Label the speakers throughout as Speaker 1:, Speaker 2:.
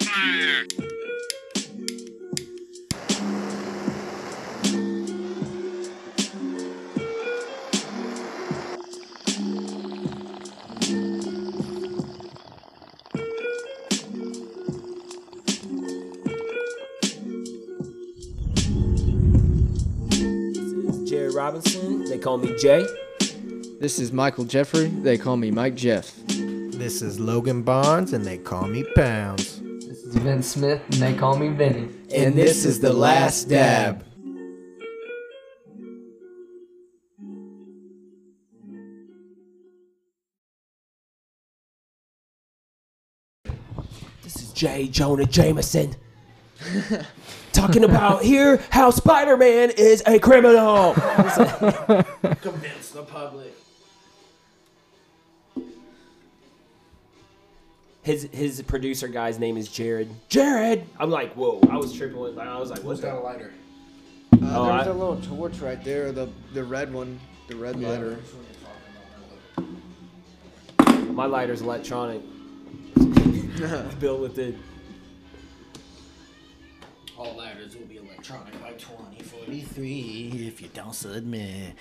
Speaker 1: fire.
Speaker 2: This is Jerry Robinson. They call me Jay.
Speaker 3: This is Michael Jeffrey. They call me Mike Jeff.
Speaker 4: This is Logan Bonds, and they call me Pounds.
Speaker 5: This is Vin Smith, and they call me Vinny.
Speaker 2: And this is the last dab. This is Jay Jonah Jameson. Talking about here how Spider Man is a criminal. Convince the public. His his producer guy's name is Jared. Jared! I'm like, whoa, I was tripling. I was like, what's that?
Speaker 3: lighter?
Speaker 2: Oh,
Speaker 3: there's
Speaker 2: I-
Speaker 3: a little torch right there, the the red one, the red lighter.
Speaker 2: My lighter's electronic. Built with it.
Speaker 6: All lighters will be electronic by 2043 if you don't submit.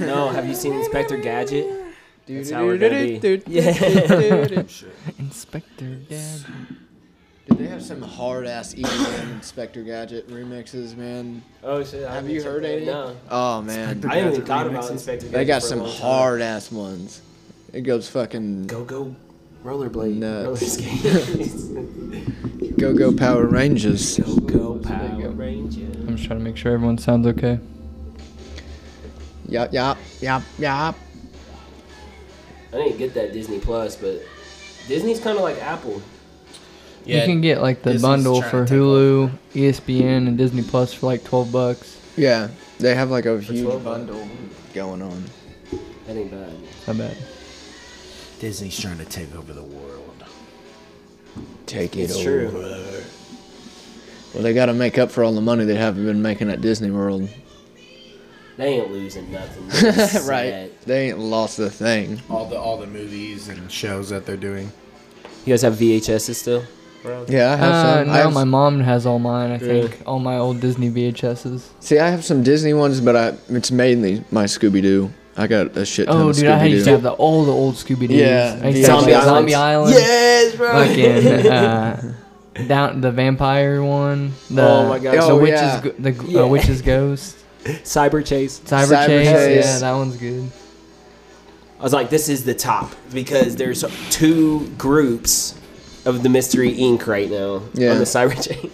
Speaker 2: No, have you seen Inspector Gadget? That's how we're gonna be.
Speaker 3: Did
Speaker 5: Inspector Gadget.
Speaker 3: they have some hard ass EDM Inspector Gadget remixes, man?
Speaker 2: Oh shit! I
Speaker 3: Have you
Speaker 2: haven't
Speaker 3: heard
Speaker 2: checked
Speaker 3: any?
Speaker 2: that out. No,
Speaker 3: Oh man,
Speaker 2: I haven't even thought about Inspector Gadget.
Speaker 3: they got
Speaker 2: for a
Speaker 3: some
Speaker 2: long time.
Speaker 3: hard ass ones. It goes fucking
Speaker 2: Go go, rollerblade,
Speaker 3: Nuts.
Speaker 2: roller skates.
Speaker 3: go go Power Rangers.
Speaker 2: go go Power Ranger.
Speaker 5: I'm just trying to make sure everyone sounds okay.
Speaker 3: Yup yup yup yup.
Speaker 2: I didn't get that Disney Plus, but Disney's kind of like Apple.
Speaker 5: you can get like the
Speaker 6: Disney's
Speaker 5: bundle
Speaker 6: trying
Speaker 5: for
Speaker 6: to take
Speaker 5: Hulu, E ESPN, and Disney Plus for like 12 bucks.
Speaker 3: Yeah, they have like a huge
Speaker 2: 12
Speaker 3: bundle going on.
Speaker 2: That ain't bad.
Speaker 5: I bet.
Speaker 6: Disney's trying to take over the world.
Speaker 3: Take it
Speaker 2: It's
Speaker 3: over.
Speaker 2: true.
Speaker 3: Well, they got to make up for all the money they haven't been making at Disney World.
Speaker 2: They ain't losing nothing. That's sad.
Speaker 3: They ain't lost a thing.
Speaker 4: All the all the movies and shows that they're doing.
Speaker 2: You guys have VHSs still?
Speaker 3: Yeah, I have
Speaker 5: Uh,
Speaker 3: some. I
Speaker 5: now
Speaker 3: have,
Speaker 5: my mom has all mine, I
Speaker 2: Yeah.
Speaker 5: think. All my old Disney VHSs.
Speaker 3: see, I have some Disney ones, but I it's mainly my Scooby Doo. I got a shit ton
Speaker 5: Oh,
Speaker 3: of
Speaker 5: dude, I used to have
Speaker 3: Scooby Doo.
Speaker 5: the all the old Scooby Doo.
Speaker 3: Yeah,
Speaker 5: I used
Speaker 3: the
Speaker 5: to have
Speaker 3: Zombie
Speaker 5: like, Zombie
Speaker 2: Islands.
Speaker 5: Island.
Speaker 2: Yes, bro.
Speaker 5: Fucking uh, down the vampire one. The,
Speaker 2: Oh my gosh.
Speaker 5: The
Speaker 3: Oh,
Speaker 5: witch's
Speaker 3: yeah.
Speaker 5: go- the
Speaker 2: Yeah.
Speaker 5: uh, witch's ghost.
Speaker 2: Cyber Chase.
Speaker 5: Cyber,
Speaker 3: Cyber
Speaker 5: chase.
Speaker 3: Chase.
Speaker 5: Yeah, that one's good.
Speaker 2: I was like, this is the top because there's two groups of the Mystery Inc. right now
Speaker 3: Yeah.
Speaker 2: on the Cyber Chain.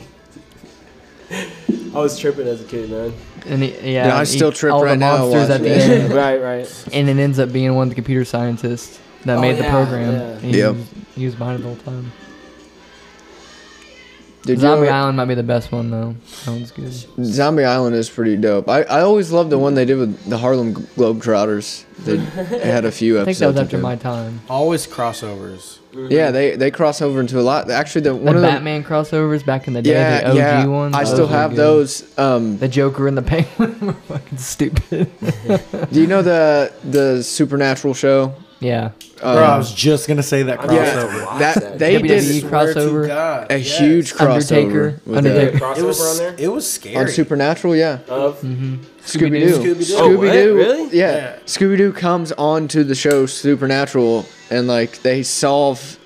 Speaker 2: I was tripping as a kid, man.
Speaker 5: And he, yeah,
Speaker 3: Dude, I
Speaker 5: and
Speaker 3: still
Speaker 5: he-
Speaker 3: trip
Speaker 5: all
Speaker 3: right
Speaker 5: the
Speaker 3: now
Speaker 5: monsters at the
Speaker 3: watching
Speaker 5: end,
Speaker 2: right, right.
Speaker 5: and it ends up being one of the computer scientists that
Speaker 2: Oh,
Speaker 5: made the
Speaker 2: yeah,
Speaker 5: program.
Speaker 2: yeah.
Speaker 5: He,
Speaker 3: Yep.
Speaker 5: was, he was behind it the whole time.
Speaker 3: Did you
Speaker 5: Zombie
Speaker 3: ever-
Speaker 5: Island might be the best one though. That one's good.
Speaker 3: Zombie Island is pretty dope. I, I always loved the one they did with the Harlem Globetrotters. They had a few
Speaker 5: I
Speaker 3: episodes.
Speaker 5: think that was
Speaker 3: of
Speaker 5: after
Speaker 3: them.
Speaker 5: my time.
Speaker 4: Always crossovers.
Speaker 3: Yeah, they they cross over into a lot. Actually, the
Speaker 5: The
Speaker 3: one of them.
Speaker 5: Batman crossovers back in the day, the
Speaker 3: yeah,
Speaker 5: OG
Speaker 3: yeah.
Speaker 5: ones.
Speaker 3: I
Speaker 5: those
Speaker 3: still
Speaker 5: were
Speaker 3: have
Speaker 5: good.
Speaker 3: those. Um,
Speaker 5: The Joker and the Penguin were fucking stupid.
Speaker 3: do you know the the Supernatural show?
Speaker 5: Yeah.
Speaker 3: Um,
Speaker 4: Bro, I was just gonna say that crossover.
Speaker 2: Watch
Speaker 3: that they
Speaker 5: WWE
Speaker 3: did
Speaker 5: Swear to E crossover.
Speaker 4: God,
Speaker 3: a huge crossover
Speaker 5: Undertaker.
Speaker 3: with
Speaker 2: Did
Speaker 5: Undertaker.
Speaker 2: a crossover
Speaker 4: It was
Speaker 2: on there?
Speaker 4: it was scary.
Speaker 3: on Supernatural. Yeah,
Speaker 2: Of
Speaker 3: Scooby Doo.
Speaker 4: Scooby-Doo.
Speaker 2: Oh, what?
Speaker 3: Scooby Doo.
Speaker 2: Really?
Speaker 3: Yeah,
Speaker 4: Yeah.
Speaker 3: Scooby Doo comes on to the show Supernatural, and like they solve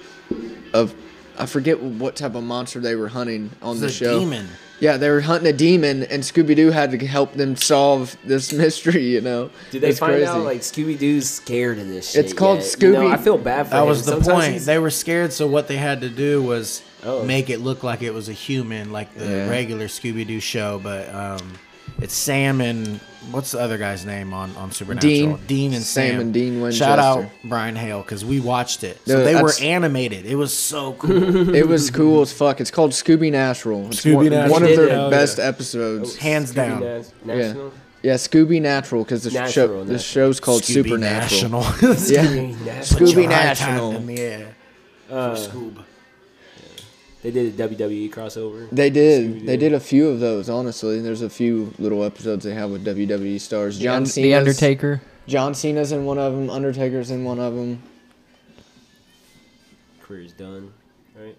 Speaker 3: of. I forget what type of monster they were hunting on
Speaker 4: It's
Speaker 3: the
Speaker 4: a
Speaker 3: show.
Speaker 4: demon.
Speaker 3: Yeah, they were hunting a demon, and Scooby Doo had to help them solve this mystery. You know,
Speaker 2: Did they
Speaker 3: It's
Speaker 2: find
Speaker 3: crazy.
Speaker 2: out like Scooby Doo's scared of this shit?
Speaker 3: It's called
Speaker 2: yet? You know,
Speaker 3: Scooby-
Speaker 2: I feel bad for
Speaker 4: That
Speaker 2: him.
Speaker 4: was the
Speaker 2: Sometimes
Speaker 4: point.
Speaker 2: he's-
Speaker 4: They were scared, so what they had to do was
Speaker 2: Oh.
Speaker 4: make it look like it was a human, like the
Speaker 3: Yeah.
Speaker 4: regular Scooby Doo show. But um, it's Sam and what's the other guy's name on on Supernatural?
Speaker 3: Dean.
Speaker 4: and Sam,
Speaker 3: Sam and Dean
Speaker 4: Shout out
Speaker 3: Winchester.
Speaker 4: Brian Hale because we watched it. So
Speaker 3: Dude,
Speaker 4: they were
Speaker 3: that's-
Speaker 4: animated. It was so cool.
Speaker 3: it was cool as fuck. It's called Scooby Natural. It's
Speaker 4: Scooby
Speaker 3: one,
Speaker 4: Natural.
Speaker 3: one of
Speaker 2: Did
Speaker 3: their
Speaker 2: it. Hell
Speaker 3: best
Speaker 4: yeah.
Speaker 3: episodes.
Speaker 4: Hands
Speaker 2: Scooby
Speaker 4: down.
Speaker 2: Nas- National?
Speaker 3: Yeah, Scooby Natural because the
Speaker 2: Natural,
Speaker 3: show
Speaker 2: natural.
Speaker 3: the show's called
Speaker 4: Scooby
Speaker 3: Supernatural.
Speaker 4: National.
Speaker 3: Yeah,
Speaker 2: Scooby National.
Speaker 3: Scooby
Speaker 4: Your eye tied
Speaker 3: National. Uh,
Speaker 4: in the air. Scoob.
Speaker 2: They did a WWE crossover.
Speaker 3: They did. They did a few of those, honestly. And there's a few little episodes they have with WWE stars. John
Speaker 5: And
Speaker 3: Cena.
Speaker 5: the Undertaker.
Speaker 3: John Cena's in one of them. Undertaker's in one of them.
Speaker 2: Career's done. Right?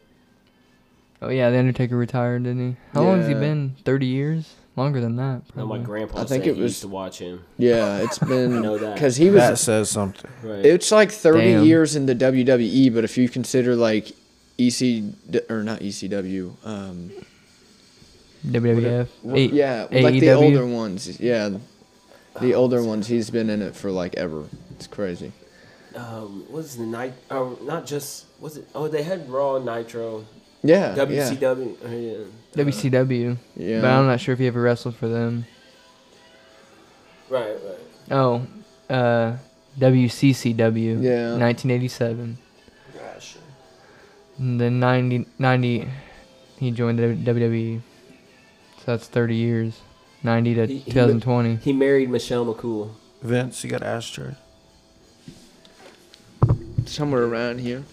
Speaker 5: Oh yeah, the Undertaker retired, didn't he? How long has he
Speaker 3: Yeah.
Speaker 5: been? Thirty years? Longer than that.
Speaker 2: No, Oh my
Speaker 4: Mm-hmm.
Speaker 5: probably.
Speaker 2: grandpa.
Speaker 3: I
Speaker 2: I
Speaker 3: think
Speaker 2: think
Speaker 3: it was-
Speaker 2: used to watch him.
Speaker 3: Yeah, it's been
Speaker 2: know that.
Speaker 3: because he was.
Speaker 4: That says something.
Speaker 2: Right.
Speaker 3: it's like thirty
Speaker 5: Damn.
Speaker 3: years in the WWE, but if you consider like EC or not ECW, um,
Speaker 5: WWF.
Speaker 3: well,
Speaker 5: A- E
Speaker 3: yeah, like the
Speaker 5: AEW.
Speaker 3: older ones, yeah, the older ones. He's been in it for like ever. It's crazy.
Speaker 2: um, what was the night? Oh, not just was it? Oh, they had Raw and Nitro,
Speaker 3: Uh, Yeah, yeah,
Speaker 2: WCW. oh, yeah.
Speaker 5: WCW. But
Speaker 3: yeah.
Speaker 5: I'm not sure if he ever wrestled for them.
Speaker 2: Right, right.
Speaker 5: Oh, uh, WCCW.
Speaker 3: Yeah.
Speaker 5: 1987.
Speaker 2: Gosh.
Speaker 5: And then 90, 90 he joined the WWE. So that's 30 years. 90 to
Speaker 2: He- he-
Speaker 5: 2020.
Speaker 2: He married Michelle McCool.
Speaker 4: Vince, you got ashtray
Speaker 3: Somewhere around here.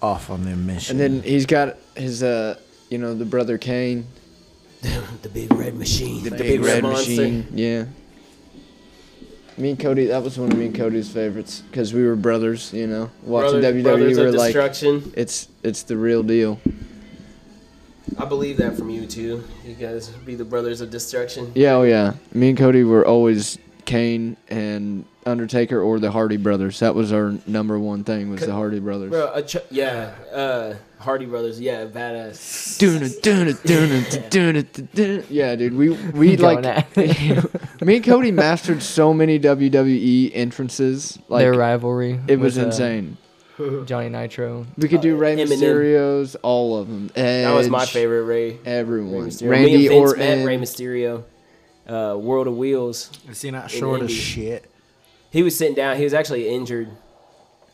Speaker 4: off on the mission.
Speaker 3: And then he's got his uh, you know, the brother Kane,
Speaker 2: the big red machine.
Speaker 3: the
Speaker 2: The
Speaker 3: big, red machine. Yeah. Me and Cody, that was one of me and Cody's favorites because we were brothers. You know, watching WWE,
Speaker 2: Brothers
Speaker 3: we
Speaker 2: of
Speaker 3: were like,
Speaker 2: Destruction.
Speaker 3: it's it's the real deal.
Speaker 2: I believe that from you too. You guys be the Brothers of Destruction.
Speaker 3: Yeah, oh yeah. Me and Cody were always Kane and Undertaker or the Hardy Brothers. That was our number one thing was the Hardy Brothers.
Speaker 2: Bro, a ch- yeah, uh, Hardy Brothers, yeah, badass.
Speaker 3: Dun it, dun it, dun it, dun it, dun it. Yeah, dude, we we
Speaker 5: Going
Speaker 3: like
Speaker 5: at it.
Speaker 3: me and Cody mastered so many WWE entrances. Like
Speaker 5: Their rivalry.
Speaker 3: it was
Speaker 5: with, uh,
Speaker 3: insane.
Speaker 5: Johnny Nitro.
Speaker 3: We could do Rey
Speaker 2: uh, Eminem.
Speaker 3: Mysterio's, all of them. Edge,
Speaker 2: That was my favorite Ray. Rey
Speaker 3: Everyone,
Speaker 2: Mysterio. Me
Speaker 3: Randy
Speaker 2: and Vince met
Speaker 3: Orton.
Speaker 2: Ray Mysterio, uh, World of Wheels.
Speaker 4: is he not short as
Speaker 2: Indy.
Speaker 4: shit?
Speaker 2: He was sitting down. He was actually injured.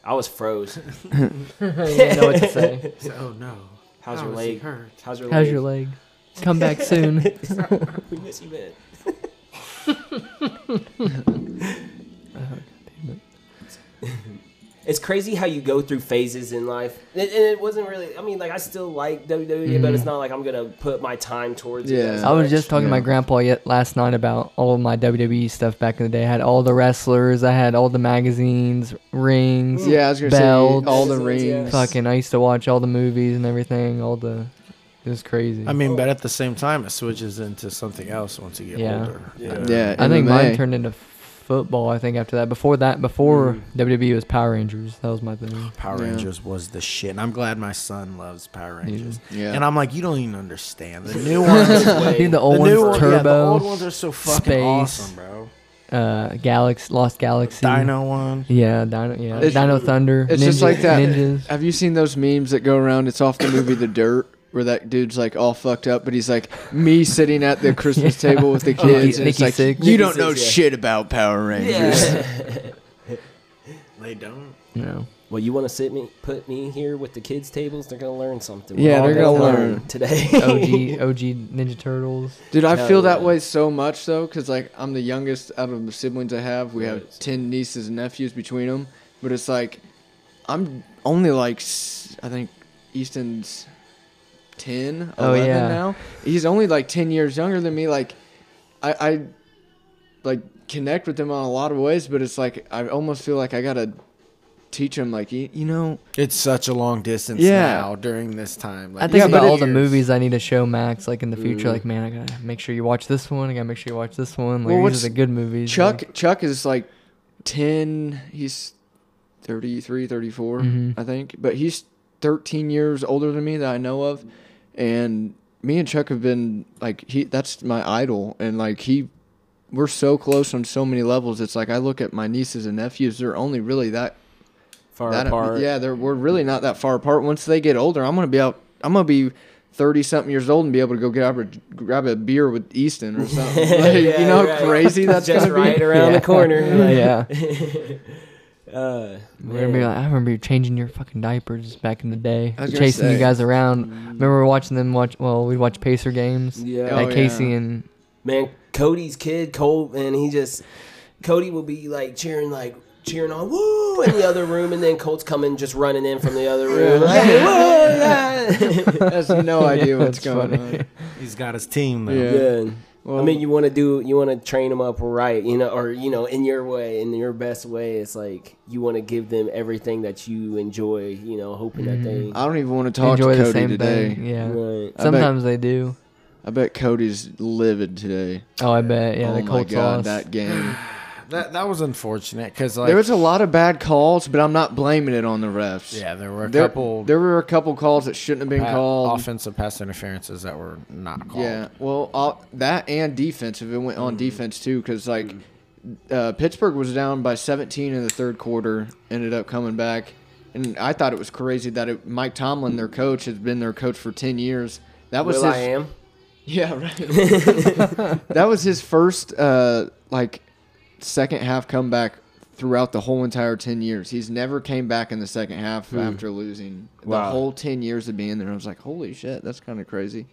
Speaker 2: I was froze.
Speaker 5: You know what to say.
Speaker 4: Oh no.
Speaker 2: How's your
Speaker 4: How is he
Speaker 2: leg?
Speaker 4: hurt?
Speaker 2: How's your
Speaker 5: How's
Speaker 2: leg?
Speaker 5: your leg? Come back soon.
Speaker 2: We miss you, man. it's crazy how you go through phases in life, and, and it wasn't really. I mean, like I still like WWE, but it's not like I'm gonna put my time towards it.
Speaker 3: Mm. Yeah.
Speaker 2: as
Speaker 5: I was
Speaker 2: much.
Speaker 5: just talking to my
Speaker 3: Yeah.
Speaker 5: grandpa yet last night about all of my WWE stuff back in the day. I had all the wrestlers, I had all the magazines, rings.
Speaker 3: Yeah, I was gonna
Speaker 5: Belts.
Speaker 3: say all the
Speaker 2: Magazines, yeah.
Speaker 3: rings.
Speaker 5: Fucking, I used to watch all the movies and everything. All the, it was crazy.
Speaker 4: I mean, but at the same time, it switches into something else once you get
Speaker 5: Yeah.
Speaker 4: older.
Speaker 2: Yeah.
Speaker 3: Yeah,
Speaker 5: I think mine
Speaker 3: MMA.
Speaker 5: turned into football. I think after that, before that, before
Speaker 3: Hmm.
Speaker 5: WWE was Power Rangers. That was my thing.
Speaker 4: Power
Speaker 3: Yeah.
Speaker 4: Rangers was the shit, and I'm glad my son loves Power Rangers.
Speaker 3: Yeah.
Speaker 4: And I'm like, you don't even understand the new ones.
Speaker 5: Dude, the
Speaker 4: the
Speaker 5: old
Speaker 4: new
Speaker 5: ones,
Speaker 4: one- yeah, the
Speaker 5: Turbo,
Speaker 4: old ones are so fucking
Speaker 5: Space.
Speaker 4: awesome, bro.
Speaker 5: uh, Galax, Lost Galaxy,
Speaker 4: Dino one.
Speaker 5: Yeah, Dino, yeah,
Speaker 3: It's-
Speaker 5: Dino Thunder.
Speaker 3: It's just
Speaker 5: Ninja-
Speaker 3: like that.
Speaker 5: Ninjas.
Speaker 3: Have you seen those memes that go around? It's off the movie The Dirt, where that dude's like all fucked up, but he's like me sitting at the Christmas table with the
Speaker 5: Nikki-
Speaker 3: kids, and Oh, it's
Speaker 5: Oh, Nikki
Speaker 3: like
Speaker 5: Sixx.
Speaker 3: you
Speaker 2: Nikki
Speaker 3: don't know
Speaker 2: Sixx, yeah.
Speaker 3: shit about Power Rangers.
Speaker 4: They don't.
Speaker 5: No.
Speaker 2: Well, you want to sit me, put me here with the kids' tables? They're gonna learn something.
Speaker 3: Yeah,
Speaker 2: We're
Speaker 3: they're
Speaker 2: all
Speaker 3: gonna learn.
Speaker 2: today.
Speaker 3: Oh,
Speaker 5: OG, OG Ninja Turtles.
Speaker 3: Dude, I
Speaker 2: Hell
Speaker 3: feel that
Speaker 2: yeah.
Speaker 3: way so much though, because like I'm the youngest out of the siblings I have. We have ten nieces and nephews between them, but it's like I'm only like s- I think Easton's 10, 11
Speaker 5: Oh, yeah.
Speaker 3: now. He's only like ten years younger than me. Like I, I like connect with him on a lot of ways, but it's like I almost feel like I gotta teach him like you, you know
Speaker 4: It's such a long distance
Speaker 3: Yeah.
Speaker 4: now during this time.
Speaker 5: I
Speaker 4: Like,
Speaker 5: think
Speaker 3: Yeah,
Speaker 5: about
Speaker 3: but
Speaker 5: all
Speaker 3: it-
Speaker 5: the movies I need to show Max, like in the future. Like, man, I gotta make sure you watch this one. I gotta make sure you watch this
Speaker 3: Mm.
Speaker 5: one. Like,
Speaker 3: Well,
Speaker 5: these
Speaker 3: what's-
Speaker 5: are the good movies.
Speaker 3: Chuck Chuck is like 10, he's 33, 34,
Speaker 2: Mm-hmm.
Speaker 3: I think, but he's 13 years older than me that I know of and me and Chuck have been like he that's my idol and like he we're so close on so many levels. It's like I look at my nieces and nephews, they're only really that
Speaker 2: Far
Speaker 3: that-
Speaker 2: apart.
Speaker 3: Yeah, they're we're really not that far apart. Once they get older, I'm gonna be out. I'm gonna be thirty something years old and be able to go grab a grab a beer with Easton or something. Like,
Speaker 2: Yeah,
Speaker 3: you know
Speaker 2: right.
Speaker 3: how crazy that's
Speaker 2: Just
Speaker 3: gonna be.
Speaker 2: right around the corner.
Speaker 5: Yeah. yeah.
Speaker 2: Uh,
Speaker 5: We're gonna be like, I remember you changing your fucking diapers back in the day,
Speaker 3: I was gonna
Speaker 5: chasing you
Speaker 3: say.
Speaker 5: guys around. Remember we were watching them watch? Well, we'd watch Pacer games.
Speaker 2: Yeah.
Speaker 5: Like
Speaker 3: Oh,
Speaker 5: Casey
Speaker 3: yeah.
Speaker 5: and
Speaker 2: man, Cody's kid, Cole, and he just Cody will be like cheering, like cheering on woo in the other room, and then Colt's coming just running in from the other room. like, "Woo, yeah."
Speaker 3: Has no idea what's
Speaker 5: that's
Speaker 3: going
Speaker 5: funny.
Speaker 3: on.
Speaker 4: he's got his team though.
Speaker 3: Yeah.
Speaker 2: yeah.
Speaker 3: Well,
Speaker 2: I mean, you want to do, you want to train them up right, you know, or you know, in your way, in your best way. It's like you want to give them everything that you enjoy, you know, hoping that
Speaker 3: I don't even want to
Speaker 5: They
Speaker 3: talk
Speaker 5: enjoy
Speaker 3: to
Speaker 5: the
Speaker 3: Cody
Speaker 5: same
Speaker 3: today.
Speaker 5: thing.
Speaker 2: they.
Speaker 5: Yeah.
Speaker 2: Right.
Speaker 3: I bet-
Speaker 5: Sometimes they do.
Speaker 3: I bet Cody's livid today.
Speaker 5: Oh, I bet. Yeah,
Speaker 3: oh
Speaker 5: the
Speaker 3: my
Speaker 5: Colts
Speaker 3: god,
Speaker 5: lost.
Speaker 3: that game.
Speaker 4: That that was unfortunate because like
Speaker 3: there was a lot of bad calls, but I'm not blaming it on the refs.
Speaker 4: yeah, there were a
Speaker 3: there,
Speaker 4: couple
Speaker 3: there were a couple calls that shouldn't have been
Speaker 4: pa-
Speaker 3: called.
Speaker 4: offensive pass interferences that were not called.
Speaker 3: Yeah, well, all, that and defensive. It went on
Speaker 5: Mm.
Speaker 3: defense too, because like uh, Pittsburgh was down by 17 in the third quarter, ended up coming back, and I thought it was crazy that it, Mike Tomlin, their coach, has been their coach for 10 years. That was
Speaker 2: Will
Speaker 3: his,
Speaker 2: I am.
Speaker 3: yeah, right. that was his first uh like second half comeback throughout the whole entire 10 years. He's never came back in the second half
Speaker 5: Hmm.
Speaker 3: after losing the
Speaker 2: Wow.
Speaker 3: whole 10 years of being there. I was like, "Holy shit, that's kind of crazy."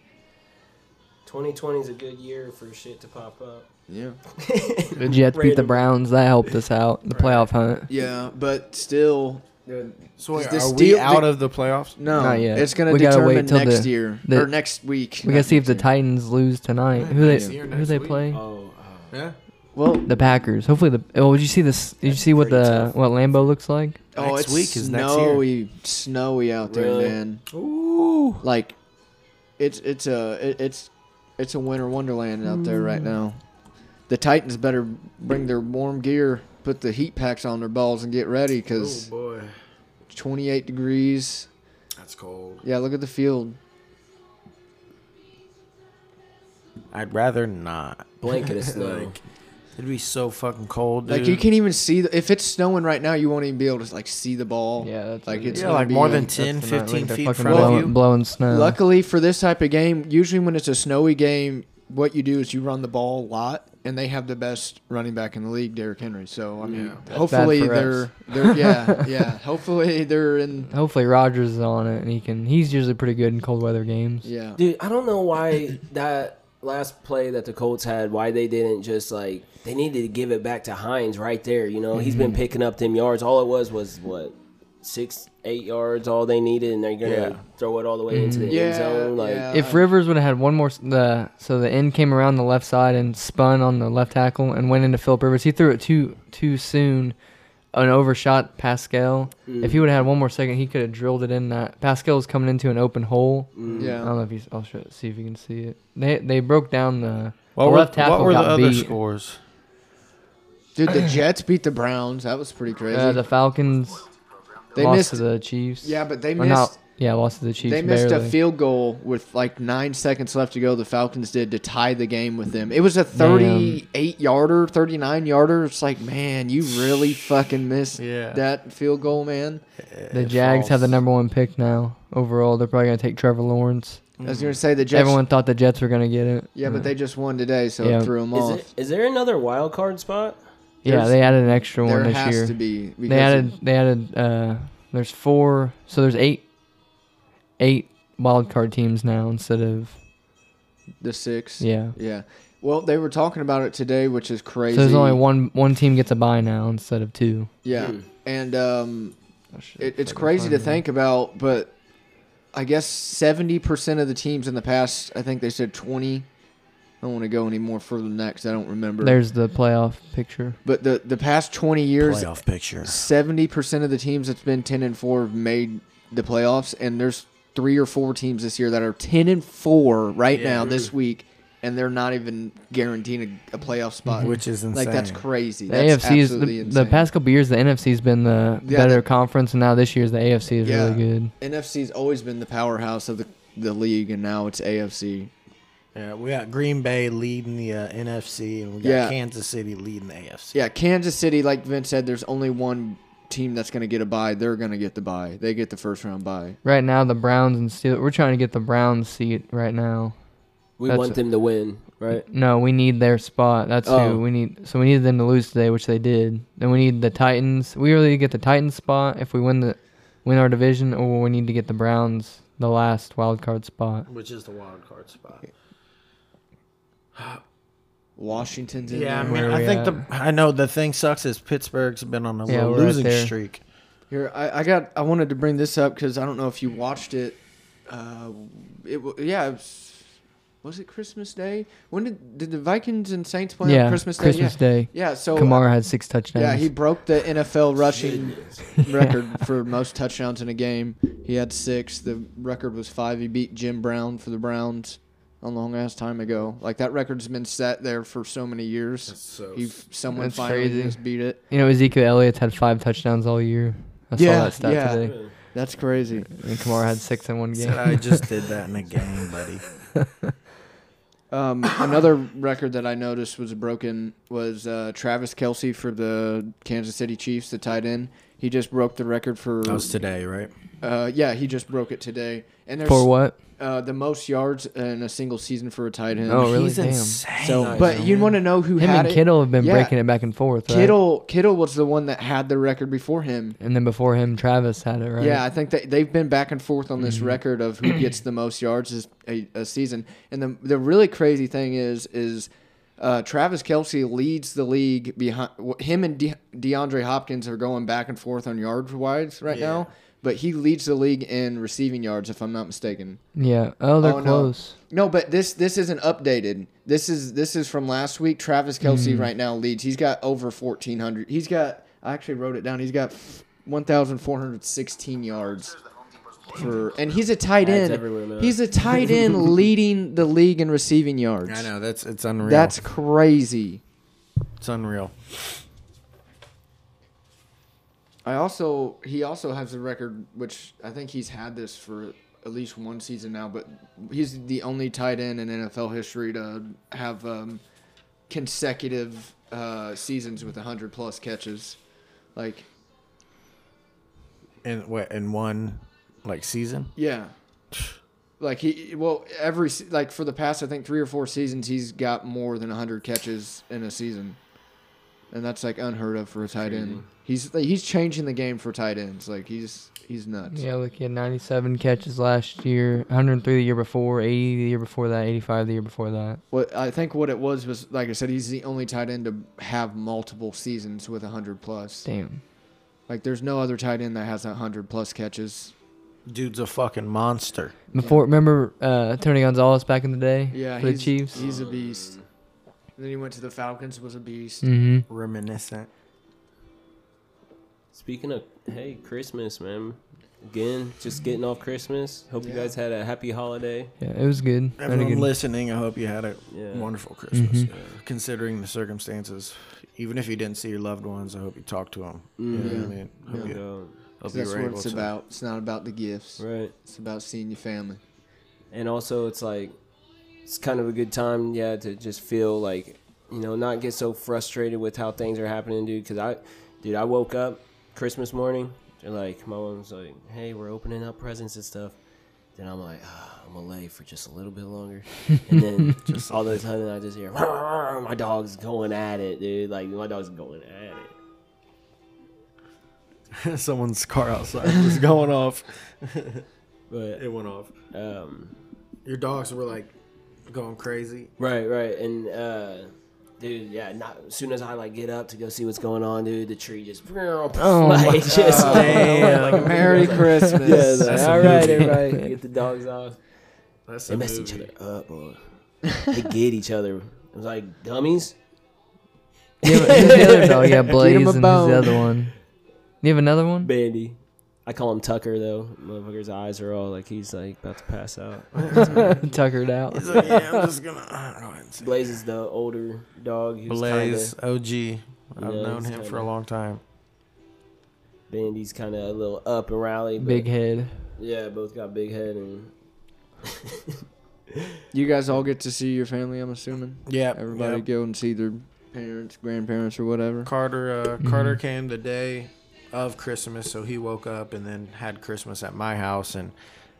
Speaker 2: 2020 is a good year for shit to pop up.
Speaker 3: Yeah.
Speaker 5: The Jets beat the
Speaker 2: Random.
Speaker 5: Browns. That helped us out. The playoff hunt.
Speaker 3: Yeah, but still
Speaker 4: So
Speaker 3: Is
Speaker 4: wait,
Speaker 3: this
Speaker 4: are
Speaker 3: deal-
Speaker 4: we out of the playoffs?
Speaker 3: no.
Speaker 5: Not yet.
Speaker 3: It's going to
Speaker 5: We gotta
Speaker 3: determine
Speaker 5: wait till
Speaker 3: next
Speaker 5: the-
Speaker 3: year
Speaker 5: the-
Speaker 3: or next week.
Speaker 5: We gotta see if the
Speaker 3: Titan.
Speaker 5: Titans lose tonight. Who they
Speaker 4: Next year,
Speaker 5: who
Speaker 4: next
Speaker 5: they
Speaker 4: week.
Speaker 5: play?
Speaker 2: Oh,
Speaker 4: Yeah.
Speaker 3: Well,
Speaker 5: The Packers. Hopefully the. Oh, did you see this? Did you see what
Speaker 2: pretty
Speaker 5: the
Speaker 2: tough.
Speaker 5: what Lambo looks like?
Speaker 3: oh,
Speaker 4: Next
Speaker 3: it's
Speaker 4: week is next year.
Speaker 3: snowy, snowy out there,
Speaker 2: Really?
Speaker 3: man.
Speaker 4: Ooh.
Speaker 3: Like it's it's a it, it's it's a winter wonderland out there
Speaker 5: Mm.
Speaker 3: right now. The Titans better bring their warm gear, put the heat packs on their balls, and get ready because
Speaker 4: Oh, boy,
Speaker 3: 28 degrees.
Speaker 4: that's cold.
Speaker 3: Yeah, look at the field.
Speaker 4: I'd rather not.
Speaker 2: blanket of snow.
Speaker 4: It'd be so fucking cold, dude.
Speaker 3: Like you can't even see the, if it's snowing right now, you won't even be able to like see the ball.
Speaker 5: Yeah, that's
Speaker 3: like
Speaker 5: what it
Speaker 3: it's
Speaker 5: is.
Speaker 4: yeah,
Speaker 3: gonna
Speaker 4: like
Speaker 3: be,
Speaker 4: more than
Speaker 5: That's
Speaker 4: 10,
Speaker 5: the night,
Speaker 4: 15
Speaker 5: like, they're
Speaker 4: feet in
Speaker 5: fucking
Speaker 4: front
Speaker 5: blowing,
Speaker 4: of you.
Speaker 5: blowing snow.
Speaker 3: Luckily for this type of game, usually when it's a snowy game, what you do is you run the ball a lot, and they have the best running back in the league, Derrick Henry. So I mean,
Speaker 5: bad
Speaker 3: hopefully
Speaker 5: for us.
Speaker 3: they're they're yeah yeah. Hopefully they're in
Speaker 5: Hopefully Rogers is on it and he can. He's usually pretty good in cold weather games.
Speaker 3: yeah.
Speaker 2: Dude, I don't know why that last play that the Colts had, why they didn't just like they needed to give it back to Hines right there. You know, he's
Speaker 3: Mm-hmm.
Speaker 2: been picking up them yards. All it was was what six, eight yards. All they needed, and they're gonna
Speaker 4: Yeah.
Speaker 2: throw it all the way into the end
Speaker 3: Mm-hmm. Yeah,
Speaker 2: zone. Like,
Speaker 3: yeah.
Speaker 5: If Rivers would have had one more, s- the so the end came around the left side and spun on the left tackle and went into Philip Rivers. He threw it too too soon, an overshot Pascal. If
Speaker 3: Mm.
Speaker 5: he would have had one more second, he could have drilled it in. That Pascal was coming into an open hole. I
Speaker 3: Yeah.
Speaker 5: don't know if he's. I'll show, see if you can see it. They they broke down the.
Speaker 4: What
Speaker 5: the
Speaker 4: were,
Speaker 5: left tackle
Speaker 4: what were the
Speaker 5: got
Speaker 4: other
Speaker 5: beat.
Speaker 4: scores?
Speaker 3: Dude, the Jets beat the Browns. That was pretty crazy.
Speaker 5: Uh, the Falcons
Speaker 3: they
Speaker 5: lost
Speaker 3: missed.
Speaker 5: to the Chiefs.
Speaker 3: yeah, but they
Speaker 5: Or
Speaker 3: missed.
Speaker 5: not- yeah, lost to the Chiefs.
Speaker 3: they missed
Speaker 5: barely.
Speaker 3: a field goal with like nine seconds left to go. The Falcons did to tie the game with them. It was a 38 yarder, 39 yarder. It's like, man, you really fucking missed
Speaker 4: Yeah.
Speaker 3: that field goal, man.
Speaker 5: The Jags have the
Speaker 4: falls.
Speaker 5: number one pick now overall. They're probably gonna take Trevor Lawrence.
Speaker 3: I was gonna say the Jets.
Speaker 5: Mm. Everyone thought the Jets were gonna get it.
Speaker 3: yeah, but they just won today, so
Speaker 5: Yeah.
Speaker 3: it threw them
Speaker 2: is,
Speaker 3: off.
Speaker 2: it, is there another wild card spot?
Speaker 5: yeah
Speaker 3: there's-
Speaker 5: they added an extra one
Speaker 3: there
Speaker 5: this
Speaker 3: has
Speaker 5: year.
Speaker 3: to be. because
Speaker 5: They added
Speaker 3: it-
Speaker 5: they added uh there's four so there's eight eight wild card teams now instead of
Speaker 3: the six.
Speaker 5: yeah.
Speaker 3: Yeah. Well, they were talking about it today, which is crazy.
Speaker 5: So there's only one one team gets a bye now instead of two.
Speaker 3: Yeah,
Speaker 2: Hmm.
Speaker 3: and um,
Speaker 5: Oh, shit,
Speaker 3: it, it's
Speaker 5: fucking
Speaker 3: crazy to
Speaker 5: find it.
Speaker 3: think about, but I guess seventy percent of the teams in the past, I think they said twenty. I don't want to go any more further than that because I don't remember.
Speaker 5: There's the playoff picture.
Speaker 3: but the the past twenty years,
Speaker 4: Playoff picture.
Speaker 3: seventy percent of the teams that's been ten and four have made the playoffs, and there's three or four teams this year that are ten and four right now this week, and they're not even guaranteeing a, a playoff spot,
Speaker 4: Which is
Speaker 3: like that's
Speaker 4: insane.
Speaker 3: crazy.
Speaker 5: The
Speaker 3: that's
Speaker 5: AFC's
Speaker 3: absolutely
Speaker 5: the, the
Speaker 3: insane.
Speaker 5: past couple years the NFC's been the
Speaker 3: Yeah,
Speaker 5: better
Speaker 3: the-
Speaker 5: conference and now this year's the AFC is really good.
Speaker 3: NFC's always been the powerhouse of the the league, and now it's AFC.
Speaker 4: Yeah, we got Green Bay leading the uh, NFC, and we got
Speaker 3: Yeah.
Speaker 4: Kansas City leading the AFC.
Speaker 3: Yeah, Kansas City, like Vince said, there's only one team that's going to get a bye. They're going to get the bye. They get the first round bye.
Speaker 5: Right now the Browns and Steelers we're trying to get the Browns seat right now.
Speaker 2: We
Speaker 5: That's
Speaker 2: want
Speaker 5: a-
Speaker 2: them to win, right?
Speaker 5: No, we need their spot. That's
Speaker 2: Oh.
Speaker 5: who we need. So we needed them to lose today, which they did. Then we need the Titans. We really get the Titans spot if we win the win our division, or we need to get the Browns the last wild card spot.
Speaker 4: Which is the wild card spot.
Speaker 3: Washington's in
Speaker 4: Yeah,
Speaker 3: there.
Speaker 4: I mean,
Speaker 5: Where
Speaker 4: I
Speaker 5: we
Speaker 4: think
Speaker 5: at?
Speaker 4: the I know the thing sucks is Pittsburgh's been on a
Speaker 5: Yeah,
Speaker 4: little
Speaker 5: we're right
Speaker 4: losing
Speaker 5: there.
Speaker 4: streak.
Speaker 3: Here, I, I got. I wanted to bring this up because I don't know if you watched it. Uh, it wa- yeah, it was, was it Christmas Day? When did did the Vikings and Saints play
Speaker 5: yeah,
Speaker 3: on Christmas Day? yeah.
Speaker 5: Day.
Speaker 3: Yeah, so uh,
Speaker 5: Kamara had six touchdowns.
Speaker 3: yeah, he broke the NFL rushing record for most touchdowns in a game. He had six. The record was five. He beat Jim Brown for the Browns a long ass time ago. Like that record's been set there for so many years.
Speaker 4: so
Speaker 3: he f- someone
Speaker 5: That's
Speaker 3: finally
Speaker 5: crazy.
Speaker 3: just beat it.
Speaker 5: You know, Ezekiel Elliott's had five touchdowns all year. I
Speaker 3: Yeah,
Speaker 5: saw that stat
Speaker 3: yeah. uh,
Speaker 5: today.
Speaker 3: That's crazy.
Speaker 5: And Kamara had six in one game.
Speaker 4: Said I just did that in a game, buddy.
Speaker 3: Um, another record that I noticed was broken was uh, Travis Kelsey for the Kansas City Chiefs, the tight end. He just broke the record for.
Speaker 4: That was today, right?
Speaker 3: Uh, yeah, he just broke it today. And there's
Speaker 5: For what?
Speaker 3: Uh, the most yards in a single season for a tight end.
Speaker 5: Oh, really?
Speaker 4: He's
Speaker 5: Damn.
Speaker 4: insane.
Speaker 3: So,
Speaker 2: Nice,
Speaker 3: but
Speaker 2: man.
Speaker 3: you want to know who
Speaker 5: Him
Speaker 3: had
Speaker 5: and Kittle have been
Speaker 3: Yeah.
Speaker 5: breaking it back and forth.
Speaker 3: it?
Speaker 5: Right?
Speaker 3: Kittle. Kittle was the one that had the record before him.
Speaker 5: And then before him, Travis had it right.
Speaker 3: Yeah, I think that they've been back and forth on this record of who gets the most yards is a, a season. And the the really crazy thing is is uh, Travis Kelsey leads the league behind him and De- DeAndre Hopkins are going back and forth on yards wise right now, but he leads the league in receiving yards if I'm not mistaken.
Speaker 5: Yeah. Oh, they're
Speaker 3: Oh, no.
Speaker 5: close.
Speaker 3: No, but this this isn't updated. This is this is from last week. Travis Kelsey
Speaker 4: Hmm.
Speaker 3: right now leads. He's got over fourteen hundred. He's got. I actually wrote it down. He's got one thousand four hundred sixteen yards. For and he's a tight
Speaker 2: That's
Speaker 3: end.
Speaker 2: everywhere now.
Speaker 3: He's a tight end leading the league in receiving yards.
Speaker 4: I know that's it's unreal.
Speaker 3: That's crazy.
Speaker 4: it's unreal.
Speaker 3: I also he also has the record, which I think he's had this for at least one season now. But he's the only tight end in NFL history to have um, consecutive uh, seasons with hundred plus catches. Like,
Speaker 4: In what in one like season?
Speaker 3: yeah, like he well every se- like for the past I think three or four seasons he's got more than hundred catches in a season, and that's like unheard of for a tight end. He's like, he's changing the game for tight ends. Like he's he's nuts.
Speaker 5: Yeah, look, he had 97 catches last year, 103 the year before, 80 the year before that, 85 the year before that.
Speaker 3: What I think what it was was like I said, he's the only tight end to have multiple seasons with hundred plus.
Speaker 5: Damn.
Speaker 3: Like there's no other tight end that has hundred plus catches.
Speaker 4: Dude's a fucking monster.
Speaker 5: Before, remember uh, Tony Gonzalez back in the day
Speaker 3: Yeah,
Speaker 5: for the
Speaker 3: he's,
Speaker 5: Chiefs?
Speaker 3: He's a beast. And then he went to the Falcons, was a beast.
Speaker 5: hmm
Speaker 4: Reminiscent.
Speaker 2: Speaking of, hey, Christmas, man. Again, just getting off Christmas. Hope you
Speaker 3: Yeah.
Speaker 2: guys had a happy holiday.
Speaker 5: Yeah, it was good. Had a
Speaker 4: Everyone
Speaker 5: good-
Speaker 4: listening, I hope you had a
Speaker 2: Yeah.
Speaker 4: wonderful Christmas.
Speaker 2: Mm-hmm.
Speaker 4: Considering the circumstances, even if you didn't see your loved ones, I hope you talked to them. You
Speaker 3: Mm-hmm.
Speaker 4: know what I mean? Hope you,
Speaker 2: So,
Speaker 4: hope
Speaker 3: 'Cause
Speaker 4: you
Speaker 3: That's
Speaker 4: were
Speaker 3: what
Speaker 4: able
Speaker 3: it's
Speaker 4: to.
Speaker 3: about. It's not about the gifts.
Speaker 2: right.
Speaker 3: It's about seeing your family.
Speaker 2: and also it's like it's kind of a good time yeah to just feel like you know not get so frustrated with how things are happening dude because i dude i woke up christmas morning and like my mom's like hey we're opening up presents and stuff then i'm like ah, i'm gonna lay for just a little bit longer and then just all of a sudden i just hear "Rawr, my dog's going at it dude like my dog's going at it
Speaker 4: Someone's car outside was going off.
Speaker 2: but
Speaker 4: It went off.
Speaker 2: um
Speaker 4: Your dogs were like going crazy.
Speaker 2: Right, right, and uh, dude, yeah. Not as soon as I like get up to go see what's going on, dude, the tree just oh
Speaker 5: my
Speaker 2: like just
Speaker 4: Damn.
Speaker 3: Merry Christmas.
Speaker 2: yeah, it's like,
Speaker 4: That's a
Speaker 2: all right,
Speaker 4: movie.
Speaker 2: everybody, get the dogs off.
Speaker 4: That's
Speaker 2: They
Speaker 4: a
Speaker 2: mess each
Speaker 4: movie.
Speaker 2: other up, boy. They get each other. I was like dummies.
Speaker 5: Yeah, but who's the other dog? Yeah, Blaze
Speaker 3: him
Speaker 5: and
Speaker 3: a
Speaker 5: who's the
Speaker 3: bone.
Speaker 5: other one? You have another one?
Speaker 2: Bandy. I call him Tucker though. Motherfucker's eyes are all like he's like about to pass out.
Speaker 5: Tuckered out.
Speaker 4: He's like, yeah, I'm just gonna. uh, I don't know, it's-
Speaker 2: Blaze is the older dog. He's
Speaker 4: Blaze
Speaker 2: Kinda,
Speaker 4: OG. I've
Speaker 2: Yeah,
Speaker 4: known
Speaker 2: he's
Speaker 4: him for a
Speaker 2: kinda-
Speaker 4: long time.
Speaker 2: Bandy's kind of a little up and rally. But
Speaker 5: Big head.
Speaker 2: Yeah, both got big head and
Speaker 3: You guys all get to see your family, I'm assuming.
Speaker 4: Yeah,
Speaker 3: Everybody go and see their parents, grandparents or whatever.
Speaker 4: Carter uh, Carter came the day of Christmas, so he woke up and then had Christmas at my house, and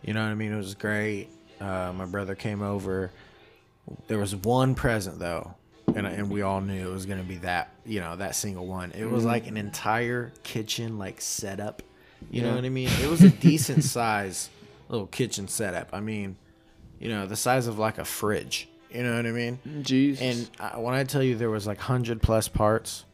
Speaker 4: you know what I mean. It was great. Uh, my brother came over. There was one present though, and and we all knew it was gonna be that you know that single one. It was like an entire kitchen like setup. You know what I mean? It was a decent size little kitchen setup. I mean, you know, the size of like a fridge. You know what I mean?
Speaker 3: Jesus.
Speaker 4: And I, when I tell you there was like hundred plus parts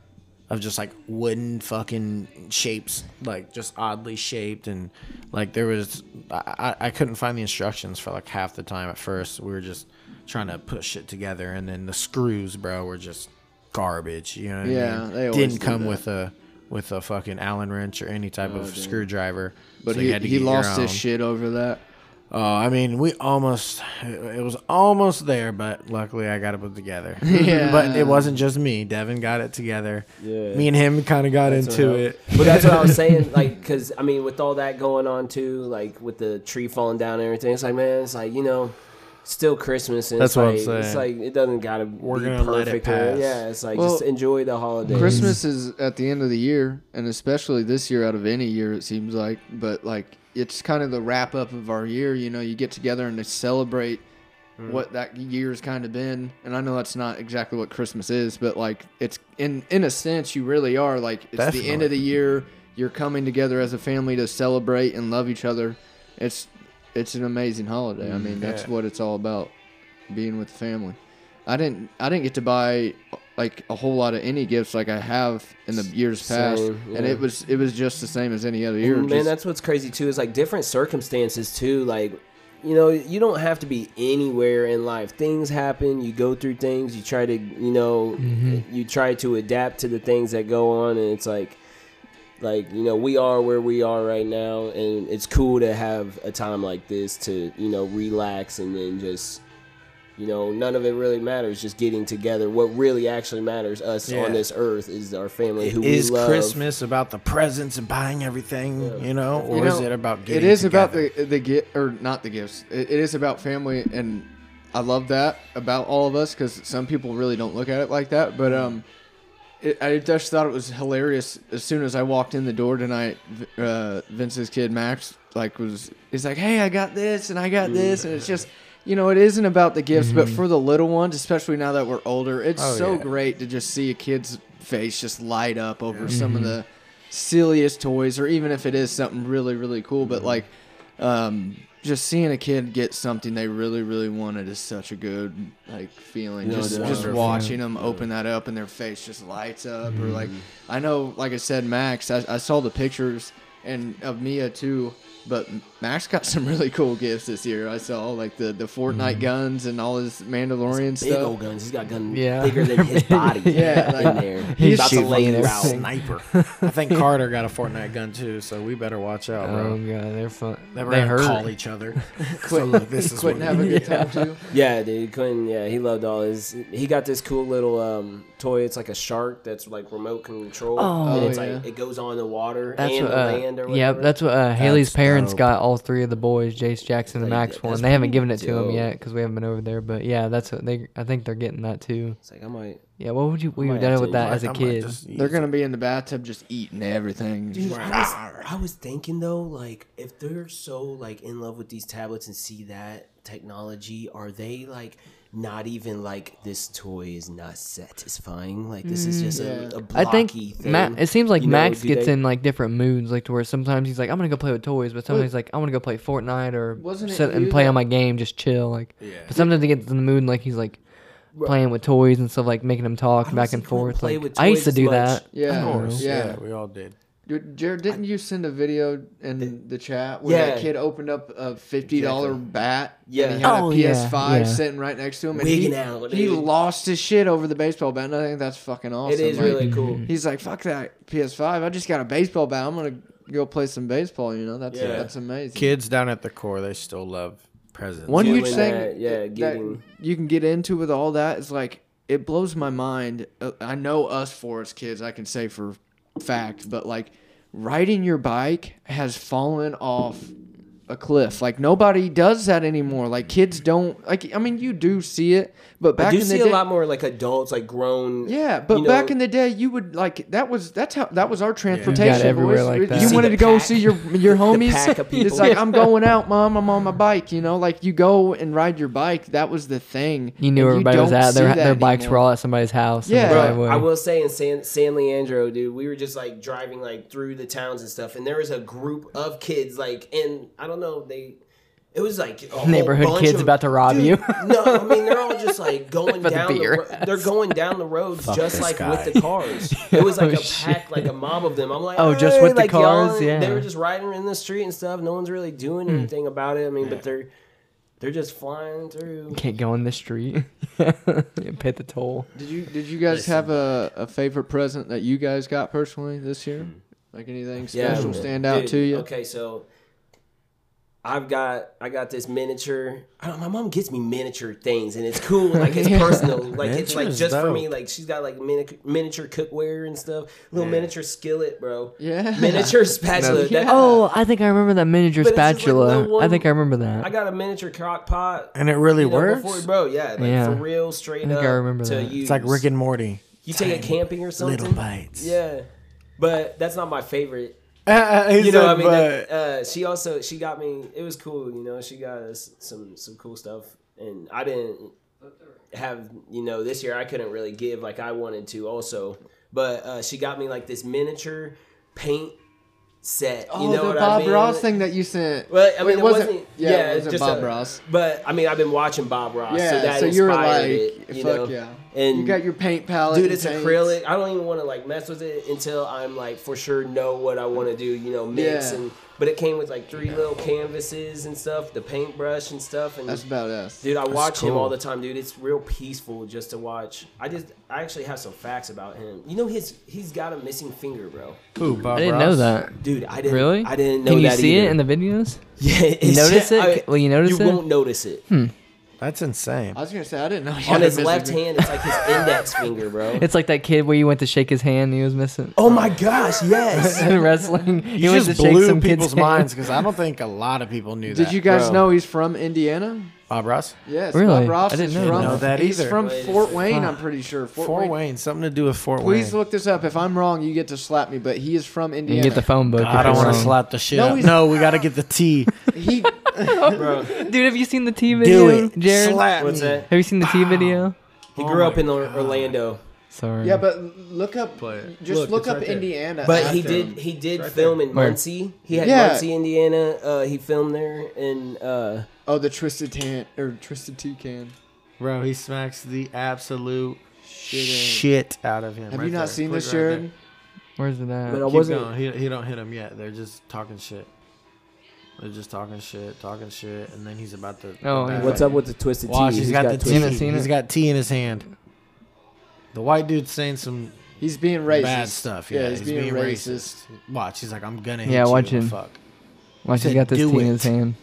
Speaker 4: of just like wooden fucking shapes, like just oddly shaped, and like there was I, I I couldn't find the instructions for like half the time at first. We were just trying to put shit together, and then the screws, bro, were just garbage. You know, what
Speaker 3: Yeah,
Speaker 4: I mean?
Speaker 3: they always
Speaker 4: didn't
Speaker 3: do
Speaker 4: come
Speaker 3: that. Oh,
Speaker 4: with a with a fucking Allen wrench or any type of screwdriver.
Speaker 3: But
Speaker 4: so you
Speaker 3: he,
Speaker 4: had to
Speaker 3: he
Speaker 4: get your
Speaker 3: lost his
Speaker 4: own.
Speaker 3: shit over that.
Speaker 4: Oh, I mean, we almost it was almost there, but luckily I got it put together.
Speaker 3: Yeah.
Speaker 4: But it wasn't just me. Devin got it together.
Speaker 2: Yeah.
Speaker 4: Me and him kind of got
Speaker 2: what
Speaker 4: into
Speaker 2: helped.
Speaker 4: it.
Speaker 2: But that's what I was saying, like, because I mean, with all that going on too, like with the tree falling down and everything, it's like, man, it's like you know, still Christmas. And
Speaker 4: That's
Speaker 2: it's
Speaker 4: what I'm
Speaker 2: like, It's
Speaker 4: saying.
Speaker 2: like it doesn't gotta
Speaker 4: We're
Speaker 2: be
Speaker 4: gonna let it
Speaker 2: perfect.
Speaker 4: pass.
Speaker 2: Or, yeah, it's like
Speaker 3: Well,
Speaker 2: just enjoy the holidays.
Speaker 3: Christmas is at the end of the year, and especially this year out of any year, it seems like. But like, it's kind of the wrap up of our year. You know, you get together and to celebrate what that year's kind of been. And I know that's not exactly what Christmas is, but like, it's in in a sense, you really are like it's the end
Speaker 4: Definitely.
Speaker 3: of the year. You're coming together as a family to celebrate and love each other. It's it's an amazing holiday. I mean, that's
Speaker 4: Yeah.
Speaker 3: what it's all about, being with the family. I didn't I didn't get to buy like a whole lot of any gifts like I have in the years past,
Speaker 2: Same,
Speaker 3: and
Speaker 2: yeah.
Speaker 3: it was it was just the same as any other year.
Speaker 2: And, Mm, man,
Speaker 3: just-
Speaker 2: that's what's crazy too. Is like different circumstances too. Like, you know, you don't have to be anywhere in life. Things happen. You go through things. You try to, you know,
Speaker 4: Mm-hmm.
Speaker 2: you try to adapt to the things that go on, and it's like. Like you know, we are where we are right now, and it's cool to have a time like this to you know relax and then just you know none of it really matters. Just getting together, what really actually matters us
Speaker 4: Yeah.
Speaker 2: on this earth is our family who
Speaker 4: Is
Speaker 2: we love.
Speaker 4: Christmas about the presents and buying everything, you know, or
Speaker 3: You
Speaker 4: is
Speaker 3: know,
Speaker 4: it about getting
Speaker 3: It is
Speaker 4: together?
Speaker 3: about the the gift or not the gifts. It, it is about family, and I love that about all of us because some people really don't look at it like that. But um, it, I just thought it was hilarious as soon as I walked in the door tonight. V- Uh, Vince's kid Max like was he's like, "Hey, I got this and I got this," and it's just. You know, it isn't about the gifts, but for the little ones, especially now that we're older, it's
Speaker 4: Mm-hmm. Oh,
Speaker 3: so
Speaker 4: yeah.
Speaker 3: great to just see a kid's face just light up over some
Speaker 4: Mm-hmm.
Speaker 3: of the silliest toys or even if it is something really really cool
Speaker 2: Mm-hmm.
Speaker 3: but like um just seeing a kid get something they really really wanted is such a good like feeling
Speaker 2: No
Speaker 3: just
Speaker 2: doubt.
Speaker 3: just
Speaker 4: Wonderful.
Speaker 3: watching them open that up and their face just lights up or like
Speaker 2: Mm-hmm.
Speaker 3: i know like i said max i, I saw the pictures and of mia too but max got some really cool gifts this year i saw like the the fortnite guns and all his mandalorian
Speaker 2: Mm-hmm. Big
Speaker 3: stuff
Speaker 2: old guns. He's got gun
Speaker 5: Yeah.
Speaker 2: bigger than his body.
Speaker 3: Yeah,
Speaker 2: in
Speaker 3: like-
Speaker 2: there.
Speaker 5: He's
Speaker 2: about to
Speaker 5: shooting
Speaker 2: lay
Speaker 5: and
Speaker 2: you out.
Speaker 5: everything.
Speaker 4: sniper. I think Carter got a Fortnite gun too, so we better watch out,
Speaker 5: Oh
Speaker 4: bro.
Speaker 3: Um,
Speaker 5: god, they're fun.
Speaker 4: They
Speaker 5: They,
Speaker 4: were
Speaker 5: they
Speaker 4: gonna
Speaker 5: hurt.
Speaker 4: call each other. so
Speaker 3: Quit-
Speaker 4: look, this is
Speaker 3: quit and
Speaker 4: what
Speaker 3: have a
Speaker 4: we-
Speaker 3: good time too
Speaker 2: Yeah, dude. Quentin, yeah, he loved all his. He got this cool little um, toy. It's like a shark that's like remote control.
Speaker 5: Oh.
Speaker 2: and it's
Speaker 3: Oh,
Speaker 2: like
Speaker 3: yeah.
Speaker 2: it goes on the water
Speaker 5: That's
Speaker 2: and
Speaker 5: what,
Speaker 2: the
Speaker 5: uh,
Speaker 2: land or
Speaker 5: yeah,
Speaker 2: whatever.
Speaker 5: that's what uh, Haley's
Speaker 4: That's
Speaker 5: parents
Speaker 4: dope.
Speaker 5: got all three of the boys, Jace, Jackson, and
Speaker 2: Like,
Speaker 5: Max.
Speaker 2: that's
Speaker 5: One. They haven't
Speaker 2: pretty
Speaker 5: given it to them
Speaker 2: dope.
Speaker 5: yet because we haven't been over there. But yeah, that's what they. I think they're getting that too.
Speaker 2: It's like I might.
Speaker 5: Yeah, what would you? We
Speaker 2: might
Speaker 5: would
Speaker 2: have
Speaker 5: done
Speaker 2: to
Speaker 5: with that
Speaker 2: invite-
Speaker 5: as a
Speaker 4: I might
Speaker 5: kid.
Speaker 4: just use
Speaker 3: They're gonna be in the bathtub just eating everything.
Speaker 2: Dude, I was, I was thinking though, like if they're so like in love with these tablets and see that technology, are they like not even like this toy is not satisfying? Like this is just a, a
Speaker 5: Mm, I
Speaker 2: blocky
Speaker 5: think
Speaker 2: thing.
Speaker 5: Ma- it seems like
Speaker 2: You know,
Speaker 5: Max
Speaker 2: do
Speaker 5: gets
Speaker 2: they-
Speaker 5: in like different moods, like to where sometimes he's like, "I'm gonna go play with toys," but sometimes he's like, "I want to go play Fortnite or
Speaker 3: Wasn't it
Speaker 5: sit
Speaker 3: you
Speaker 5: and play
Speaker 3: that-
Speaker 5: on my game, just chill." Like, but sometimes he gets in the mood and like he's like playing with toys and stuff, like making them talk
Speaker 2: don't
Speaker 5: back
Speaker 2: see
Speaker 5: and
Speaker 2: Quinn
Speaker 5: forth.
Speaker 2: play
Speaker 5: Like,
Speaker 2: with
Speaker 5: I used to
Speaker 2: toys
Speaker 5: do
Speaker 2: much.
Speaker 5: that.
Speaker 3: Yeah,
Speaker 4: Of course,
Speaker 3: yeah.
Speaker 4: yeah. we all did.
Speaker 3: Dude, Jared, didn't you send a video in the, chat where that
Speaker 2: Yeah.
Speaker 3: kid opened up a fifty dollar bat? and
Speaker 2: Yeah.
Speaker 3: he had
Speaker 5: Oh,
Speaker 3: a
Speaker 5: yeah,
Speaker 3: PS Five
Speaker 5: yeah.
Speaker 3: sitting right next to him, and
Speaker 2: Wigging
Speaker 3: he,
Speaker 2: out,
Speaker 3: he
Speaker 2: dude.
Speaker 3: lost his shit over the baseball bat. And I think that's fucking awesome.
Speaker 2: It is
Speaker 3: Like,
Speaker 2: really cool.
Speaker 3: He's like, "Fuck that PS Five! I just got a baseball bat. I'm gonna go play some baseball." You know, that's
Speaker 2: Yeah.
Speaker 3: that's amazing.
Speaker 4: Kids down at the core, they still love presents.
Speaker 3: One
Speaker 2: Doing
Speaker 3: huge thing
Speaker 2: that, yeah,
Speaker 3: that
Speaker 2: getting-
Speaker 3: you can get into with all that is like it blows my mind. Uh, I know us Forest kids, I can say for fact, but like riding your bike has fallen off a cliff. Like nobody does that anymore. Like kids don't like I mean you do see it, but back
Speaker 2: I do
Speaker 3: in
Speaker 2: see
Speaker 3: the
Speaker 2: a
Speaker 3: day,
Speaker 2: lot more like adults, like grown.
Speaker 3: yeah, but
Speaker 2: you know,
Speaker 3: back in the day, you would like that was that's how that was our transportation.
Speaker 5: everywhere
Speaker 3: boys.
Speaker 5: like that.
Speaker 3: You
Speaker 5: See
Speaker 3: wanted
Speaker 2: the
Speaker 3: to go
Speaker 2: pack-
Speaker 3: see your your homies.
Speaker 2: pack of
Speaker 3: It's
Speaker 2: people.
Speaker 3: like I'm going out, mom. I'm on my bike. You know, like you go and ride your bike. That was the thing.
Speaker 5: You knew
Speaker 3: And
Speaker 5: everybody was
Speaker 3: don't
Speaker 5: out. Their
Speaker 3: see that
Speaker 5: their bikes were
Speaker 3: anymore.
Speaker 5: all at somebody's house. in the
Speaker 3: Yeah. Bro,
Speaker 5: driveway.
Speaker 2: Bro, I will say in San San Leandro, dude, we were just like driving like through the towns and stuff, and there was a group of kids like, and I don't know, they, it was like a whole
Speaker 5: Neighborhood
Speaker 2: bunch
Speaker 5: kids
Speaker 2: of-
Speaker 5: about to rob
Speaker 2: Dude,
Speaker 5: you.
Speaker 2: no, I mean they're all just like going
Speaker 5: About to
Speaker 2: down.
Speaker 5: beat
Speaker 2: The,
Speaker 5: your
Speaker 2: ro- they're going down the roads just
Speaker 4: this
Speaker 2: like
Speaker 4: guy.
Speaker 2: with the cars. It was like
Speaker 5: Oh,
Speaker 2: a pack, like a mob of them. I'm like,
Speaker 5: Oh, just
Speaker 2: "Hey,"
Speaker 5: with the
Speaker 2: like, y'all-
Speaker 5: cars? Yeah. Hmm.
Speaker 2: they were just riding in the street and stuff. No one's really doing anything about it. I mean, but they're They're just flying through.
Speaker 5: Can't go in the street. Pay the toll.
Speaker 3: Did you did you guys
Speaker 6: Listen.
Speaker 3: have a, a favorite present that you guys got personally this year? Like anything
Speaker 2: Hmm. Yeah,
Speaker 3: special
Speaker 2: man.
Speaker 3: stand out
Speaker 2: Dude,
Speaker 3: to you?
Speaker 2: Okay, so I've got I got this miniature. I don't, my mom gets me miniature things, and it's cool. Like it's personal. Like it's like
Speaker 4: Miniatures
Speaker 2: just for
Speaker 4: dope.
Speaker 2: me. Like she's got like mini, miniature cookware and stuff. Little miniature skillet, bro.
Speaker 3: Yeah.
Speaker 2: Miniature spatula. That-
Speaker 5: Oh, I think I remember that miniature
Speaker 2: But it's just like
Speaker 5: spatula.
Speaker 2: little
Speaker 5: I think I
Speaker 2: one-
Speaker 5: remember that.
Speaker 2: I got a miniature crock pot.
Speaker 4: And it really
Speaker 2: you know,
Speaker 4: works.
Speaker 2: before- bro. Yeah, like
Speaker 5: Yeah.
Speaker 2: for real, straight
Speaker 5: I think
Speaker 2: up.
Speaker 5: I remember
Speaker 2: to
Speaker 5: that. It's
Speaker 2: use.
Speaker 4: it's like Rick and Morty.
Speaker 2: You take it camping or something.
Speaker 4: Little bites.
Speaker 2: Yeah, but that's not my favorite.
Speaker 4: you
Speaker 2: you know, I mean, that- uh, she also she got me. It was cool, you know. She got us some some cool stuff, and I didn't have you know this year. I couldn't really give like I wanted to also, but uh, she got me like this miniature paint set.
Speaker 3: Oh,
Speaker 2: you know
Speaker 3: the
Speaker 2: what
Speaker 3: Bob
Speaker 2: I mean?
Speaker 3: Ross thing that you sent.
Speaker 2: Well, I mean, it wasn't.
Speaker 3: yeah,
Speaker 2: yeah,
Speaker 3: it wasn't
Speaker 2: just
Speaker 3: Bob
Speaker 2: a-
Speaker 3: Ross.
Speaker 2: But I mean, I've been watching Bob Ross,
Speaker 3: Yeah,
Speaker 2: so
Speaker 3: so,
Speaker 2: that
Speaker 3: you
Speaker 2: inspired
Speaker 3: were like,
Speaker 2: it. You
Speaker 3: fuck
Speaker 2: know?
Speaker 3: yeah.
Speaker 2: And
Speaker 3: you got your paint palette.
Speaker 2: Dude,
Speaker 3: and
Speaker 2: it's
Speaker 3: paints.
Speaker 2: acrylic. I don't even want to like mess with it until I'm like for sure know what I want to do. You know, mix
Speaker 3: Yeah.
Speaker 2: and. But it came with like three little canvases and stuff, the paintbrush and stuff. And
Speaker 3: That's badass.
Speaker 2: dude, I watch him
Speaker 4: cool.
Speaker 2: all the time, dude. It's real peaceful just to watch. I just, I actually have some facts about him. You know, his he's got a missing finger, bro.
Speaker 4: Ooh, Bob
Speaker 5: I didn't know
Speaker 4: Ross.
Speaker 5: that.
Speaker 2: Dude, I didn't
Speaker 5: Really?
Speaker 2: I didn't know
Speaker 5: Can you
Speaker 2: that
Speaker 5: see
Speaker 2: either.
Speaker 5: it in the videos?
Speaker 2: yeah, it's-
Speaker 5: notice it?
Speaker 2: I-
Speaker 5: Will you notice
Speaker 2: You
Speaker 5: it? Hmm.
Speaker 2: won't notice it.
Speaker 4: That's insane.
Speaker 3: I was gonna say I didn't know. he
Speaker 2: On
Speaker 3: had a
Speaker 2: his
Speaker 3: missing
Speaker 2: left
Speaker 3: finger.
Speaker 2: hand, it's like his index finger, bro.
Speaker 5: It's like that kid where you went to shake his hand and he was missing.
Speaker 2: Oh my gosh, yes.
Speaker 5: in wrestling. He
Speaker 4: You
Speaker 5: went
Speaker 4: just
Speaker 5: to shake
Speaker 4: blew
Speaker 5: some kid's
Speaker 4: people's
Speaker 5: hand.
Speaker 4: minds because I don't think a lot of people knew that.
Speaker 3: Did you guys
Speaker 2: Bro.
Speaker 3: know he's from Indiana?
Speaker 4: Bob Ross?
Speaker 3: Yes,
Speaker 5: Really?
Speaker 3: Bob Ross
Speaker 5: I didn't
Speaker 3: is
Speaker 5: know
Speaker 3: from
Speaker 5: that. Know
Speaker 4: that
Speaker 3: he's
Speaker 4: either.
Speaker 3: from
Speaker 2: Wait,
Speaker 3: Fort Wayne.
Speaker 5: fuck.
Speaker 3: I'm pretty sure Fort,
Speaker 4: Fort,
Speaker 3: Wayne.
Speaker 4: Wayne, something to do with Fort Wayne.
Speaker 3: Please look this up. If I'm wrong, you get to slap me. But he is from
Speaker 5: You
Speaker 3: Indiana.
Speaker 5: get the phone book.
Speaker 4: I
Speaker 5: if
Speaker 4: don't
Speaker 5: you're
Speaker 4: want to
Speaker 5: wrong.
Speaker 4: slap the shit.
Speaker 3: No,
Speaker 4: No,
Speaker 3: he's-
Speaker 4: no we got to get the tea.
Speaker 3: he
Speaker 5: Dude, have you seen the T
Speaker 4: Do
Speaker 5: video,
Speaker 4: it.
Speaker 5: Jared?
Speaker 4: Slap
Speaker 2: What's
Speaker 4: me.
Speaker 2: that?
Speaker 5: Have you seen the T video?
Speaker 2: He
Speaker 4: Oh
Speaker 2: grew up
Speaker 4: my
Speaker 2: in Or- Orlando,
Speaker 5: Sorry.
Speaker 3: Yeah, but look up.
Speaker 4: Play it.
Speaker 3: Just
Speaker 4: Look,
Speaker 3: look,
Speaker 4: it's
Speaker 3: up
Speaker 4: right there.
Speaker 3: Indiana.
Speaker 2: but he
Speaker 3: after.
Speaker 2: did he did film in
Speaker 5: Where?
Speaker 2: Muncie. He had
Speaker 3: Yeah.
Speaker 2: Muncie, Indiana. Uh, he filmed there, and uh,
Speaker 3: Oh, the twisted tan or twisted toucan.
Speaker 4: Bro, he smacks the absolute
Speaker 3: out
Speaker 4: shit,
Speaker 3: of-
Speaker 4: out of him.
Speaker 3: Have
Speaker 4: right
Speaker 3: you not
Speaker 4: there.
Speaker 3: seen
Speaker 4: Click
Speaker 3: this,
Speaker 4: right
Speaker 3: Jared?
Speaker 4: there.
Speaker 5: Where's it at?
Speaker 2: But I
Speaker 4: Keep
Speaker 2: wasn't-
Speaker 4: going. He, he don't hit him yet. They're just talking shit. They're just talking shit, talking shit, and then he's about to.
Speaker 5: Oh,
Speaker 4: go
Speaker 5: yeah.
Speaker 4: back.
Speaker 2: what's up with the twisted
Speaker 4: Watch,
Speaker 2: tea?
Speaker 4: he's got, the tea.
Speaker 5: Seen it, seen
Speaker 4: He's
Speaker 5: it?
Speaker 4: got tea in his hand. The white dude's saying some
Speaker 3: He's being racist.
Speaker 4: bad stuff. Yeah, he's, being, racist. Watch, he's like, I'm gonna hit
Speaker 5: Yeah,
Speaker 4: you.
Speaker 5: watch
Speaker 4: in the
Speaker 5: him.
Speaker 4: Fuck.
Speaker 5: Why she
Speaker 4: said,
Speaker 5: got this
Speaker 4: "Do
Speaker 5: tea in
Speaker 4: it."
Speaker 5: his hand?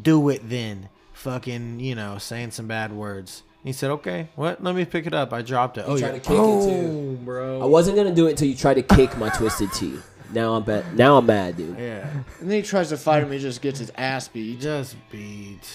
Speaker 4: Do it then. Fucking, you know, saying some bad words. He said, "Okay, what? Let me pick it up. I dropped it. oh,
Speaker 2: tried
Speaker 4: yeah.
Speaker 2: to kick it, too.
Speaker 4: Oh, bro.
Speaker 2: I wasn't gonna do it until you tried to kick my twisted tea. Now I'm bad. Now I'm mad, dude.
Speaker 4: Yeah,
Speaker 3: And then he tries to fight him. He just gets his ass
Speaker 4: he
Speaker 3: beat.
Speaker 4: just beat.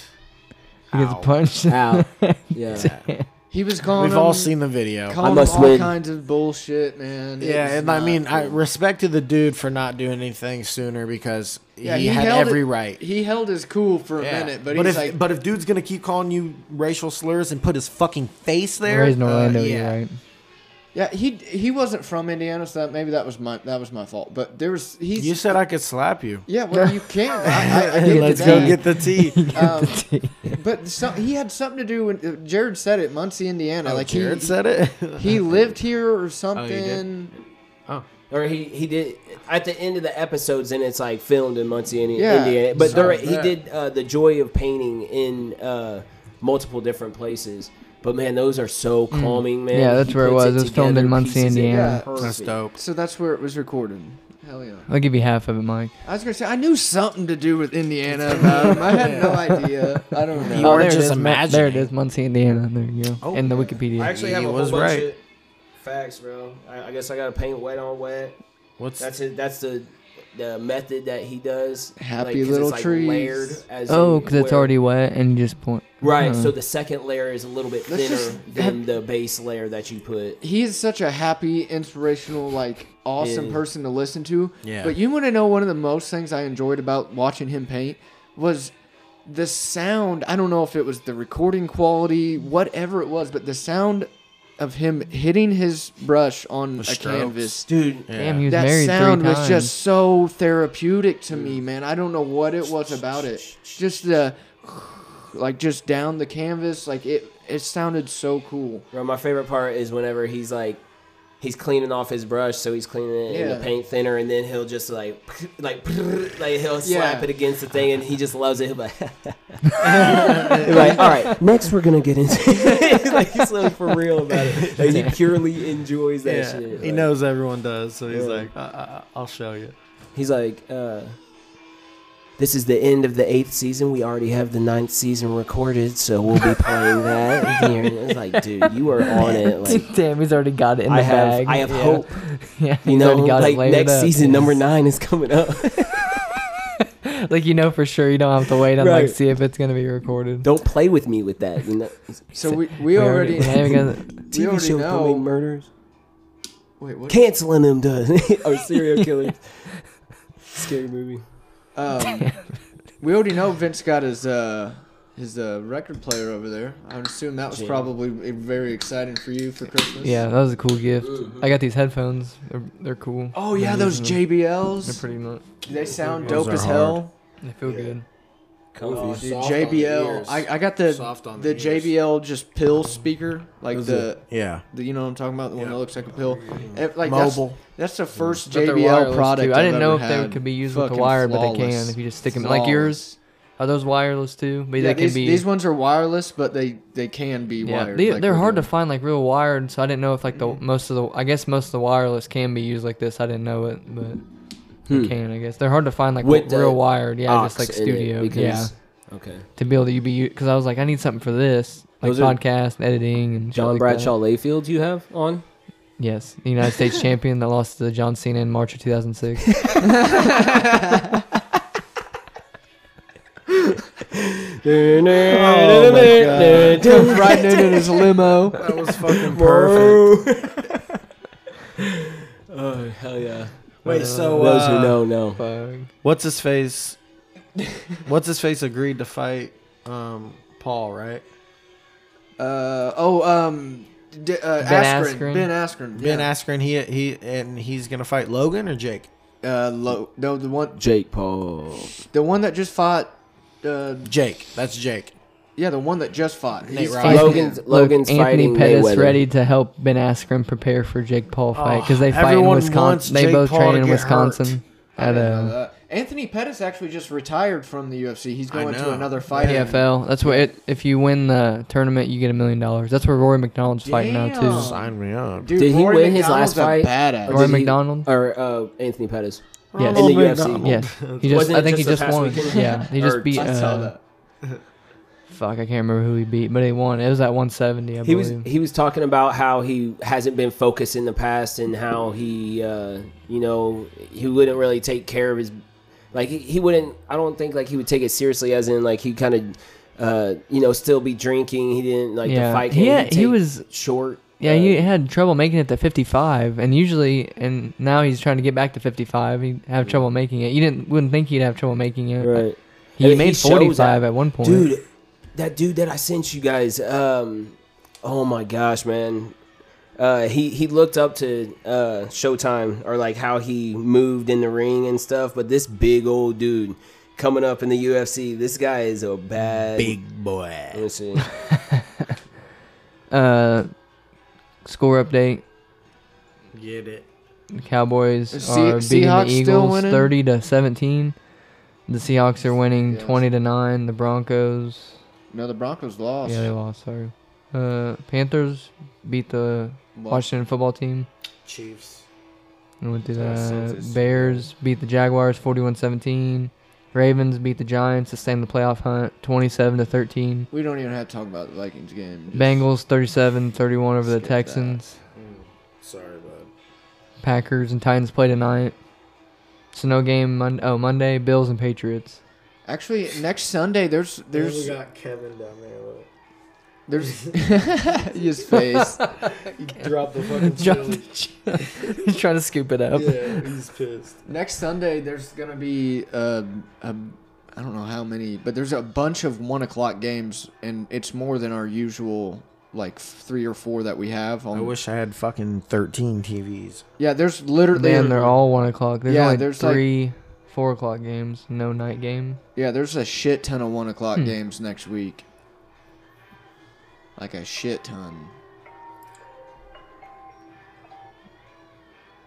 Speaker 5: He gets
Speaker 4: Ow.
Speaker 5: punched.
Speaker 2: Out. Yeah.
Speaker 3: He was calling.
Speaker 4: We've all
Speaker 3: him-
Speaker 4: seen the video.
Speaker 3: Calling
Speaker 2: I must
Speaker 3: him all
Speaker 2: win.
Speaker 3: kinds of bullshit, man. It
Speaker 4: Yeah,
Speaker 3: was
Speaker 4: and I
Speaker 3: not
Speaker 4: mean, I
Speaker 3: good.
Speaker 4: respected the dude for not doing anything sooner because
Speaker 3: Yeah,
Speaker 4: he, had
Speaker 3: held
Speaker 4: every
Speaker 3: it-
Speaker 4: right.
Speaker 3: He held his cool for a
Speaker 4: Yeah.
Speaker 3: minute, but, he's
Speaker 4: if,
Speaker 3: like,
Speaker 4: but if dude's gonna keep calling you racial slurs and put his fucking face there,
Speaker 5: Raised in Orlando,
Speaker 4: uh,
Speaker 5: you're right.
Speaker 3: yeah, he he wasn't from Indiana, so that, maybe that was my that was my fault. But there was he's
Speaker 4: You said I could slap you.
Speaker 3: yeah, well you can. I, I, I give you
Speaker 4: Let's
Speaker 3: that.
Speaker 4: go get the tea.
Speaker 3: Um, but some, he had something to do with uh, Jared said it, Muncie, Indiana.
Speaker 4: Oh,
Speaker 3: like
Speaker 4: Jared
Speaker 3: he
Speaker 4: said it. Oh,
Speaker 3: he lived here or
Speaker 4: he did?
Speaker 3: something.
Speaker 4: oh,
Speaker 2: Or he, he did at the end of the episodes, and it's like filmed in Muncie, Indi-
Speaker 3: Yeah.
Speaker 2: Indiana. But there,
Speaker 4: Sorry.
Speaker 2: he did uh, the joy of painting in uh, multiple different places. But man, those are so calming, man.
Speaker 5: Yeah, that's
Speaker 2: He
Speaker 5: where it
Speaker 2: puts
Speaker 5: was. It was filmed in
Speaker 2: together,
Speaker 5: Muncie,
Speaker 2: pieces it
Speaker 5: Indiana.
Speaker 2: perfect.
Speaker 4: that's dope.
Speaker 3: so that's where it was recorded. Hell yeah!
Speaker 5: I'll give you half of it, Mike.
Speaker 3: I was gonna say I knew something to do with Indiana about him. I had no idea. I don't
Speaker 4: You
Speaker 3: know.
Speaker 4: were
Speaker 5: Oh, there it
Speaker 4: just
Speaker 5: is. Mu- There it
Speaker 4: imagining.
Speaker 5: is, Muncie, Indiana. There you go.
Speaker 4: Oh,
Speaker 5: in the
Speaker 4: yeah.
Speaker 5: Wikipedia.
Speaker 2: I actually have
Speaker 4: He
Speaker 2: a
Speaker 4: was
Speaker 2: whole bunch
Speaker 4: right.
Speaker 2: of facts, bro. I, I guess I gotta paint wet on wet.
Speaker 4: What's
Speaker 2: That's it. That's the the method that he does.
Speaker 3: Happy
Speaker 2: 'cause it's,
Speaker 3: little trees.
Speaker 2: as
Speaker 5: oh,
Speaker 2: in
Speaker 5: because it's
Speaker 2: where-
Speaker 5: already wet and you just point.
Speaker 2: right.
Speaker 5: uh-huh.
Speaker 2: So the second layer is a little bit
Speaker 3: Let's
Speaker 2: thinner
Speaker 3: just-
Speaker 2: than the base layer that you put.
Speaker 3: He is such a happy, inspirational, like awesome
Speaker 2: Yeah.
Speaker 3: person to listen to.
Speaker 4: Yeah.
Speaker 3: But you want to know one of the most things I enjoyed about watching him paint was the sound. I don't know if it was the recording quality, whatever it was, but the sound of him hitting his brush on a
Speaker 4: strokes.
Speaker 3: canvas.
Speaker 2: Dude,
Speaker 4: yeah.
Speaker 5: Damn, he was
Speaker 3: That
Speaker 5: married
Speaker 3: sound
Speaker 5: three
Speaker 3: was
Speaker 5: times.
Speaker 3: just so therapeutic to me, man. I don't know what it was about it. Just the like just down the canvas, like it it sounded so cool.
Speaker 2: bro, my favorite part is whenever he's like. he's cleaning off his brush, so he's cleaning it in the
Speaker 3: Yeah.
Speaker 2: paint thinner, and then he'll just like like like he'll slap
Speaker 3: Yeah.
Speaker 2: it against the thing, and he just loves it. He'll be like, He'll be like, all right, next we're gonna get into. He's like he's like for real about it. Like, he purely enjoys that
Speaker 4: Yeah,
Speaker 2: shit.
Speaker 4: he
Speaker 2: Like,
Speaker 4: knows everyone does, so he's
Speaker 2: Yeah.
Speaker 4: like, I, I, I'll show you.
Speaker 2: He's like, uh, this is the end of the eighth season. We already have the ninth season recorded, so we'll be playing that. here." And It's like, dude, you are on it. Like,
Speaker 5: Damn, he's already got it in
Speaker 2: I
Speaker 5: the
Speaker 2: have,
Speaker 5: bag.
Speaker 2: I have
Speaker 5: Yeah.
Speaker 2: hope.
Speaker 5: Yeah,
Speaker 2: You
Speaker 5: he's
Speaker 2: know,
Speaker 5: already got it
Speaker 2: like
Speaker 5: layered
Speaker 2: next
Speaker 5: up.
Speaker 2: season, number nine is coming up.
Speaker 5: Like you know for sure, you don't have to wait and
Speaker 2: Right.
Speaker 5: like see if it's gonna be recorded.
Speaker 2: Don't play with me with that. You know,
Speaker 3: So we, we already
Speaker 5: we're not even gonna-
Speaker 3: we
Speaker 2: TV
Speaker 3: already
Speaker 2: show
Speaker 3: know.
Speaker 2: coming murders,
Speaker 3: wait what?
Speaker 2: canceling them does or serial killers. Scary movie.
Speaker 3: Um, we already know Vince got his uh his uh, record player over there. I would assume that was
Speaker 2: Jam.
Speaker 3: probably very exciting for you for Christmas.
Speaker 5: yeah, that was a cool gift. I got these headphones. They're, they're cool.
Speaker 3: Oh yeah, those
Speaker 5: They're
Speaker 3: JBLs.
Speaker 5: pretty much.
Speaker 3: They sound
Speaker 4: Those
Speaker 3: dope
Speaker 4: are
Speaker 3: as
Speaker 4: hard.
Speaker 3: hell.
Speaker 5: They feel good.
Speaker 3: Oh,
Speaker 2: Comfy.
Speaker 3: dude,
Speaker 4: Soft on the
Speaker 3: JBL.
Speaker 4: ears.
Speaker 3: I, I got the
Speaker 4: Soft on
Speaker 3: the
Speaker 4: the ears.
Speaker 3: JBL just pill speaker, like
Speaker 2: Those
Speaker 3: the,
Speaker 4: Yeah.
Speaker 3: the you know what I'm talking about, the one
Speaker 4: Yeah.
Speaker 3: that looks like a pill. It- like
Speaker 4: Mobile. Mm.
Speaker 3: That's, that's the first
Speaker 5: But they're
Speaker 3: JBL
Speaker 5: wireless,
Speaker 3: product.
Speaker 5: too.
Speaker 3: I've
Speaker 5: I didn't know
Speaker 3: ever
Speaker 5: if
Speaker 3: had.
Speaker 5: they could be used with the
Speaker 3: Fucking
Speaker 5: wire, but they
Speaker 3: flawless.
Speaker 5: can if you just stick them. Like yours, are those wireless too? But
Speaker 3: Yeah,
Speaker 5: they can
Speaker 3: these,
Speaker 5: be.
Speaker 3: these ones are wireless, but they they can be
Speaker 5: yeah,
Speaker 3: wired.
Speaker 5: they,
Speaker 3: like
Speaker 5: they're
Speaker 3: we're
Speaker 5: hard to
Speaker 3: doing.
Speaker 5: find like real wired. So I didn't know if like the
Speaker 2: Mm-hmm.
Speaker 5: most of the I guess most of the wireless can be used like this. I didn't know it, but
Speaker 2: Hmm.
Speaker 5: they can I guess they're hard to find like
Speaker 2: With
Speaker 5: w- real
Speaker 2: the
Speaker 5: wired. Yeah, just
Speaker 2: Ox
Speaker 5: like
Speaker 2: in it,
Speaker 5: studio.
Speaker 2: because-
Speaker 5: Yeah,
Speaker 2: Okay.
Speaker 5: to be able to be because I was like I need something for this like
Speaker 2: Those are-
Speaker 5: podcast and editing and shit
Speaker 2: John
Speaker 5: like that.
Speaker 2: Bradshaw Layfield, you have on?
Speaker 5: Yes, the United States champion that lost to John Cena in March of 2006.
Speaker 3: riding in his limo.
Speaker 4: That was fucking perfect.
Speaker 2: oh hell yeah!
Speaker 4: Wait, so
Speaker 2: Those
Speaker 4: uh,
Speaker 2: who know know.
Speaker 5: Fuck.
Speaker 4: what's his face? What's his face agreed to fight um, Paul, right?
Speaker 3: Uh oh um. D- uh,
Speaker 5: Ben
Speaker 3: Askren,
Speaker 5: Askren.
Speaker 3: Ben Askren.
Speaker 4: Ben
Speaker 3: yeah.
Speaker 4: Askren, he he, and he's gonna fight Logan or Jake.
Speaker 3: Uh, Lo- no, the one,
Speaker 2: Jake Paul.
Speaker 3: the one that just fought. Uh,
Speaker 4: Jake, that's Jake.
Speaker 3: yeah, the one that just fought.
Speaker 4: Nate
Speaker 3: He's
Speaker 4: Ryan.
Speaker 3: fighting him.
Speaker 2: Logan's Logan's
Speaker 5: Look, Anthony
Speaker 2: fighting
Speaker 5: Pettis
Speaker 2: Mayweather.
Speaker 5: ready to help Ben Askren prepare for Jake Paul fight
Speaker 2: Ah,
Speaker 5: because they
Speaker 4: Oh,
Speaker 5: fight in
Speaker 4: everyone wants
Speaker 5: Wisconsin. They
Speaker 4: Jake
Speaker 5: both
Speaker 4: Paul to
Speaker 5: train in
Speaker 4: get
Speaker 5: Wisconsin
Speaker 3: I
Speaker 5: at
Speaker 3: didn't know
Speaker 5: uh,
Speaker 3: that. Anthony Pettis actually just retired from the UFC. He's
Speaker 4: I
Speaker 3: going to
Speaker 4: know.
Speaker 3: another fight. in-
Speaker 5: PFL. That's where it, if you win the tournament, you get a million dollars. That's where Rory McDonald's fighting now
Speaker 3: Damn.
Speaker 5: too.
Speaker 4: Sign me up.
Speaker 3: Dude,
Speaker 2: Did he
Speaker 3: Rory
Speaker 2: win his
Speaker 3: McDonald's
Speaker 2: last fight?
Speaker 3: A badass.
Speaker 5: Rory
Speaker 2: Did he-
Speaker 5: McDonald.
Speaker 2: or uh, Anthony Pettis.
Speaker 5: Yes.
Speaker 2: In the
Speaker 4: Oh, man,
Speaker 2: UFC.
Speaker 4: no.
Speaker 5: Yeah, he just.
Speaker 2: Wasn't
Speaker 5: I
Speaker 2: it
Speaker 5: think
Speaker 2: just this
Speaker 5: he just
Speaker 2: past
Speaker 5: won.
Speaker 2: weekend?
Speaker 5: Yeah, he
Speaker 2: Or
Speaker 5: just beat.
Speaker 2: just
Speaker 3: I saw
Speaker 5: Uh,
Speaker 3: that.
Speaker 5: fuck, I can't remember who he beat, but he won. It was at 170, I
Speaker 2: He was
Speaker 5: believe.
Speaker 2: he was talking about how he hasn't been focused in the past and how he uh, you know he wouldn't really take care of his like he, he wouldn't I don't think like he would take it seriously as in like he kind of uh, you know still be drinking he didn't like
Speaker 5: Yeah.
Speaker 2: the fight
Speaker 5: He
Speaker 2: game,
Speaker 5: had-
Speaker 2: he'd
Speaker 5: he
Speaker 2: take
Speaker 5: was-
Speaker 2: short
Speaker 5: Yeah,
Speaker 2: uh,
Speaker 5: he had trouble making it to 55, and usually, and now he's trying to get back to 55. He'd have trouble making it. You didn't wouldn't think he'd have trouble making it.
Speaker 2: right
Speaker 5: He
Speaker 2: I mean,
Speaker 5: made
Speaker 2: shows
Speaker 5: 45
Speaker 2: that-
Speaker 5: at one point.
Speaker 2: Dude, that dude that I sent you guys, um oh my gosh, man. Uh he he looked up to uh Showtime or like how he moved in the ring and stuff, but this big old dude coming up in the UFC, this guy is a bad
Speaker 4: Big boy.
Speaker 2: let me see.
Speaker 5: Uh, score update:
Speaker 4: Get it.
Speaker 5: the Cowboys
Speaker 3: Is Se-
Speaker 5: are beating
Speaker 3: Seahawks
Speaker 5: the
Speaker 3: still
Speaker 5: Eagles
Speaker 3: winning?
Speaker 5: 30 to 17. The Seahawks are winning
Speaker 3: Yes.
Speaker 5: 20 to nine. The Broncos,
Speaker 3: No, the Broncos lost.
Speaker 5: yeah, they lost. Sorry. Uh, Panthers beat the
Speaker 3: Lost.
Speaker 5: Washington football team.
Speaker 4: Chiefs.
Speaker 5: And we did
Speaker 2: Yeah,
Speaker 5: uh,
Speaker 2: Celtics.
Speaker 5: Bears beat the Jaguars 41-17. Ravens beat the Giants to stay in the playoff hunt 27 to 13.
Speaker 3: We don't even have to talk about the Vikings game. Just-
Speaker 5: Bengals 37-31 over the
Speaker 3: Skip that.
Speaker 5: Texans.
Speaker 4: Hmm. Sorry, bud.
Speaker 5: Packers and Titans play tonight. So no game Mon- oh Monday Bills and Patriots.
Speaker 3: Actually, next Sunday there's there's
Speaker 4: got Kevin down there. Look.
Speaker 3: there's his face.
Speaker 4: Drop the fucking
Speaker 5: He's trying to scoop it up.
Speaker 4: Yeah, he's pissed.
Speaker 3: Next Sunday there's gonna be uh, a I don't know how many, but there's a bunch of one o'clock games, and it's more than our usual like three or four that we have. On,
Speaker 4: I wish I had fucking 13 TVs.
Speaker 3: Yeah, there's literally
Speaker 5: Man, they're all one o'clock. There's
Speaker 3: Yeah,
Speaker 5: only
Speaker 3: there's, like-
Speaker 5: three four o'clock games. No night game.
Speaker 3: Yeah, there's a shit ton of one o'clock
Speaker 5: Hmm.
Speaker 3: games next week. Like a shit ton.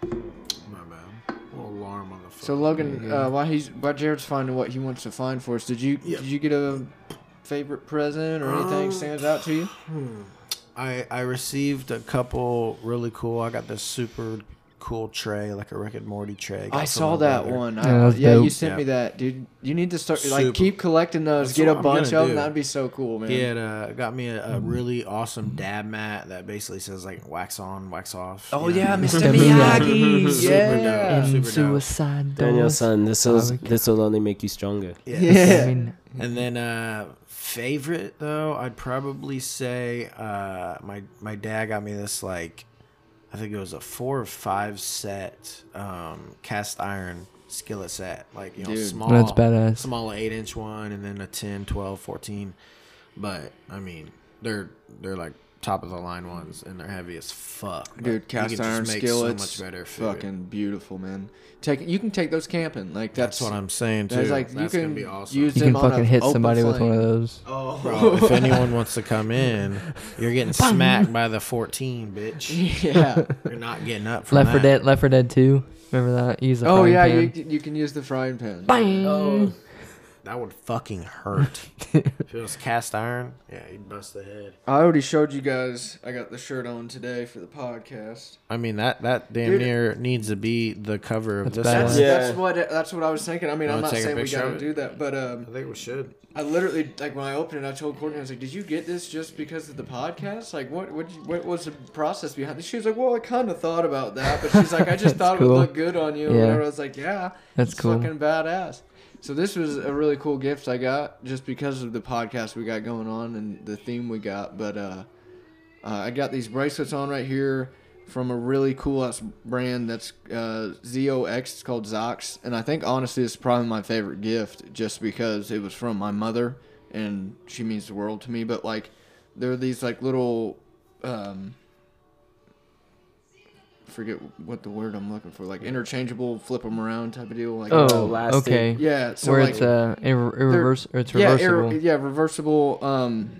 Speaker 4: My bad. Little alarm on the phone.
Speaker 3: So Logan, uh, while he's while Jared's finding what he wants to find for us, did you
Speaker 4: Yeah. Um,
Speaker 3: did you get a favorite present or anything stands out to you?
Speaker 4: I I received a couple really cool. I got this super cool tray, like a Rick and Morty tray.
Speaker 3: I saw that one. I,
Speaker 5: Yeah,
Speaker 3: yeah,
Speaker 5: that's
Speaker 3: you
Speaker 5: dope.
Speaker 3: sent
Speaker 4: Yeah.
Speaker 3: me that, dude. You need to start
Speaker 4: Super.
Speaker 3: like keep collecting those,
Speaker 4: That's
Speaker 3: get
Speaker 4: what
Speaker 3: a
Speaker 4: I'm
Speaker 3: bunch
Speaker 4: gonna
Speaker 3: of
Speaker 4: do.
Speaker 3: them. That'd be so cool, man.
Speaker 4: He had uh, got me a, a really awesome dab mat that basically says like wax on, wax off.
Speaker 3: Oh
Speaker 4: you know?
Speaker 3: yeah, Mr.
Speaker 5: Mr. Miyagi.
Speaker 3: Miyagi.
Speaker 4: Super
Speaker 3: yeah.
Speaker 4: dope.
Speaker 5: And
Speaker 4: Uh, super dope.
Speaker 5: suicide
Speaker 2: Daniel,
Speaker 5: doors.
Speaker 2: son, this will
Speaker 5: Like-
Speaker 2: this will only make you stronger.
Speaker 4: Yeah.
Speaker 3: Yeah.
Speaker 5: I mean,
Speaker 4: And then uh favorite though, I'd probably say uh my my dad got me this like I think it was a four or five set um cast iron skillet set. Like, you know,
Speaker 3: Dude.
Speaker 4: small
Speaker 5: That's badass.
Speaker 4: small eight inch one and then a 10, 12, 14. But I mean, they're they're like top of the line ones and they're heavy as fuck. but you
Speaker 3: Dude,
Speaker 4: can
Speaker 3: cast
Speaker 4: just
Speaker 3: iron
Speaker 4: make
Speaker 3: skillets,
Speaker 4: so much better food.
Speaker 3: fucking beautiful, man. Take you can take those camping, like that's,
Speaker 4: that's what I'm saying too.
Speaker 3: that's
Speaker 4: That's,
Speaker 3: like, you
Speaker 4: gonna
Speaker 3: can
Speaker 4: be awesome.
Speaker 3: use
Speaker 5: you
Speaker 3: them
Speaker 5: can
Speaker 3: on a
Speaker 5: fucking hit
Speaker 3: open
Speaker 5: somebody with
Speaker 3: flame.
Speaker 5: one of those.
Speaker 4: Oh, Bro, if anyone wants to come in, you're getting smacked by the 14, bitch.
Speaker 3: yeah.
Speaker 4: You're not getting up from
Speaker 5: Left 4
Speaker 4: that.
Speaker 5: Dead, Left 4 Dead 2. Remember that? Use the
Speaker 3: oh
Speaker 5: frying
Speaker 3: yeah,
Speaker 5: pan.
Speaker 3: you you can use the frying pan.
Speaker 5: Bang!
Speaker 2: Oh,
Speaker 4: That would fucking hurt. if it was cast iron, yeah, you'd bust the head.
Speaker 3: I already showed you guys. I got the shirt on today for the podcast.
Speaker 4: I mean, that, that damn
Speaker 3: Dude.
Speaker 4: near needs to be the cover of
Speaker 5: That's
Speaker 4: this
Speaker 5: badass.
Speaker 4: one.
Speaker 3: That's,
Speaker 2: Yeah.
Speaker 3: that's what that's what I was thinking. I mean, I'm
Speaker 4: Wanna
Speaker 3: not
Speaker 4: take a
Speaker 3: saying we
Speaker 4: picture of
Speaker 3: gotta
Speaker 4: it?
Speaker 3: do that, but um,
Speaker 4: I think we should.
Speaker 3: I literally like when I opened it, I told Courtney, I was like, "Did you get this just because of the podcast? Like, what what you- what was the process behind this?" She was like, "Well, I kind of thought about that, but she's like, I just
Speaker 5: That's
Speaker 3: thought it would
Speaker 5: cool.
Speaker 3: look good on you."
Speaker 5: Yeah.
Speaker 3: And I was like, "Yeah,
Speaker 5: That's
Speaker 3: it's
Speaker 5: cool.
Speaker 3: fucking badass." So this was a really cool gift I got just because of the podcast we got going on and the theme we got, but uh. Uh, I got these bracelets on right here from a really cool ass brand that's uh, ZOX. It's called Zox. And I think, honestly, it's probably my favorite gift just because it was from my mother and she means the world to me. But, like, there are these, like, little. Um, forget what the word I'm looking for. Like, interchangeable, flip them around type of deal. Like,
Speaker 5: Oh,
Speaker 2: Elastic.
Speaker 5: okay.
Speaker 3: yeah. So,
Speaker 5: Where
Speaker 3: like,
Speaker 5: it's uh, irre- irreverse- or it's reversible.
Speaker 3: yeah, ir- yeah, reversible um,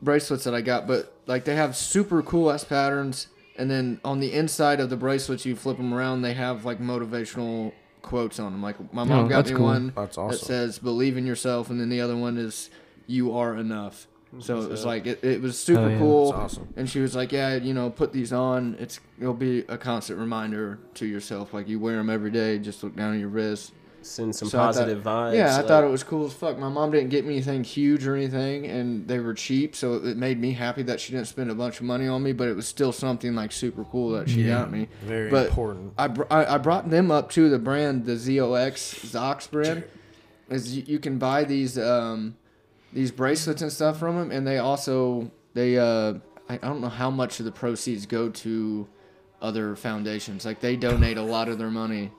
Speaker 3: bracelets that I got, but like they have super cool ass patterns, and then on the inside of the bracelets, you flip them around, they have like motivational quotes on them. Like my mom
Speaker 5: Oh,
Speaker 3: got
Speaker 5: that's
Speaker 3: me
Speaker 5: cool.
Speaker 3: one
Speaker 4: That's
Speaker 3: that
Speaker 4: awesome.
Speaker 3: says "Believe in yourself," and then the other one is "You are enough." So it was like it, it was super
Speaker 5: Oh, yeah.
Speaker 3: cool,
Speaker 4: That's awesome.
Speaker 3: and she was like, "Yeah, you know, put these on. It's it'll be a constant reminder to yourself. Like you wear them every day. Just look down at your wrist,
Speaker 2: Send some
Speaker 3: so I thought-
Speaker 2: positive vibes.
Speaker 3: yeah, I
Speaker 2: like-
Speaker 3: thought it was cool as fuck. My mom didn't get me anything huge or anything, and they were cheap, so it made me happy that she didn't spend a bunch of money on me. But it was still something like super cool that she got me.
Speaker 4: Very
Speaker 3: but
Speaker 4: important.
Speaker 3: I, br- I I brought them up to the brand, the ZOX Zox brand. Is you, you can buy these um these bracelets and stuff from them, and they also they uh I, I don't know how much of the proceeds go to other foundations. Like they donate a lot of their money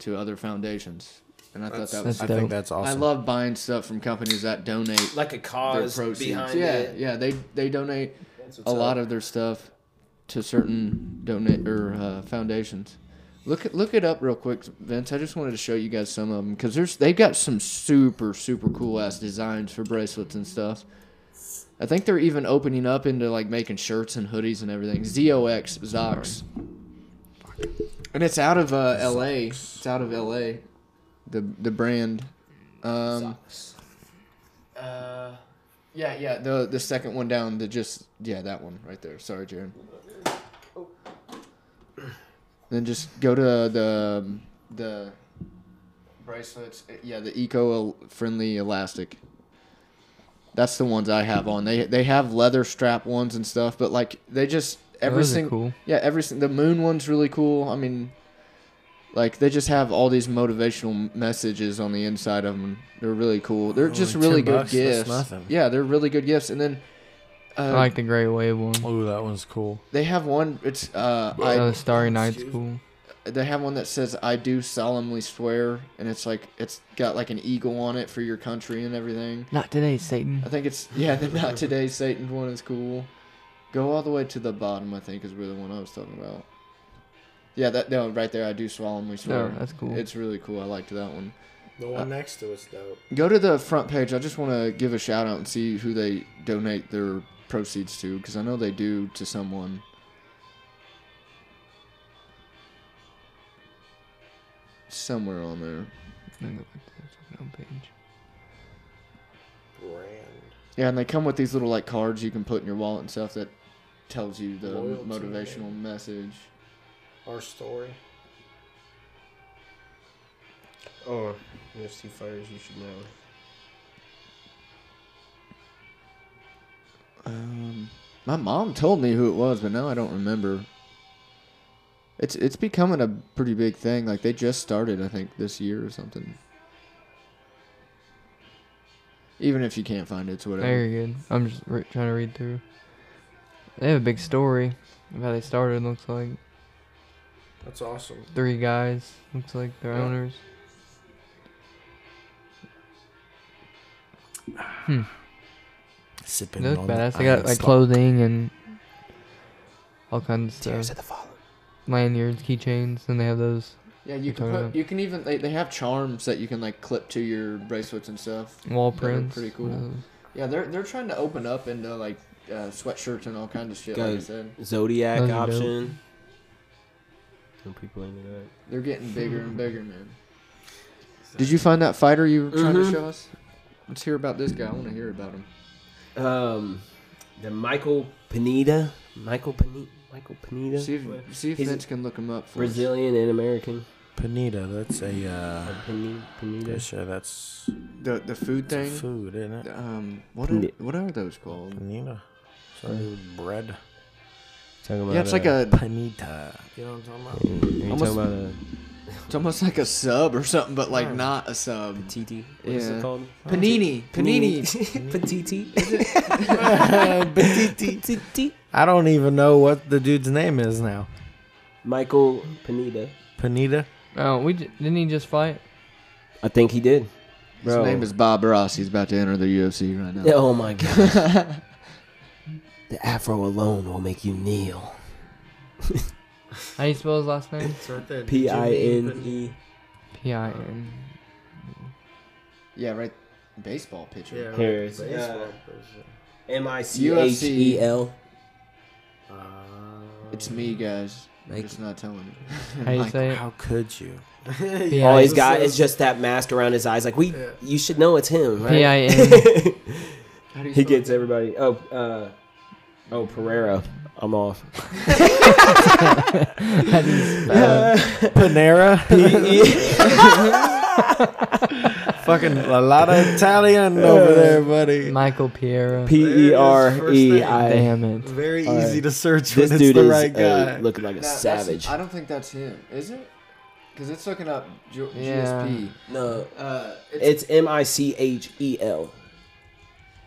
Speaker 3: to other foundations, and I thought that was
Speaker 5: That's
Speaker 4: I
Speaker 5: dope.
Speaker 4: think that's awesome.
Speaker 3: I love buying stuff from companies that donate
Speaker 2: like a
Speaker 3: their
Speaker 2: cause
Speaker 3: proceeds.
Speaker 2: behind
Speaker 3: yeah,
Speaker 2: it.
Speaker 3: yeah, they they donate
Speaker 2: That's what's
Speaker 3: a lot
Speaker 2: up.
Speaker 3: of their stuff to certain donate or uh, foundations. Look it- look it up real quick, Vince. I just wanted to show you guys some of them because there's they've got some super super cool ass designs for bracelets and stuff. I think they're even opening up into like making shirts and hoodies and everything. ZOX Zox, and it's out of uh, L.A. It's out of L.A. The the brand. Um,
Speaker 6: Uh,
Speaker 3: yeah, yeah, the the second one down, the just yeah, that one right there. Sorry, Jaron. Then just go to the the bracelets. Uh, Yeah, the eco friendly elastic. That's the ones I have on. They they have leather strap ones and stuff, but like they just every
Speaker 5: Those are
Speaker 3: single
Speaker 5: cool.
Speaker 3: yeah every sing- the moon one's really cool. I mean, like they just have all these motivational messages on the inside of them. They're really cool. They're just
Speaker 4: Only
Speaker 3: really
Speaker 4: 10
Speaker 3: good
Speaker 4: Oh, bucks, that's
Speaker 3: gifts.
Speaker 4: nothing.
Speaker 3: Yeah, they're really good gifts. And then uh,
Speaker 5: I like the Grey Wave one.
Speaker 4: Oh, that one's cool.
Speaker 3: they have one. It's uh,
Speaker 5: Oh,
Speaker 3: I
Speaker 5: the Starry Night's cool.
Speaker 3: they have one that says "I do solemnly swear," and it's like it's got like an eagle on it for your country and everything.
Speaker 5: Not today, Satan.
Speaker 3: I think it's yeah. The not today Satan one is cool. Go all the way to the bottom. I think is where the one I was talking about. Yeah, that no, right there. I do solemnly swear.
Speaker 5: Oh, that's cool.
Speaker 3: It's really cool. I liked that one.
Speaker 4: The one next to it's dope.
Speaker 3: Go to the front page. I just want to give a shout out and see who they donate their proceeds to because I know they do to someone. somewhere on there.
Speaker 5: Let me go back to the fucking homepage.
Speaker 3: Yeah, and they come with these little like cards you can put in your wallet and stuff that tells you the
Speaker 4: Loyalty.
Speaker 3: motivational message.
Speaker 4: Our story.
Speaker 1: Oh, UFC fighters you should know.
Speaker 3: Um, my mom told me who it was, but now I don't remember. It's it's becoming a pretty big thing. Like they just started, I think, this year or something. Even if you can't find it, it's whatever.
Speaker 5: Very good. I'm just re- trying to read through. They have a big story of how they started. Looks like
Speaker 4: That's awesome.
Speaker 5: three guys. Looks like they're
Speaker 4: Yeah.
Speaker 5: owners.
Speaker 4: Sipping
Speaker 5: They look
Speaker 4: on
Speaker 5: badass.
Speaker 4: the
Speaker 5: They got
Speaker 4: iron
Speaker 5: like
Speaker 4: salt.
Speaker 5: clothing and all kinds of stuff.
Speaker 2: Tears of the fallen.
Speaker 5: lanyards, keychains, and they have those.
Speaker 3: Yeah, you
Speaker 5: You're
Speaker 3: can
Speaker 5: talking
Speaker 3: put,
Speaker 5: about-
Speaker 3: you can even they, they have charms that you can like clip to your bracelets and stuff.
Speaker 5: Wall
Speaker 3: Those are
Speaker 5: prints.
Speaker 3: pretty cool.
Speaker 5: those.
Speaker 3: Yeah, they're they're trying to open up into like uh, sweatshirts and all kinds of shit. Like I
Speaker 2: Guys.
Speaker 3: said,
Speaker 2: Zodiac
Speaker 5: Those are dope.
Speaker 2: option. Some people into that.
Speaker 3: they're getting bigger and bigger, man. Mm-hmm. Did you find that fighter you were trying to
Speaker 2: Mhm.
Speaker 3: show us? Let's hear about this guy. I want to hear about him.
Speaker 2: um, the Michael Pineda, Michael Pineda, Michael Pineda,
Speaker 3: See if see if
Speaker 2: He's-
Speaker 3: Vince can look him up for us.
Speaker 2: Brazilian and American.
Speaker 4: Panita, that's a uh,
Speaker 2: Or Pine- Pineda.
Speaker 4: dish. uh, That's
Speaker 3: The the food
Speaker 4: it's a
Speaker 3: thing.
Speaker 4: food, isn't it?
Speaker 3: Um, what are,
Speaker 2: Yeah.
Speaker 3: what are those called?
Speaker 4: Panita. Sorry, bread.
Speaker 2: Talking about uh,
Speaker 3: Yeah, it's like a
Speaker 4: uh, Panita. You know what I'm talking about?
Speaker 2: You
Speaker 3: almost-
Speaker 2: talking about uh, a
Speaker 3: it's almost like a sub or something, but like
Speaker 4: Yeah.
Speaker 3: not a sub.
Speaker 2: TT? What is
Speaker 3: Yeah.
Speaker 2: it called?
Speaker 3: Panini, panini.
Speaker 2: Petiti. Petiti.
Speaker 4: I don't even know what the dude's name is now.
Speaker 2: Michael Pineda.
Speaker 4: Panita.
Speaker 5: Oh, we j- didn't he just fight?
Speaker 2: I think he did. Bro.
Speaker 3: His name is Bob Ross. He's about to enter the UFC right now.
Speaker 2: Oh my god. the afro alone will make you kneel.
Speaker 5: How you spell his last name?
Speaker 4: It's right there.
Speaker 2: P I N E.
Speaker 5: P I N.
Speaker 3: Yeah, right. Baseball pitcher.
Speaker 2: Here it is. Uh, M I C H E L.
Speaker 3: It's me, guys. I'm
Speaker 2: Like-
Speaker 3: just not telling you.
Speaker 5: How you say it?
Speaker 4: How could you?
Speaker 5: P
Speaker 2: All
Speaker 5: I-
Speaker 2: he's got is just that mask around his eyes. Like we,
Speaker 4: Yeah.
Speaker 2: you should know it's him, right?
Speaker 5: P I N.
Speaker 2: he gets everybody. Oh, uh, oh, Pereira. I'm off.
Speaker 4: Panera.
Speaker 2: P-E-
Speaker 4: Fucking a lot of Italian over there, buddy.
Speaker 5: Michael Piero.
Speaker 2: P E R E I.
Speaker 5: Damn it.
Speaker 4: Very
Speaker 2: All
Speaker 4: easy
Speaker 2: right.
Speaker 4: to search
Speaker 2: This
Speaker 4: when it's
Speaker 2: dude
Speaker 4: the
Speaker 2: is
Speaker 4: right guy.
Speaker 2: a, looking like a savage.
Speaker 3: I don't think that's him. Is it? Because it's looking up G-
Speaker 5: Yeah.
Speaker 3: GSP.
Speaker 2: No,
Speaker 3: Uh, it's,
Speaker 2: it's M I C H E L.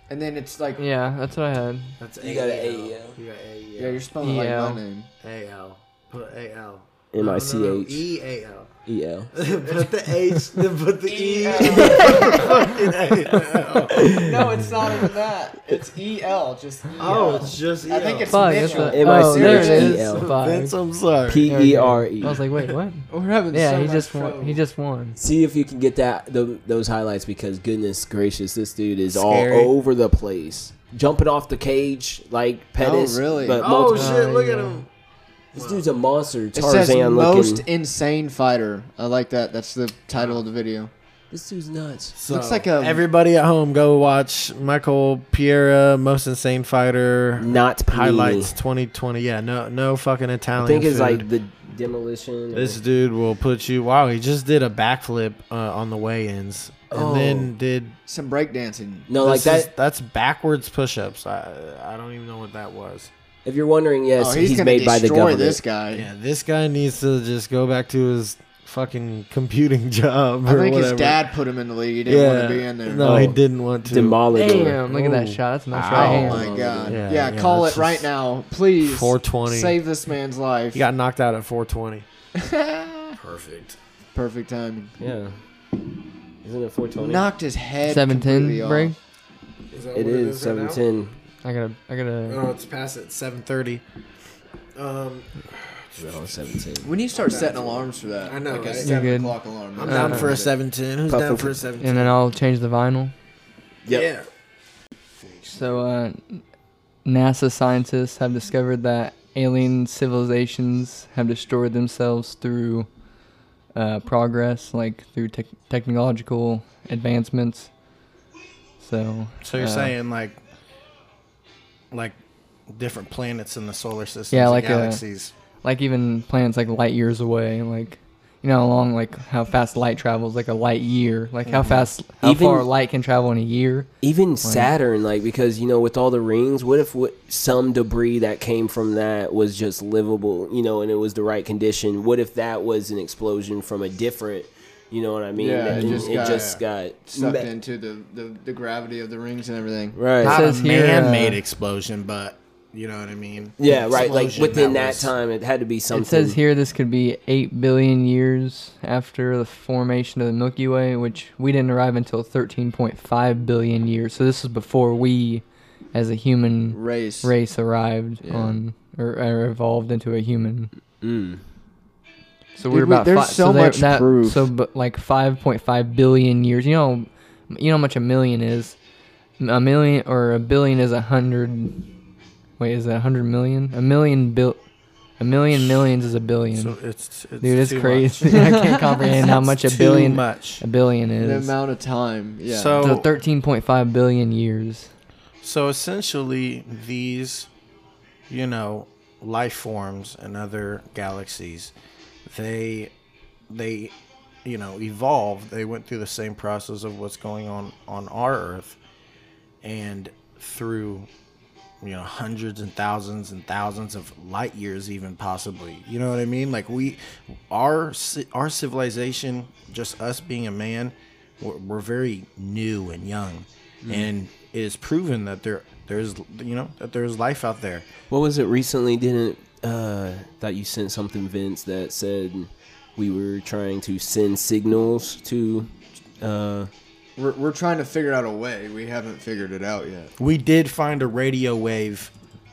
Speaker 3: and then it's like yeah,
Speaker 5: Yeah, that's what I had.
Speaker 4: That's
Speaker 2: You got an A, yeah.
Speaker 4: You got A,
Speaker 3: you're spelling it
Speaker 5: EL.
Speaker 3: like my name.
Speaker 4: A L. Put A L.
Speaker 2: M I C H
Speaker 4: E A L.
Speaker 2: E L.
Speaker 4: Put the H. Then put the E.
Speaker 3: no, it's not even that. It's E L. Just
Speaker 4: Oh, it's just E
Speaker 3: I think
Speaker 4: L.
Speaker 3: it's
Speaker 5: Fuck, that's
Speaker 3: Mitchell.
Speaker 5: what.
Speaker 2: M I
Speaker 5: Oh,
Speaker 2: C
Speaker 5: there
Speaker 2: H
Speaker 5: it
Speaker 2: E
Speaker 5: is.
Speaker 2: L.
Speaker 5: Fuck.
Speaker 4: Vince. I'm sorry.
Speaker 2: P E R E.
Speaker 5: I was like, wait, what?
Speaker 3: Oh, We're having
Speaker 5: Yeah,
Speaker 3: so
Speaker 5: he
Speaker 3: much
Speaker 5: just
Speaker 3: trouble.
Speaker 5: won. He just won.
Speaker 2: See if you can get that tho- those highlights because goodness gracious, this dude is
Speaker 4: Scary.
Speaker 2: all over the place, jumping off the cage like Pettis.
Speaker 3: really?
Speaker 2: But
Speaker 4: Oh
Speaker 2: multiple-
Speaker 4: shit! Look at
Speaker 5: yeah.
Speaker 4: him.
Speaker 2: this dude's a monster.
Speaker 3: It says
Speaker 2: Tarzan
Speaker 3: most
Speaker 2: looking.
Speaker 3: insane fighter. I like that. That's the title of the video.
Speaker 2: This dude's nuts.
Speaker 4: So,
Speaker 3: Looks like a-
Speaker 4: everybody at home go watch Michael Piera, most insane fighter
Speaker 2: Not Panini.
Speaker 4: highlights 2020. Yeah, no, no fucking Italian.
Speaker 2: I think it's
Speaker 4: food.
Speaker 2: like the demolition. or-
Speaker 4: This dude will put you. Wow, he just did a backflip uh, on the weigh-ins, and
Speaker 2: Oh.
Speaker 4: then did
Speaker 3: Some breakdancing.
Speaker 2: no, like
Speaker 4: this
Speaker 2: that.
Speaker 4: is- that's backwards push-ups. I I don't even know what that was.
Speaker 2: if you're wondering, yes,
Speaker 3: oh, he's,
Speaker 2: he's,
Speaker 3: gonna
Speaker 2: made by the
Speaker 3: destroy
Speaker 2: government.
Speaker 3: this guy.
Speaker 4: Yeah, this guy needs to just go back to his fucking computing job.
Speaker 3: I
Speaker 4: or
Speaker 3: think
Speaker 4: whatever.
Speaker 3: his dad put him in the league. He didn't
Speaker 4: Yeah,
Speaker 3: want to be in there.
Speaker 4: no, he
Speaker 2: Oh.
Speaker 4: didn't want to.
Speaker 2: Demolish.
Speaker 5: Damn, look at that
Speaker 4: Ooh.
Speaker 5: shot. That's a nice
Speaker 4: Ow.
Speaker 5: right
Speaker 3: Oh
Speaker 5: hand.
Speaker 3: my god.
Speaker 4: Yeah,
Speaker 3: Yeah,
Speaker 4: yeah,
Speaker 3: call
Speaker 4: that's
Speaker 3: it right
Speaker 4: just-
Speaker 3: now. Please
Speaker 4: 420.
Speaker 3: save this man's life.
Speaker 4: He got knocked out at 420. Perfect.
Speaker 3: Perfect timing.
Speaker 2: Yeah. Isn't it 420?
Speaker 3: Knocked his head.
Speaker 5: Seven ten
Speaker 3: completely off.
Speaker 5: break.
Speaker 4: Is that
Speaker 2: it is 710.
Speaker 5: I gotta, I gotta.
Speaker 4: Oh, it's past it. 7:30. Um,
Speaker 2: No, 710.
Speaker 3: We need to start setting alarms for that.
Speaker 4: I know,
Speaker 3: Like a
Speaker 4: right? You're
Speaker 3: 7
Speaker 5: good.
Speaker 3: o'clock alarm.
Speaker 4: I'm
Speaker 5: Uh,
Speaker 4: down for a
Speaker 3: Uh,
Speaker 4: 7:10. Who's down for a 7:10?
Speaker 5: And then I'll change the vinyl.
Speaker 4: Yeah.
Speaker 5: So, uh, NASA scientists have discovered that alien civilizations have destroyed themselves through uh, progress, like through tech technological advancements. So,
Speaker 4: So you're
Speaker 5: uh,
Speaker 4: saying like, like different planets in the solar system,
Speaker 5: Yeah,
Speaker 4: and
Speaker 5: like a-
Speaker 4: galaxies.
Speaker 5: like even planets like light years away, like you know how long, like how fast light travels, like a light year, like how fast, how
Speaker 2: Even-
Speaker 5: far light can travel in a year.
Speaker 2: Even Saturn, like because you know, with all the rings, what if what, some debris that came from that was just livable, you know, and it was the right condition? What if that was an explosion from a different, you know what I mean?
Speaker 3: Yeah, it
Speaker 2: And
Speaker 3: just got-
Speaker 2: got
Speaker 3: Sucked
Speaker 2: ma-
Speaker 3: into the, the, the gravity of the rings and everything.
Speaker 2: right.
Speaker 5: It
Speaker 4: Not a
Speaker 5: says here, uh,
Speaker 4: man-made explosion, but you know what I mean.
Speaker 2: yeah, right. Like
Speaker 4: Explosion
Speaker 2: within that,
Speaker 4: was-
Speaker 2: time, it had to be something.
Speaker 5: It says here this could be 8 billion years after the formation of the Milky Way, which we didn't arrive until 13.5 billion years. So this is before we, as a human
Speaker 3: Race.
Speaker 5: race, arrived
Speaker 3: Yeah.
Speaker 5: on or, or evolved into a human.
Speaker 2: Mm.
Speaker 5: So
Speaker 3: Dude,
Speaker 5: we're
Speaker 3: we-
Speaker 5: about
Speaker 3: there's
Speaker 5: fi-
Speaker 3: so
Speaker 5: they-
Speaker 3: much proof.
Speaker 5: So but like 5.5 billion years. You know, you know how much a million is. A million or a billion is a hundred. Wait, is that a hundred million? A million bill. A million millions is a billion.
Speaker 4: So it's, it's
Speaker 5: Dude, it's
Speaker 4: too
Speaker 5: crazy.
Speaker 4: much.
Speaker 5: I can't comprehend how much a
Speaker 4: Too
Speaker 5: billion
Speaker 4: much.
Speaker 5: a billion
Speaker 3: The
Speaker 5: is.
Speaker 3: amount of time. Yeah.
Speaker 4: So
Speaker 5: So 13.5 billion years.
Speaker 4: So essentially, these, you know, life forms and other galaxies, they, they, you know, evolved. They went through the same process of what's going on on our Earth, and through, you know, hundreds and thousands and thousands of light years, even possibly. You know what I mean? Like we, our ci- our civilization, just us being a man, we're, we're very new and young,
Speaker 3: Mm-hmm.
Speaker 4: and it is proven that there there's you know that there's life out there.
Speaker 2: What was it recently? Didn't uh thought you sent something, Vince, that said we were trying to send signals to. Uh,
Speaker 3: we're, we're trying to figure out a way. We haven't figured it out yet.
Speaker 4: We did find a radio wave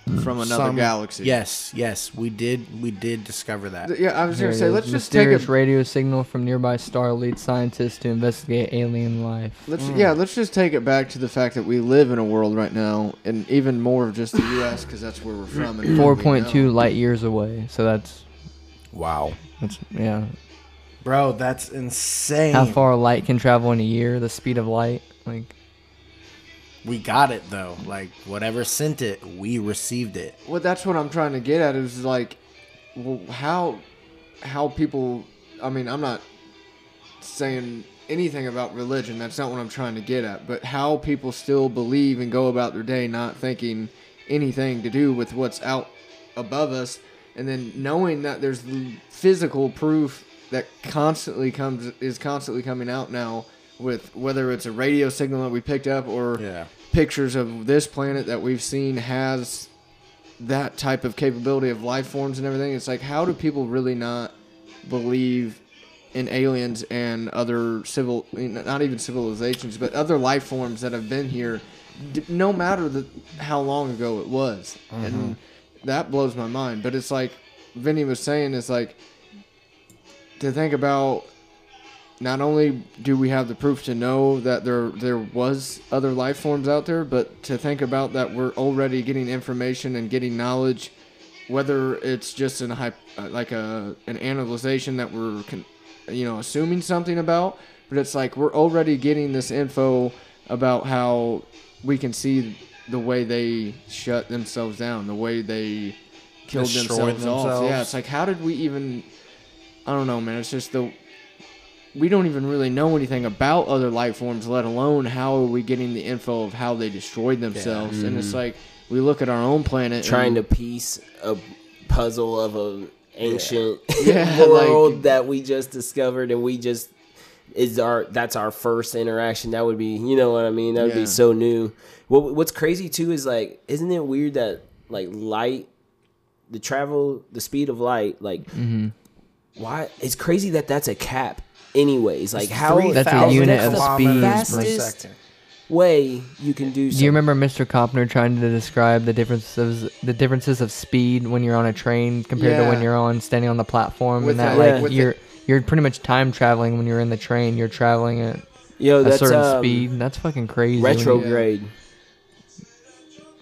Speaker 5: Mm.
Speaker 3: From another
Speaker 4: some-
Speaker 3: galaxy.
Speaker 4: Yes, yes, we did. We did discover that.
Speaker 3: Th- Yeah, I was
Speaker 5: There
Speaker 3: going
Speaker 5: it
Speaker 3: to say,
Speaker 5: is.
Speaker 3: let's just take
Speaker 5: mysterious
Speaker 3: a
Speaker 5: radio signal from nearby star leads scientists to investigate alien life.
Speaker 3: Let's yeah, let's just take it back to the fact that we live in a world right now, and even more of just the U.S. because that's where we're from. and what we know.
Speaker 5: 4.2 light years away. So that's
Speaker 4: Wow,
Speaker 5: that's yeah.
Speaker 4: bro, that's insane.
Speaker 5: How far light can travel in a year? The speed of light, like
Speaker 4: We got it though. Like whatever sent it, we received it.
Speaker 3: Well, that's what I'm trying to get at is like, well, how, how people. I mean, I'm not saying anything about religion. That's not what I'm trying to get at. But how people still believe and go about their day, not thinking anything to do with what's out above us, and then knowing that there's l- physical proof that constantly comes is constantly coming out now with whether it's a radio signal that we picked up or
Speaker 4: Yeah.
Speaker 3: pictures of this planet that we've seen has that type of capability of life forms and everything. It's like, how do people really not believe in aliens and other civil, not even civilizations, but other life forms that have been here, d- no matter the, how long ago it was? And that blows my mind. But it's like Vinny was saying, it's like to think about not only do we have the proof to know that there there was other life forms out there, but to think about that we're already getting information and getting knowledge, whether it's just an hype like a an analyzation that we're con- you know assuming something about, but it's like we're already getting this info about how we can see the way they shut themselves down, the way they killed
Speaker 4: Destroyed
Speaker 3: themselves, off. Yeah,
Speaker 4: themselves.
Speaker 3: it's like how did we even? I don't know, man. It's just the we don't even really know anything about other life forms, let alone how are we getting the info of how they destroyed themselves. And it's like we look at our own planet,
Speaker 2: trying to
Speaker 3: and,
Speaker 2: piece a puzzle of an ancient
Speaker 3: Yeah,
Speaker 2: world
Speaker 3: like-
Speaker 2: that we just discovered and we just is our that's our first interaction that would be you know what i mean that would
Speaker 3: Yeah.
Speaker 2: be so new what, what's crazy too is like isn't it weird that like light the travel the speed of light like why it's crazy that that's a cap anyways like how
Speaker 5: That's a
Speaker 4: 3,000
Speaker 5: unit
Speaker 2: that's
Speaker 5: of
Speaker 2: the
Speaker 5: speed.
Speaker 2: fastest way you can do
Speaker 5: Do you remember Mr. Copner trying to describe the differences the differences of speed when you're on a train compared to when
Speaker 3: Yeah.
Speaker 5: you're on standing on the platform
Speaker 3: With
Speaker 5: and that
Speaker 3: the-
Speaker 2: yeah.
Speaker 5: like
Speaker 3: with
Speaker 5: you're you're pretty much time traveling when you're in the train. You're traveling at
Speaker 2: yo
Speaker 5: a
Speaker 2: that's
Speaker 5: certain
Speaker 2: um,
Speaker 5: speed. That's fucking crazy. when you-
Speaker 2: retrograde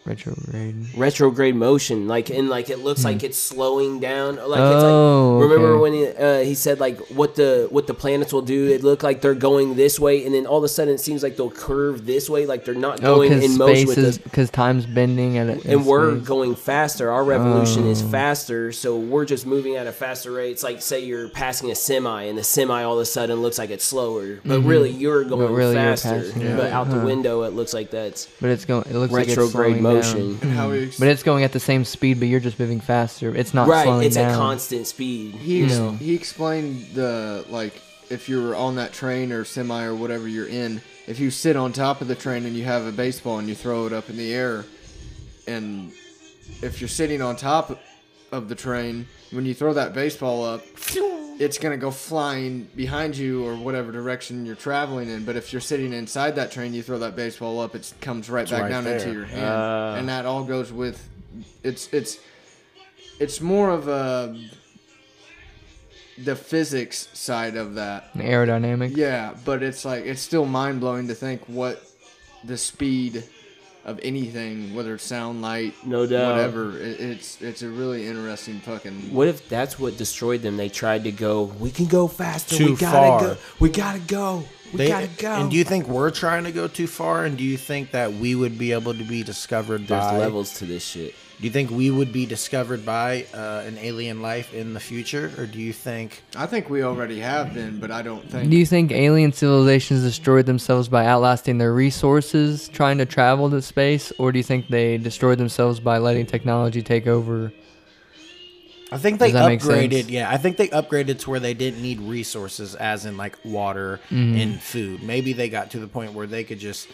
Speaker 5: Retrograde.
Speaker 2: retrograde motion like and like it looks like it's slowing down like it's
Speaker 5: Hmm. Oh,
Speaker 2: like remember
Speaker 5: okay.
Speaker 2: when he, uh, he said like what the what the planets will do it looked like they're going this way and then all of a sudden it seems like they'll curve this way like they're not
Speaker 5: Oh,
Speaker 2: going
Speaker 5: because
Speaker 2: in motion
Speaker 5: space
Speaker 2: with us
Speaker 5: is because time's bending at it.
Speaker 2: and we're going faster our revolution is
Speaker 5: Oh.
Speaker 2: faster so we're just moving at a faster rate it's like say you're passing a semi and the semi all of a sudden looks like it's slower but really you're going
Speaker 5: Mm-hmm. really you're
Speaker 2: faster
Speaker 5: passing it.
Speaker 2: but out the
Speaker 5: Huh.
Speaker 2: window it looks like that's
Speaker 5: but it's going. It looks like
Speaker 2: retrograde
Speaker 5: it's slowing
Speaker 2: motion
Speaker 5: Down.
Speaker 3: And how he ex-
Speaker 5: But it's going at the same speed, but you're just moving faster. It's not
Speaker 2: right
Speaker 5: slowing
Speaker 2: it's
Speaker 5: down.
Speaker 2: a constant speed
Speaker 3: he ex-
Speaker 5: No.
Speaker 3: he explained the like if you're on that train or semi or whatever you're in, if you sit on top of the train and you have a baseball and you throw it up in the air, and if you're sitting on top of the train, when you throw that baseball up, it's gonna go flying behind you or whatever direction you're traveling in. But if you're sitting inside that train, you throw that baseball up, it comes right back
Speaker 4: right
Speaker 3: down into
Speaker 4: there. Ah.
Speaker 3: your hand, and that all goes with it's it's it's more of a the physics side of that.
Speaker 5: An aerodynamic.
Speaker 3: Yeah, but it's like it's still mind blowing to think what the speed of anything, whether it's sound, light,
Speaker 2: No doubt.
Speaker 3: whatever. It, it's it's a really interesting fucking.
Speaker 2: What if that's what destroyed them? They tried to go. We can go faster.
Speaker 4: Too
Speaker 2: we gotta
Speaker 4: far.
Speaker 2: go. We gotta go. We
Speaker 4: They-
Speaker 2: gotta go.
Speaker 4: And do you think we're trying to go too far? And do you think that we would be able to be discovered
Speaker 2: There's
Speaker 4: by?
Speaker 2: levels to this shit.
Speaker 4: Do you think we would be discovered by uh, an alien life in the future, or do you think?
Speaker 3: I think we already have been, but I don't think.
Speaker 5: Do you think alien civilizations destroyed themselves by outlasting their resources trying to travel to space, or do you think they destroyed themselves by letting technology take over?
Speaker 4: I think they
Speaker 5: Does that make sense?
Speaker 4: upgraded. Yeah, I think they upgraded to where they didn't need resources, as in like water
Speaker 5: Mm-hmm.
Speaker 4: and food. Maybe they got to the point where they could just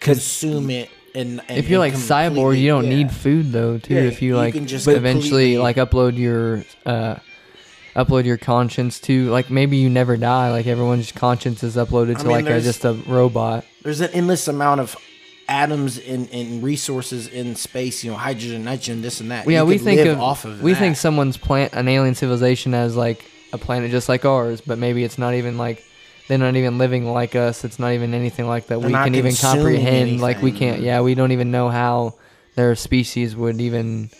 Speaker 4: consume it. And, and
Speaker 5: If you're like
Speaker 4: and
Speaker 5: cyborg,
Speaker 4: completely-
Speaker 5: you don't
Speaker 4: yeah.
Speaker 5: need food though. Too,
Speaker 4: Yeah,
Speaker 5: if you
Speaker 4: you
Speaker 5: like
Speaker 4: can just
Speaker 5: eventually
Speaker 4: completely-
Speaker 5: like upload your uh, upload your conscience to like maybe you never die. Like everyone's conscience is uploaded to
Speaker 4: mean,
Speaker 5: like a,
Speaker 4: there's-
Speaker 5: just a robot.
Speaker 4: there's an endless amount of atoms and, and resources in space. You know, hydrogen, nitrogen, this and that.
Speaker 5: yeah,
Speaker 4: You
Speaker 5: we
Speaker 4: could
Speaker 5: think
Speaker 4: live
Speaker 5: of,
Speaker 4: off of.
Speaker 5: we
Speaker 4: that.
Speaker 5: think someone's plant an alien civilization as like a planet just like ours, but maybe it's not even like they're not even living like us. It's not even anything like that
Speaker 4: They're
Speaker 5: we
Speaker 4: not
Speaker 5: can even
Speaker 4: consuming
Speaker 5: comprehend. Like we
Speaker 4: anything.
Speaker 5: can't. Yeah, we don't even know how their species would even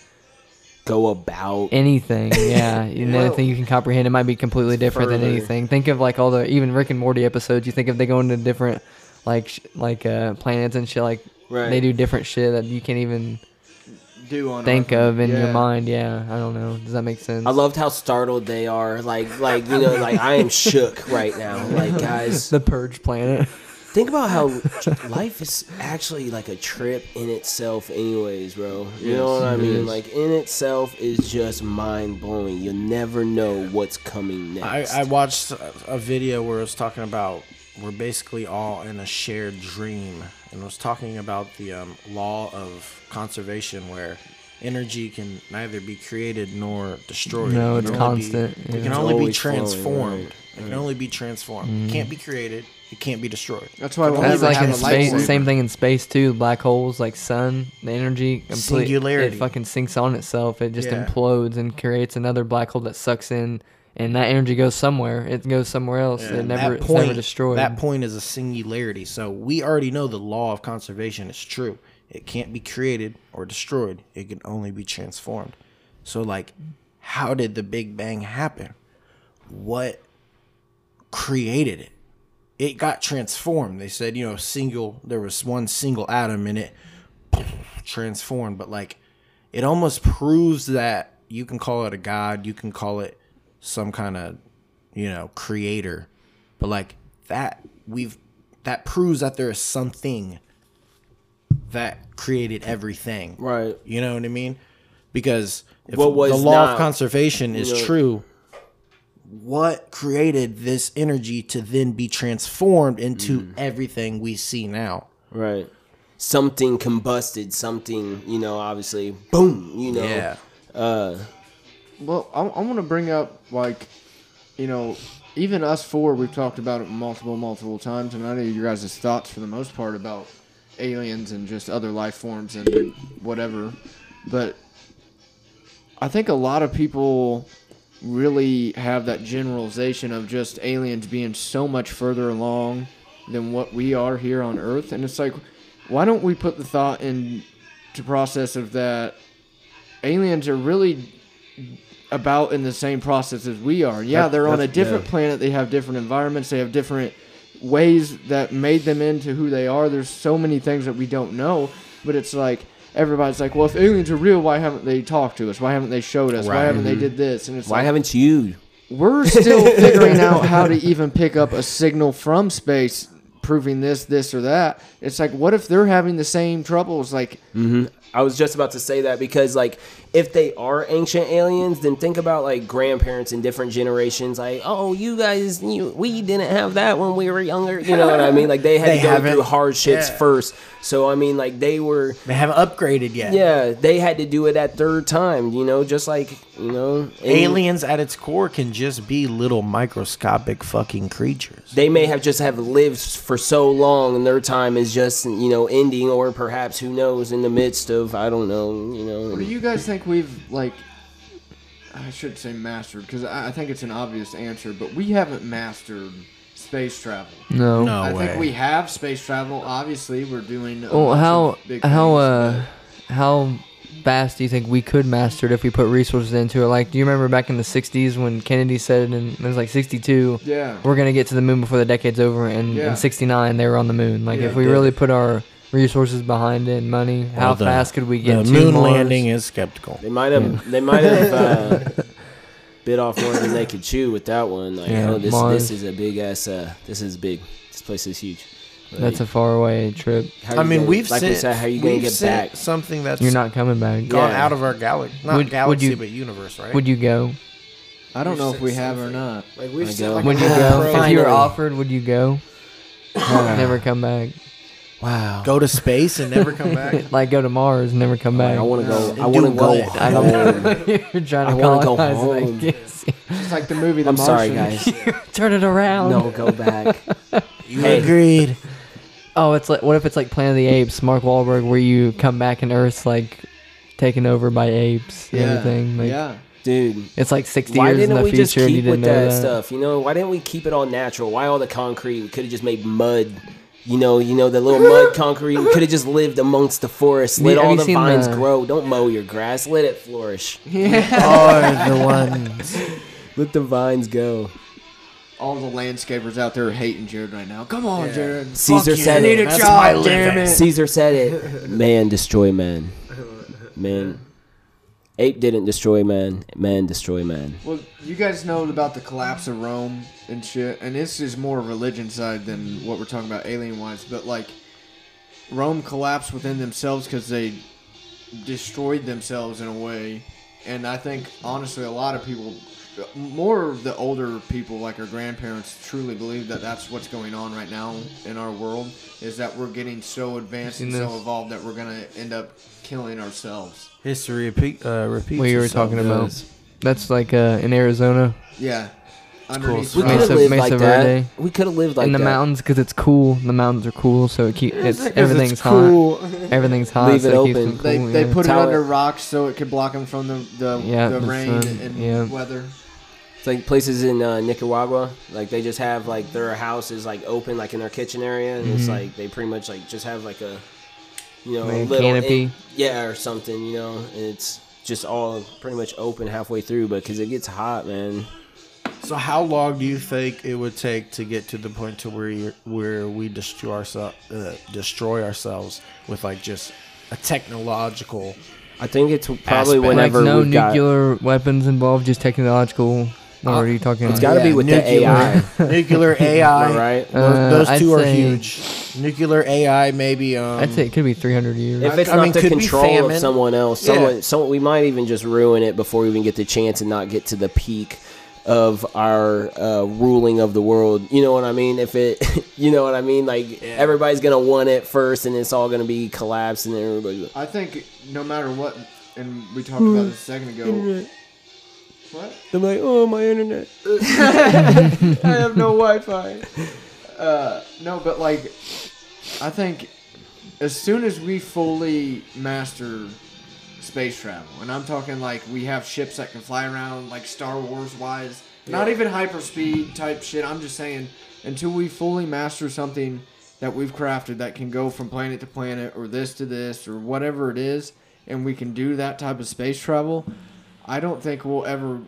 Speaker 2: Go about.
Speaker 5: anything. Yeah, you know, anything you can comprehend. It might be completely different than
Speaker 2: further.
Speaker 5: anything. Think of like all the even Rick and Morty episodes. You think if they go into different like sh- like uh, planets and shit, like
Speaker 2: Right.
Speaker 5: they do different shit that you can't even
Speaker 3: do on
Speaker 5: think
Speaker 3: Earth.
Speaker 5: of in your
Speaker 3: Yeah.
Speaker 5: mind. Yeah, I don't know. Does that make sense?
Speaker 2: I loved how startled they are. Like, like you know, like I am shook right now. Like, guys,
Speaker 5: the purge planet.
Speaker 2: think about how life is actually like a trip in itself, anyways, bro. You know what I mean? Like, in itself is just mind blowing. You'll never know what's coming
Speaker 4: I,
Speaker 2: next.
Speaker 4: I watched a a video where it was talking about we're basically all in a shared dream, and it was talking about the um, law of conservation where energy can neither be created nor destroyed.
Speaker 5: No,
Speaker 4: It can
Speaker 5: it's
Speaker 4: only
Speaker 5: constant,
Speaker 4: Be,
Speaker 5: yeah.
Speaker 4: It can
Speaker 5: It's
Speaker 4: only be
Speaker 2: always flowing,
Speaker 4: transformed.
Speaker 2: right,
Speaker 4: It can only be transformed. It can't be created. It can't be destroyed.
Speaker 3: That's why we'll
Speaker 5: That's
Speaker 3: never
Speaker 5: like
Speaker 3: have
Speaker 5: in
Speaker 3: a light.
Speaker 5: space. Same thing in space too. Black holes, like sun, the energy complete, It
Speaker 4: Singularity.
Speaker 5: fucking sinks on itself. It just
Speaker 4: Yeah.
Speaker 5: implodes and creates another black hole that sucks in, and that energy goes somewhere. It goes somewhere else. It
Speaker 4: And
Speaker 5: never,
Speaker 4: that
Speaker 5: it's never destroyed.
Speaker 4: That point is a singularity. So we already know the law of conservation is true. It can't be created or destroyed. It can only be transformed. So like, how did the Big Bang happen? What created it? It got transformed. They said, you know, single there was one single atom in it transformed, but like it almost proves that you can call it a god, you can call it some kind of, you know, creator. But like that we've that proves that there is something that created everything.
Speaker 2: Right.
Speaker 4: You know what I mean? Because if
Speaker 2: What was
Speaker 4: the law
Speaker 2: not-
Speaker 4: of conservation is
Speaker 2: Yeah.
Speaker 4: true, what created this energy to then be transformed into
Speaker 2: Mm.
Speaker 4: everything we see now?
Speaker 2: Right. Something combusted, something, you know, obviously, boom, you know.
Speaker 4: Yeah.
Speaker 2: Uh,
Speaker 3: Well, I, I want to bring up like, you know, even us four, we've talked about it multiple, multiple times, and I know your guys' thoughts for the most part about aliens and just other life forms and whatever, but I think a lot of people really have that generalization of just aliens being so much further along than what we are here on Earth, and it's like, why don't we put the thought in to process of that aliens are really about in the same process as we are. Yeah,
Speaker 1: That-
Speaker 3: they're on a
Speaker 1: that's-
Speaker 3: different
Speaker 1: yeah.
Speaker 3: planet. They have different environments. They have different ways that made them into who they are. There's so many things that we don't know, but it's like everybody's like, well, if aliens are real, why haven't they talked to us? Why haven't they showed us? Why
Speaker 4: Right.
Speaker 3: haven't
Speaker 1: Mm-hmm.
Speaker 3: they did this? And it's
Speaker 2: Why
Speaker 3: like,
Speaker 2: haven't you?
Speaker 3: we're still figuring out how to even pick up a signal from space proving this this or that it's like what if they're having the same troubles like
Speaker 2: I was just about to say that because like if they are ancient aliens, then think about like grandparents in different generations. Like, oh, you guys, you we didn't have that when we were younger. You know what I mean? Like they had
Speaker 4: They
Speaker 2: to go
Speaker 4: haven't.
Speaker 2: through hardships
Speaker 4: Yeah.
Speaker 2: first. So I mean, like they were.
Speaker 4: They haven't upgraded yet.
Speaker 2: Yeah, they had to do it at third time. You know, just like you know, and
Speaker 4: Aliens at its core can just be little microscopic fucking creatures.
Speaker 2: They may have just have lived for so long, and their time is just you know ending, or perhaps who knows, in the midst of I don't know. You know,
Speaker 3: What do you guys think we've like? I should say mastered because I, I think it's an obvious answer, but we haven't mastered space travel.
Speaker 5: No.
Speaker 4: No
Speaker 3: I
Speaker 4: way.
Speaker 3: think we have space travel. Obviously, we're doing. a
Speaker 5: Well,
Speaker 3: bunch
Speaker 5: how
Speaker 3: of big
Speaker 5: how
Speaker 3: things,
Speaker 5: uh how fast do you think we could master it if we put resources into it? Like, do you remember back in the '60s when Kennedy said, and it was like '62,
Speaker 3: but- yeah,
Speaker 5: we're gonna get to the moon before the decade's over, and
Speaker 3: Yeah.
Speaker 5: in '69 they were on the moon. Like,
Speaker 3: Yeah,
Speaker 5: if we
Speaker 3: they-
Speaker 5: really put our resources behind it and money, how
Speaker 4: Well, the-
Speaker 5: fast could we get
Speaker 4: the
Speaker 5: to
Speaker 4: moon
Speaker 5: Mars?
Speaker 4: landing is skeptical.
Speaker 2: They might have. They might have uh, bit off more than they could chew with that one. Like,
Speaker 5: Yeah,
Speaker 2: oh, this
Speaker 5: mine.
Speaker 2: this is a big ass. Uh, this is big. This place is huge. Like,
Speaker 5: That's a faraway trip.
Speaker 2: how you
Speaker 4: I mean,
Speaker 2: gonna-
Speaker 4: we've
Speaker 2: like
Speaker 4: sent,
Speaker 2: we said, how you gonna
Speaker 4: we've
Speaker 2: get
Speaker 4: sent
Speaker 2: back?
Speaker 4: something that's
Speaker 5: You're not coming back.
Speaker 4: gone
Speaker 2: Yeah.
Speaker 4: out of our galaxy, not
Speaker 5: Would- would
Speaker 4: galaxy,
Speaker 5: you-
Speaker 4: but universe, right?
Speaker 5: Would you go?
Speaker 3: I don't know if we have or not.
Speaker 4: like
Speaker 2: I
Speaker 4: we've
Speaker 2: go.
Speaker 4: sent like
Speaker 5: Would
Speaker 4: a
Speaker 5: you go? If you
Speaker 2: Finally.
Speaker 5: were offered, would you go? never come back.
Speaker 2: Wow.
Speaker 4: go to space and never come back.
Speaker 5: like go to Mars and never come back.
Speaker 2: I want to go.
Speaker 4: And
Speaker 2: I want to
Speaker 4: do
Speaker 2: go.
Speaker 4: what?
Speaker 2: I don't.
Speaker 5: You're
Speaker 2: I
Speaker 5: trying to
Speaker 2: wanna go
Speaker 5: colonize it, I
Speaker 2: home.
Speaker 5: guess.
Speaker 3: It's like the movie. The
Speaker 2: I'm sorry,
Speaker 3: Martian.
Speaker 2: guys.
Speaker 5: Turn it around.
Speaker 2: No, go back.
Speaker 4: You
Speaker 2: Hey.
Speaker 4: agreed.
Speaker 5: Oh, it's like what if it's like Planet of the Apes, Mark Wahlberg, where you come back and Earth's like taken over by apes and
Speaker 3: Yeah,
Speaker 5: everything. Like,
Speaker 3: yeah.
Speaker 2: Dude,
Speaker 5: It's like sixty
Speaker 2: why
Speaker 5: years in
Speaker 2: didn't
Speaker 5: the
Speaker 2: we
Speaker 5: future
Speaker 2: just
Speaker 5: and you
Speaker 2: keep with
Speaker 5: didn't know
Speaker 2: that,
Speaker 5: that.
Speaker 2: stuff? You know, why didn't we keep it all natural? Why all the concrete? We could have just made mud. You know, you know the little mud concrete. We could have just lived amongst the forest.
Speaker 5: Have
Speaker 2: Let
Speaker 5: you- have
Speaker 2: all
Speaker 5: you
Speaker 2: the
Speaker 5: seen
Speaker 2: vines
Speaker 5: the-
Speaker 2: grow. Don't mow your grass. Let it flourish.
Speaker 4: Are the ones.
Speaker 2: Let the vines go.
Speaker 3: All the landscapers out there are hating Jared right now. Come on, Jared.
Speaker 2: Caesar
Speaker 4: you.
Speaker 2: said
Speaker 4: I
Speaker 2: it.
Speaker 4: need a That's job, my living. damn it.
Speaker 2: Caesar said it. Man destroy man. Man. Ape didn't destroy man. Man destroy man.
Speaker 3: Well, you guys know about the collapse of Rome and shit, and this is more religion side than what we're talking about alien wise. But like, Rome collapsed within themselves because they destroyed themselves in a way, and I think honestly, a lot of people, more of the older people, like our grandparents, truly believe that that's what's going on right now in our world. Is that we're getting so advanced and
Speaker 5: Seen
Speaker 3: so
Speaker 5: this?
Speaker 3: evolved that we're gonna end up killing ourselves.
Speaker 4: History repeat, uh, repeats.
Speaker 5: What you were
Speaker 4: itself.
Speaker 5: talking about. That's like uh, in Arizona
Speaker 3: Yeah, underneath
Speaker 4: cool.
Speaker 2: We
Speaker 3: Rome.
Speaker 2: could have
Speaker 5: Mesa-
Speaker 2: lived
Speaker 5: Mesa
Speaker 2: like
Speaker 5: Verde.
Speaker 2: that. We could have lived like
Speaker 5: in the
Speaker 2: that.
Speaker 5: mountains because it's cool. The mountains are cool, so it keep it's everything's hot. Everything's hot.
Speaker 2: Leave
Speaker 5: so
Speaker 2: it
Speaker 5: keeps
Speaker 2: open.
Speaker 5: them
Speaker 3: They,
Speaker 5: cool,
Speaker 3: they
Speaker 5: yeah.
Speaker 3: put
Speaker 2: Tell
Speaker 3: it under
Speaker 2: it-
Speaker 3: rocks so it could block them from the the,
Speaker 5: Yeah,
Speaker 3: the
Speaker 5: the
Speaker 3: rain
Speaker 5: sun,
Speaker 3: and
Speaker 5: yeah.
Speaker 3: weather.
Speaker 2: It's like places in uh, Nicaragua, like they just have like their house is like open, like in their kitchen area, and it's like they pretty much like just have like a, you know,
Speaker 5: Mm-hmm. Like a
Speaker 2: little
Speaker 5: canopy?
Speaker 2: in- yeah, or something, you know, and it's just all pretty much open halfway through, but because it gets hot, man.
Speaker 4: So, how long do you think it would take to get to the point to where you're, where we destroy ourselves, uh, destroy ourselves with like just a technological?
Speaker 2: I think it's probably
Speaker 4: Aspect.
Speaker 2: whenever
Speaker 5: like no
Speaker 2: we've got- Uh,
Speaker 5: nuclear weapons involved, just technological. What are you talking?
Speaker 2: it's got
Speaker 5: about?
Speaker 2: to be with the
Speaker 4: nuclear.
Speaker 2: AI,
Speaker 4: nuclear AI,
Speaker 2: right?
Speaker 4: Well,
Speaker 5: Uh,
Speaker 4: those
Speaker 5: I'd
Speaker 4: two are
Speaker 5: say-
Speaker 4: huge. Nuclear AI, maybe. Um,
Speaker 5: I'd say it could be 300 years.
Speaker 2: If it's
Speaker 4: I
Speaker 2: not
Speaker 4: mean,
Speaker 2: the
Speaker 4: could be
Speaker 2: control of
Speaker 4: famine.
Speaker 2: someone else,
Speaker 4: Yeah.
Speaker 2: someone, someone, we might even just ruin it before we even get the chance and not get to the peak of our uh, ruling of the world. You know what I mean? If it, you know what I mean? Like everybody's gonna want it first, and it's all gonna be collapsed, and then everybody.
Speaker 3: I think no matter what, and we talked about this a second ago. What?
Speaker 2: They're like, oh my internet.
Speaker 3: I have no Wi-Fi. Uh, no, but like, I think as soon as we fully master space travel, and I'm talking like we have ships that can fly around, like Star Wars wise, not even hyperspeed type shit. I'm just saying until we fully master something that we've crafted that can go from planet to planet or this to this or whatever it is, and we can do that type of space travel, I don't think we'll ever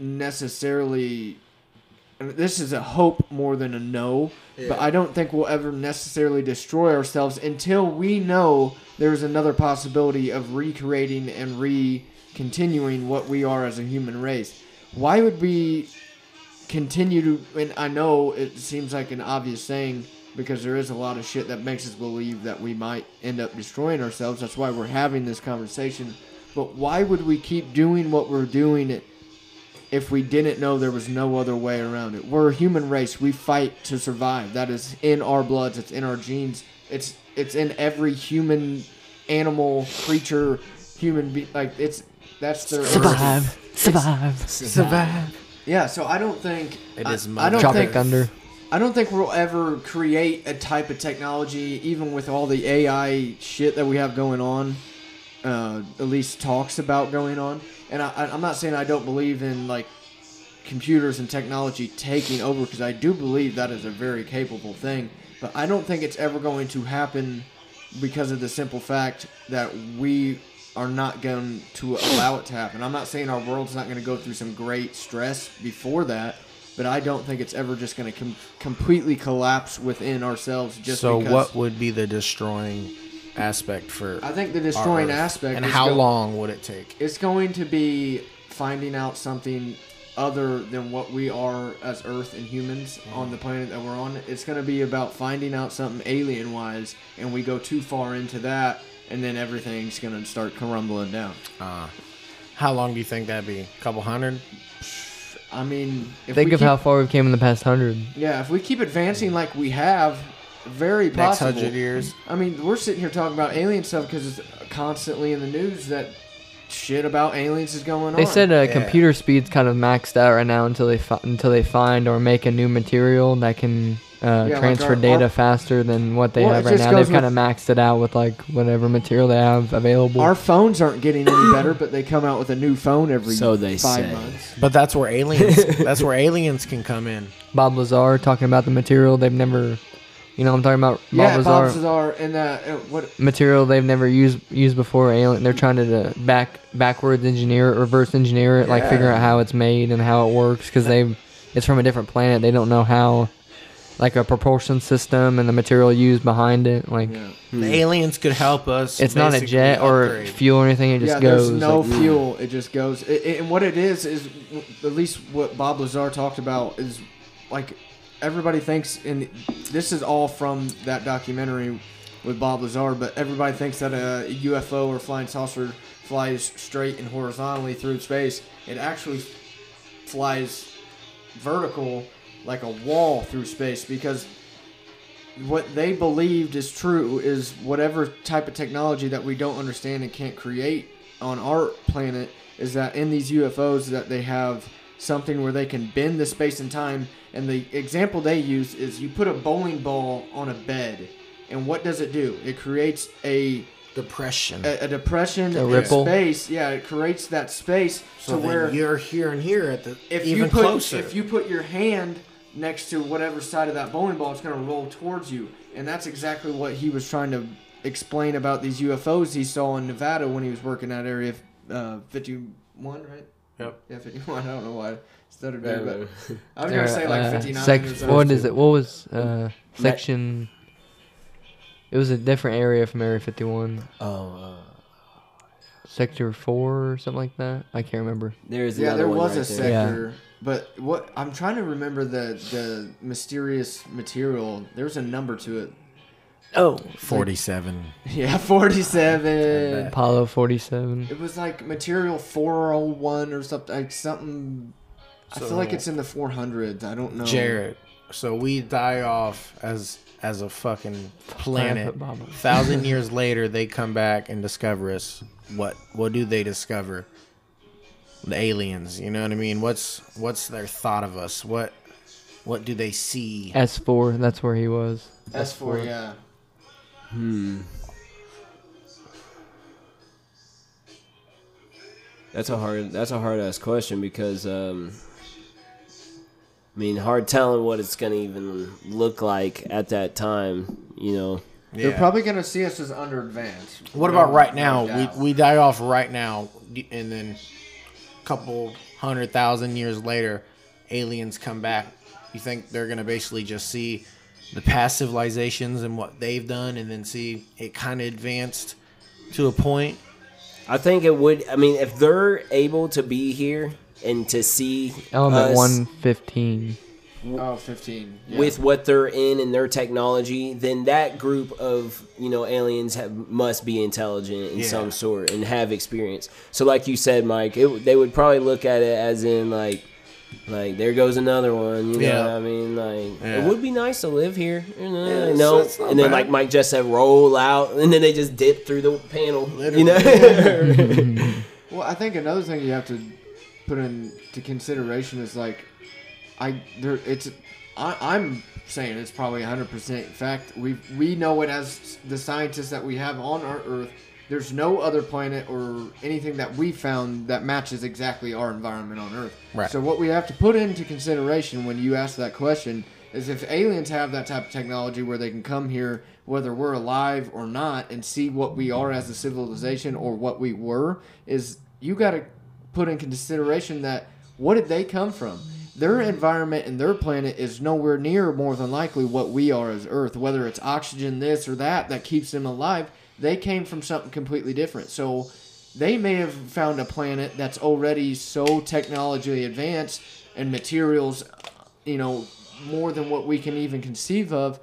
Speaker 3: necessarily. and This is a hope more than a no, but I don't think we'll ever necessarily destroy ourselves until we know there's another possibility of recreating and re continuing what we are as a human race. Why would we continue to and I know it seems like an obvious saying because there is a lot of shit that makes us believe that we might end up destroying ourselves. That's why we're having this conversation. But why would we keep doing what we're doing if we didn't know there was no other way around it? We're a human race. We fight to survive. That is in our bloods. It's in our genes. It's it's in every human, animal, creature, human be like it's that's their
Speaker 5: Survive. Survive.
Speaker 4: Survive.
Speaker 3: yeah, so I don't think
Speaker 4: It
Speaker 3: I-
Speaker 4: is
Speaker 3: I don't
Speaker 5: Tropic
Speaker 3: think
Speaker 5: Thunder.
Speaker 3: I don't think we'll ever create a type of technology, even with all the AI shit that we have going on. Uh, at least talks about going on, and I, I- I'm not saying I don't believe in like computers and technology taking over because I do believe that is a very capable thing. But I don't think it's ever going to happen because of the simple fact that we are not going to allow it to happen. I'm not saying our world's not going to go through some great stress before that, but I don't think it's ever just going to com- completely collapse within ourselves just
Speaker 4: so
Speaker 3: because.
Speaker 4: what would be the destroying aspect for?
Speaker 3: I think the
Speaker 4: our
Speaker 3: destroying
Speaker 4: Earth?
Speaker 3: aspect
Speaker 4: And
Speaker 3: is
Speaker 4: how
Speaker 3: go-
Speaker 4: long would it take?
Speaker 3: It's going to be finding out something other than what we are as Earth and humans on the planet that we're on. It's going to be about finding out something alien wise, and we go too far into that, and then everything's going to start crumbling down.
Speaker 4: How long do you think that'd be? A couple hundred?
Speaker 3: I mean, if
Speaker 5: Think
Speaker 3: we
Speaker 5: of
Speaker 3: keep,
Speaker 5: how far we've came in the past hundred.
Speaker 3: Yeah, if we keep advancing like we have, very
Speaker 4: Next
Speaker 3: possible.
Speaker 4: hundred years?
Speaker 3: I mean, we're sitting here talking about alien stuff because it's constantly in the news that shit about aliens is going
Speaker 5: They
Speaker 3: on.
Speaker 5: said uh, computer speed's kind of maxed out right now until they fi- until they find or make a new material that can uh,
Speaker 3: like
Speaker 5: transfer
Speaker 3: our-
Speaker 5: data
Speaker 3: our-
Speaker 5: faster than what they
Speaker 3: Well,
Speaker 5: have
Speaker 3: it
Speaker 5: right
Speaker 3: just
Speaker 5: now. They've
Speaker 3: goes with-
Speaker 5: kind of maxed it out with like whatever material they have available.
Speaker 3: Our phones aren't getting any better, but they come out with a new phone every
Speaker 2: So they
Speaker 3: five
Speaker 2: say.
Speaker 3: months.
Speaker 4: But that's where aliens. that's where aliens can come in.
Speaker 5: Bob Lazar talking about the material they've never, you know, what I'm talking about Bob
Speaker 3: yeah,
Speaker 5: Lazar
Speaker 3: Bob Lazar and uh, uh, what?
Speaker 5: material they've never used used before. Alien, they're trying to uh, back backwards engineer it, reverse engineer it, like
Speaker 3: Yeah.
Speaker 5: figure out how it's made and how it works because they it's from a different planet. They don't know how, like a propulsion system and the material used behind it. Like
Speaker 3: Yeah,
Speaker 4: The aliens could help us.
Speaker 5: it's not a
Speaker 4: basically
Speaker 5: jet or
Speaker 4: upgrade.
Speaker 5: fuel or anything. It just
Speaker 3: yeah
Speaker 5: goes.
Speaker 3: there's no
Speaker 5: like, mm.
Speaker 3: fuel; it just goes. It, it- and what it is is, w- at least what Bob Lazar talked about is like everybody thinks, and this is all from that documentary with Bob Lazar. But everybody thinks that a UFO or flying saucer flies straight and horizontally through space. It actually flies vertical like a wall through space because what they believed is true is whatever type of technology that we don't understand and can't create on our planet is that in these UFOs that they have something where they can bend the space and time and the example they use is you put a bowling ball on a bed and what does it do it creates a
Speaker 4: depression.
Speaker 3: a, a depression in
Speaker 5: ripple?
Speaker 3: space yeah it creates that space
Speaker 4: so
Speaker 3: to
Speaker 4: then
Speaker 3: where
Speaker 4: you're here and here at the
Speaker 3: if you
Speaker 4: even
Speaker 3: put
Speaker 4: closer.
Speaker 3: if you put your hand next to whatever side of that bowling ball, it's going to roll towards you, and that's exactly what he was trying to explain about these UFOs he saw in Nevada when he was working at Area uh, 51, right?
Speaker 4: Yep.
Speaker 3: Yeah, 51. I don't know why I stuttered there,
Speaker 2: Yeah,
Speaker 3: but I was going to say
Speaker 5: uh,
Speaker 3: like 59.
Speaker 5: sec-
Speaker 3: or something.
Speaker 5: what is it? What was uh, section? It was a different area from Area 51,
Speaker 2: Oh, uh,
Speaker 5: Sector 4 or something like that. I can't remember.
Speaker 2: there is
Speaker 3: Yeah,
Speaker 2: another
Speaker 3: there
Speaker 2: one
Speaker 3: was
Speaker 2: right
Speaker 3: a
Speaker 2: there.
Speaker 5: Yeah.
Speaker 3: sector, but what I'm trying to remember the the mysterious material. There's a number to it.
Speaker 2: Oh,
Speaker 4: forty-seven.
Speaker 3: Yeah, 47.
Speaker 5: Apollo 47.
Speaker 3: It was like material 401 or something. Like something. I feel like it's in the 400s. I don't know.
Speaker 4: Oh. Jared. So we die off as as a fucking planet.
Speaker 5: put Bob on.
Speaker 4: Thousand years later, they come back and discover us. What what do they discover? The aliens. You know what I mean? What's what's their thought of us? What what do they see?
Speaker 5: S4, that's where he was.
Speaker 3: S4, yeah.
Speaker 2: that's a hard that's a hard ass question because um, I mean, hard telling what it's going to even look like at that time, you know.
Speaker 4: Yeah.
Speaker 3: They're probably gonna see us as under advanced.
Speaker 4: What
Speaker 3: No-
Speaker 4: about right
Speaker 3: no
Speaker 4: now?
Speaker 3: doubt.
Speaker 4: We, we die off right now, and then a couple hundred thousand years later, aliens come back. You think they're gonna basically just see the past civilizations and what they've done, and then see it kind of advanced to a point?
Speaker 2: I think it would. I mean, if they're able to be here and to see
Speaker 5: Element
Speaker 2: us
Speaker 5: 115.
Speaker 3: oh, 15. yeah.
Speaker 2: with what they're in and their technology, then that group of you know aliens have, must be intelligent in
Speaker 4: Yeah.
Speaker 2: some sort and have experience. So, like you said, Mike, it, they would probably look at it as in like. Like there goes another one, you know
Speaker 4: Yeah.
Speaker 2: what I mean? Like
Speaker 4: Yeah.
Speaker 2: it would be nice to live here, you know.
Speaker 4: Yeah,
Speaker 2: you
Speaker 4: it's-
Speaker 2: know?
Speaker 4: it's not
Speaker 2: and then
Speaker 4: bad.
Speaker 2: like Mike just said, roll out, and then they just dip through the panel, you know.
Speaker 4: Literally.
Speaker 3: Well, I think another thing you have to put into consideration is like, I there it's I, I'm saying it's probably 100 percent fact. We we know it as the scientists that we have on our Earth. There's no other planet or anything that we found that matches exactly our environment on Earth.
Speaker 4: Right.
Speaker 3: So what we have to put into consideration when you ask that question is if aliens have that type of technology where they can come here, whether we're alive or not, and see what we are as a civilization or what we were, is you got to put in consideration that what did they come from? Their environment and their planet is nowhere near more than likely what we are as Earth, whether it's oxygen, this or that, that keeps them alive. They came from something completely different. So they may have found a planet that's already so technologically advanced and materials, you know, more than what we can even conceive of.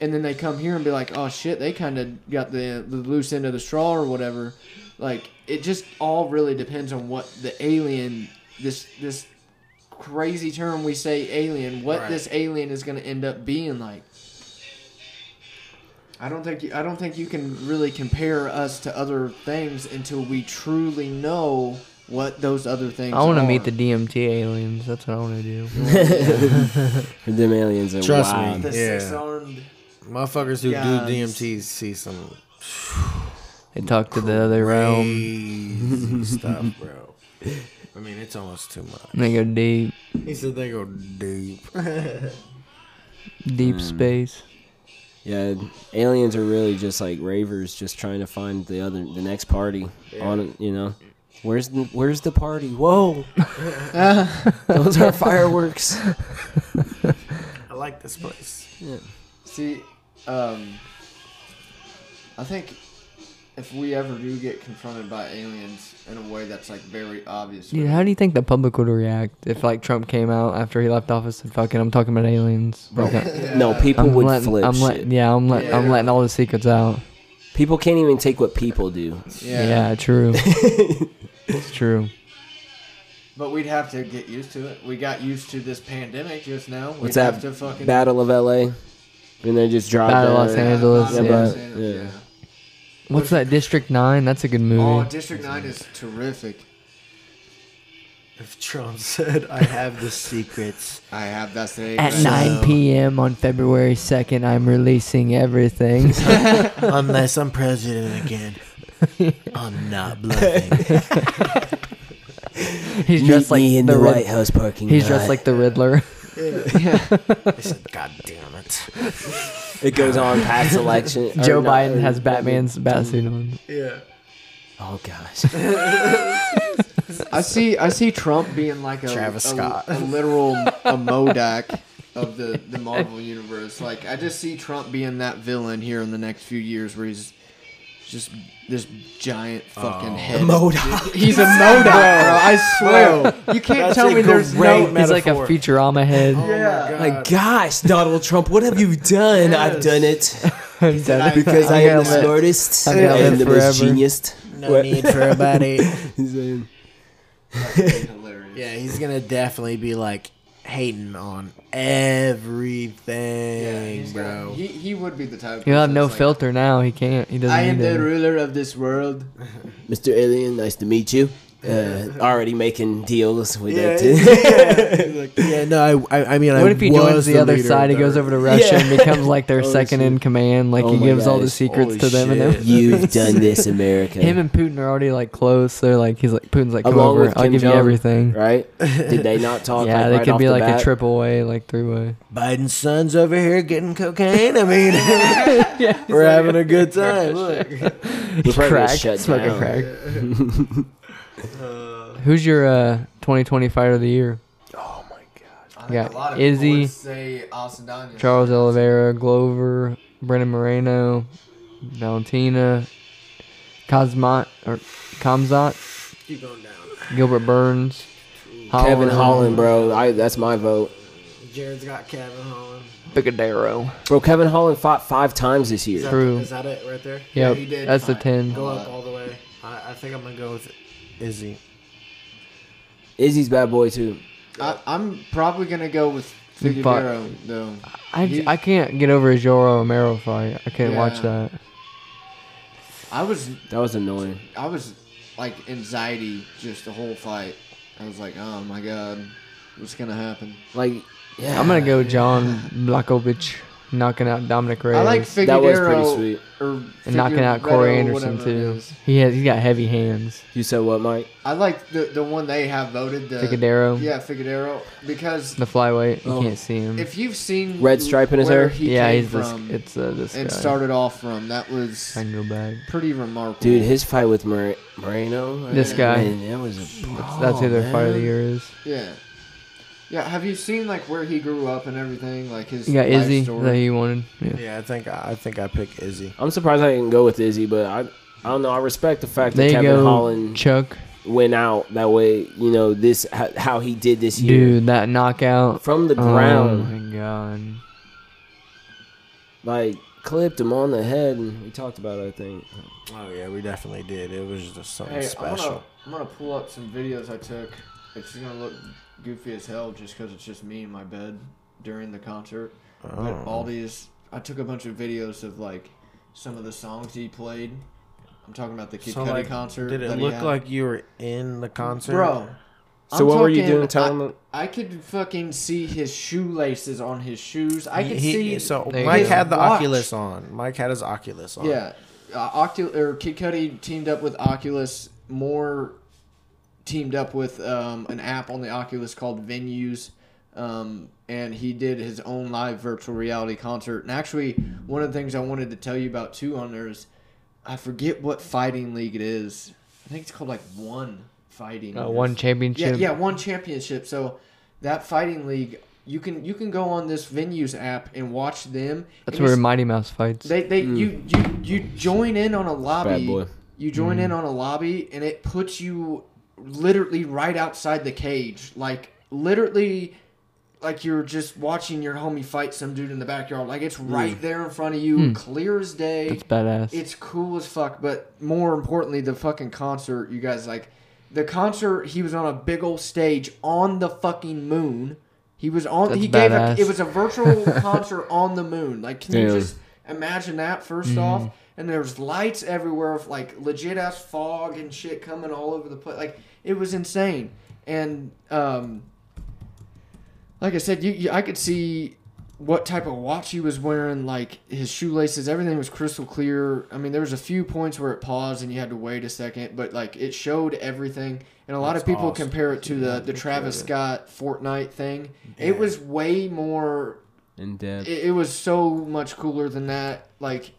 Speaker 3: And then they come here and be like, oh shit, they kind of got the, the loose end of the straw or whatever. Like, it just all really depends on what the alien, this, this crazy term we say alien, what
Speaker 4: Right.
Speaker 3: this alien is going to end up being like. I don't think you, I don't think you can really compare us to other things until we truly know what those other things.
Speaker 5: I want to
Speaker 3: are.
Speaker 5: meet the DMT aliens. That's what I want to do.
Speaker 2: Them aliens are
Speaker 4: Trust me.
Speaker 2: wild.
Speaker 3: the
Speaker 4: Yeah.
Speaker 3: six-armed.
Speaker 4: Motherfuckers who
Speaker 3: Guys.
Speaker 4: do DMT see some
Speaker 5: They talk to the other realm.
Speaker 4: crazy stuff, bro. I mean, it's almost too much.
Speaker 5: And they go deep,
Speaker 4: He said they go deep.
Speaker 2: Mm.
Speaker 5: deep space.
Speaker 2: Yeah, aliens are really just like ravers, just trying to find the other, the next party. On it, you know, where's the where's the party? Whoa, those are fireworks.
Speaker 4: I like this place.
Speaker 3: See, um, I think if we ever do get confronted by aliens in a way that's like very obvious,
Speaker 5: Dude, how do you think the public would react if like Trump came out after he left office and fucking I'm talking about aliens? Like, uh,
Speaker 2: No, people
Speaker 5: I'm
Speaker 2: would
Speaker 5: letting,
Speaker 2: flip
Speaker 5: I'm
Speaker 2: shit.
Speaker 5: letting, yeah, I'm letting, I'm
Speaker 3: Yeah.
Speaker 5: letting all the secrets out.
Speaker 2: People can't even take what people do.
Speaker 5: Yeah, true. it's true.
Speaker 3: But we'd have to get used to it. We got used to this pandemic just now. We'd
Speaker 2: What's
Speaker 3: have
Speaker 2: that?
Speaker 3: to fucking
Speaker 2: Battle of L.A. And they just dropped
Speaker 5: Battle
Speaker 2: out.
Speaker 5: of Los Angeles,
Speaker 3: Yeah,
Speaker 2: yeah.
Speaker 3: Los
Speaker 2: Yeah.
Speaker 3: Angeles, yeah.
Speaker 5: What's that? District Nine. That's a good movie.
Speaker 3: Oh, District Nine is terrific.
Speaker 4: If Trump said, I have the secrets.
Speaker 3: I have that's the
Speaker 5: At
Speaker 3: amen.
Speaker 5: 9 p.m. on February 2nd, I'm releasing everything.
Speaker 4: Unless I'm president again, I'm not bluffing.
Speaker 5: he's dressed like the, Rid-
Speaker 2: White House parking
Speaker 5: He's dressed like the Riddler.
Speaker 4: I said, God damn it.
Speaker 2: it goes on past election. or
Speaker 5: Joe
Speaker 2: not-
Speaker 5: Biden
Speaker 2: or-
Speaker 5: has Batman's bat suit on.
Speaker 4: Yeah.
Speaker 2: Oh gosh,
Speaker 3: I see. I see Trump being like a
Speaker 4: Travis
Speaker 3: a-
Speaker 4: Scott.
Speaker 3: a literal a Modoc of the the Marvel universe. Like I just see Trump being that villain here in the next few years, where he's just this giant
Speaker 4: Oh.
Speaker 3: fucking head.
Speaker 2: Modoc.
Speaker 3: He's a Modoc, bro. I swear. You can't tell
Speaker 4: a
Speaker 3: me there's
Speaker 4: great
Speaker 3: no.
Speaker 4: ma-
Speaker 5: He's like a
Speaker 4: Metaphor.
Speaker 5: Futurama head.
Speaker 4: Oh
Speaker 3: Yeah.
Speaker 2: My gosh, Donald Trump, what have you done? I've done it.
Speaker 5: He's done it.
Speaker 2: Because
Speaker 3: I-
Speaker 2: I,
Speaker 3: I
Speaker 2: am the
Speaker 3: gotta let-
Speaker 2: smartest
Speaker 5: I gotta
Speaker 2: and
Speaker 5: live
Speaker 2: the most
Speaker 5: forever.
Speaker 2: genius.
Speaker 4: No need for a buddy.
Speaker 3: Hilarious.
Speaker 4: Yeah, he's going to definitely be like hating on everything,
Speaker 3: he's
Speaker 4: bro.
Speaker 3: got- He, he would be the type. of
Speaker 5: He'll have
Speaker 3: person
Speaker 5: no
Speaker 3: that's like,
Speaker 5: filter now. He can't. He doesn't.
Speaker 3: I am
Speaker 5: need
Speaker 3: the
Speaker 5: it.
Speaker 3: ruler of this world.
Speaker 2: Mr. Alien, nice to meet you. uh, already making deals with
Speaker 4: Yeah,
Speaker 2: it.
Speaker 4: Yeah, no, I, I, I mean,
Speaker 5: What if he
Speaker 4: I was
Speaker 5: joins the, other
Speaker 4: leader
Speaker 5: side? He
Speaker 4: of the-
Speaker 5: goes over to Russia and becomes like their
Speaker 2: Oh,
Speaker 5: second in command. Like
Speaker 2: Oh
Speaker 5: he
Speaker 2: my
Speaker 5: gives all the
Speaker 2: gosh.
Speaker 5: secrets
Speaker 4: Holy
Speaker 5: to them, and
Speaker 4: shit.
Speaker 5: them.
Speaker 2: You've done this, America.
Speaker 5: Him and Putin are already like close. They're like he's like Putin's like come
Speaker 2: Along
Speaker 5: over.
Speaker 2: with
Speaker 5: I'll
Speaker 2: Kim
Speaker 5: give you
Speaker 2: Jong.
Speaker 5: everything.
Speaker 2: right? Did they not talk?
Speaker 5: Yeah,
Speaker 2: like,
Speaker 5: they
Speaker 2: right
Speaker 5: could
Speaker 2: off
Speaker 5: be
Speaker 2: the
Speaker 5: like
Speaker 2: bat?
Speaker 5: a triple way, like three way.
Speaker 4: Biden's son's over here getting cocaine. I mean, we're having a good time. Look.
Speaker 2: We're probably gonna
Speaker 5: Crack,
Speaker 2: shut
Speaker 5: smoking
Speaker 2: down.
Speaker 5: crack. Who's your uh, 2020 fighter of the year?
Speaker 2: Oh
Speaker 3: I
Speaker 5: Yeah,
Speaker 3: think a lot of
Speaker 5: Izzy,
Speaker 3: people would say Austin Daniels.
Speaker 5: Charles Oliveira, Glover, Brendan Moreno, Valentina, Cosmot or Kamzat. Gilbert Burns,
Speaker 2: Kevin Holland, bro. I, that's my vote.
Speaker 4: Jared's got Kevin Holland.
Speaker 5: Picadero.
Speaker 2: Bro, Kevin Holland fought five times this year.
Speaker 5: True.
Speaker 4: Is that it right there?
Speaker 3: Yeah,
Speaker 5: Yep,
Speaker 3: he did
Speaker 5: that's the
Speaker 3: fight.
Speaker 5: ten.
Speaker 4: Go up all the way. I, I think I'm gonna go with Izzy.
Speaker 2: Izzy's bad boy too.
Speaker 3: I, I'm probably gonna go with
Speaker 5: He fought-
Speaker 3: Figueroa though.
Speaker 5: I,
Speaker 3: You-
Speaker 5: I can't get over a Joro Romero fight. I can't watch
Speaker 3: Yeah.
Speaker 5: that.
Speaker 3: I was
Speaker 2: That was annoying.
Speaker 3: I was like anxiety just the whole fight. I was like, oh my god, what's gonna happen?
Speaker 2: Like, yeah,
Speaker 5: I'm gonna go John Blakovic knocking out Dominic Reyes
Speaker 3: I like Figueroa
Speaker 2: That was pretty sweet.
Speaker 3: or
Speaker 5: and knocking out Corey
Speaker 3: Figueroa,
Speaker 5: Anderson
Speaker 3: whatever it
Speaker 5: too.
Speaker 3: is.
Speaker 5: He has he's got heavy hands.
Speaker 2: You said what, Mike?
Speaker 3: I like the the one they have voted the
Speaker 5: Picadero,
Speaker 3: Uh, Yeah, Figueroa because
Speaker 5: the flyweight. You
Speaker 3: Oh.
Speaker 5: can't see him.
Speaker 3: if you've seen
Speaker 2: Red stripe in his
Speaker 3: where
Speaker 2: hair?
Speaker 3: he
Speaker 5: Yeah,
Speaker 3: came
Speaker 5: he's this.
Speaker 3: from
Speaker 5: It's uh, this guy.
Speaker 3: and started off from that was
Speaker 5: I can go back.
Speaker 3: pretty remarkable.
Speaker 2: Dude, his fight with More- Moreno.
Speaker 5: This guy.
Speaker 2: Man, that was a.
Speaker 5: That's, that's who their
Speaker 2: man.
Speaker 5: fight
Speaker 3: Oh,
Speaker 5: of the year is.
Speaker 3: yeah. Yeah, have you seen like where he grew up and everything? Like his
Speaker 5: You got
Speaker 3: life
Speaker 5: Izzy
Speaker 3: story?
Speaker 5: that he wanted. Yeah.
Speaker 4: Yeah, I think I think I pick Izzy.
Speaker 2: I'm surprised I didn't go with Izzy, but I, I don't know. I respect the fact
Speaker 5: There
Speaker 2: that
Speaker 5: you
Speaker 2: Kevin
Speaker 5: go,
Speaker 2: Holland
Speaker 5: Chuck.
Speaker 2: went out that way. You know this how, how he did this year
Speaker 5: Dude, that knockout.
Speaker 2: from the
Speaker 5: Oh
Speaker 2: ground,
Speaker 5: my god.
Speaker 2: like clipped him on the head, and we talked about. It, I think
Speaker 4: Oh yeah, we definitely did. It was just something
Speaker 3: Hey, I'm gonna,
Speaker 4: special.
Speaker 3: I'm gonna pull up some videos I took. It's gonna look goofy as hell just because it's just me in my bed during the concert.
Speaker 2: Oh.
Speaker 3: But all these, I took a bunch of videos of like some of the songs he played. I'm talking about the Kid
Speaker 4: So,
Speaker 3: Cudi
Speaker 4: like,
Speaker 3: concert.
Speaker 4: Did it
Speaker 3: that he
Speaker 4: look
Speaker 3: had.
Speaker 4: like you were in the concert,
Speaker 3: bro?
Speaker 2: So what were you doing? Tell
Speaker 3: I,
Speaker 2: him-
Speaker 3: I could fucking see his shoelaces on his shoes. I could
Speaker 4: He-
Speaker 3: see.
Speaker 4: he- so
Speaker 5: There you
Speaker 4: Mike
Speaker 5: go.
Speaker 4: had the
Speaker 3: Watch.
Speaker 4: Oculus on. Mike had his Oculus on.
Speaker 3: Yeah, uh, Octu- or Kid Cudi teamed up with Oculus. More teamed up with um, an app on the Oculus called Venues, um, and he did his own live virtual reality concert. And actually, one of the things I wanted to tell you about too on there is I forget what fighting league it is. I think it's called like One Fighting.
Speaker 5: Uh,
Speaker 3: or
Speaker 5: one
Speaker 3: yeah,
Speaker 5: championship.
Speaker 3: yeah, one championship. So that fighting league, you can you can go on this venues app and watch them.
Speaker 5: That's
Speaker 3: and you
Speaker 5: where Mighty Mouse fights.
Speaker 3: they they you you you join in on a lobby.
Speaker 2: Bad boy.
Speaker 3: You join in on a lobby, and it puts you literally right outside the cage, like literally, like you're just watching your homie fight some dude in the backyard. Like it's right there in front of you, clear as day.
Speaker 5: That's badass.
Speaker 3: It's cool as fuck, but more importantly, the fucking concert, you guys like the concert. He was on a big old stage on the fucking moon. He was on.
Speaker 5: That's
Speaker 3: he gave a,
Speaker 5: badass.
Speaker 3: it was a virtual concert on the moon. Like, can you
Speaker 2: Damn.
Speaker 3: just imagine that? 1st
Speaker 5: Mm.
Speaker 3: off, and there was lights everywhere, of, like legit ass fog and shit coming all over the place. Like it was insane, and um, like I said, you, you I could see what type of watch he was wearing, like his shoelaces, everything was crystal clear. I mean, there was a few points where it paused and you had to wait a second, but like it showed everything. And a lot of people
Speaker 4: awesome.
Speaker 3: compare it to the the Travis Scott Fortnite thing. It was way more.
Speaker 2: in depth,
Speaker 3: It, it was so much cooler than that. Like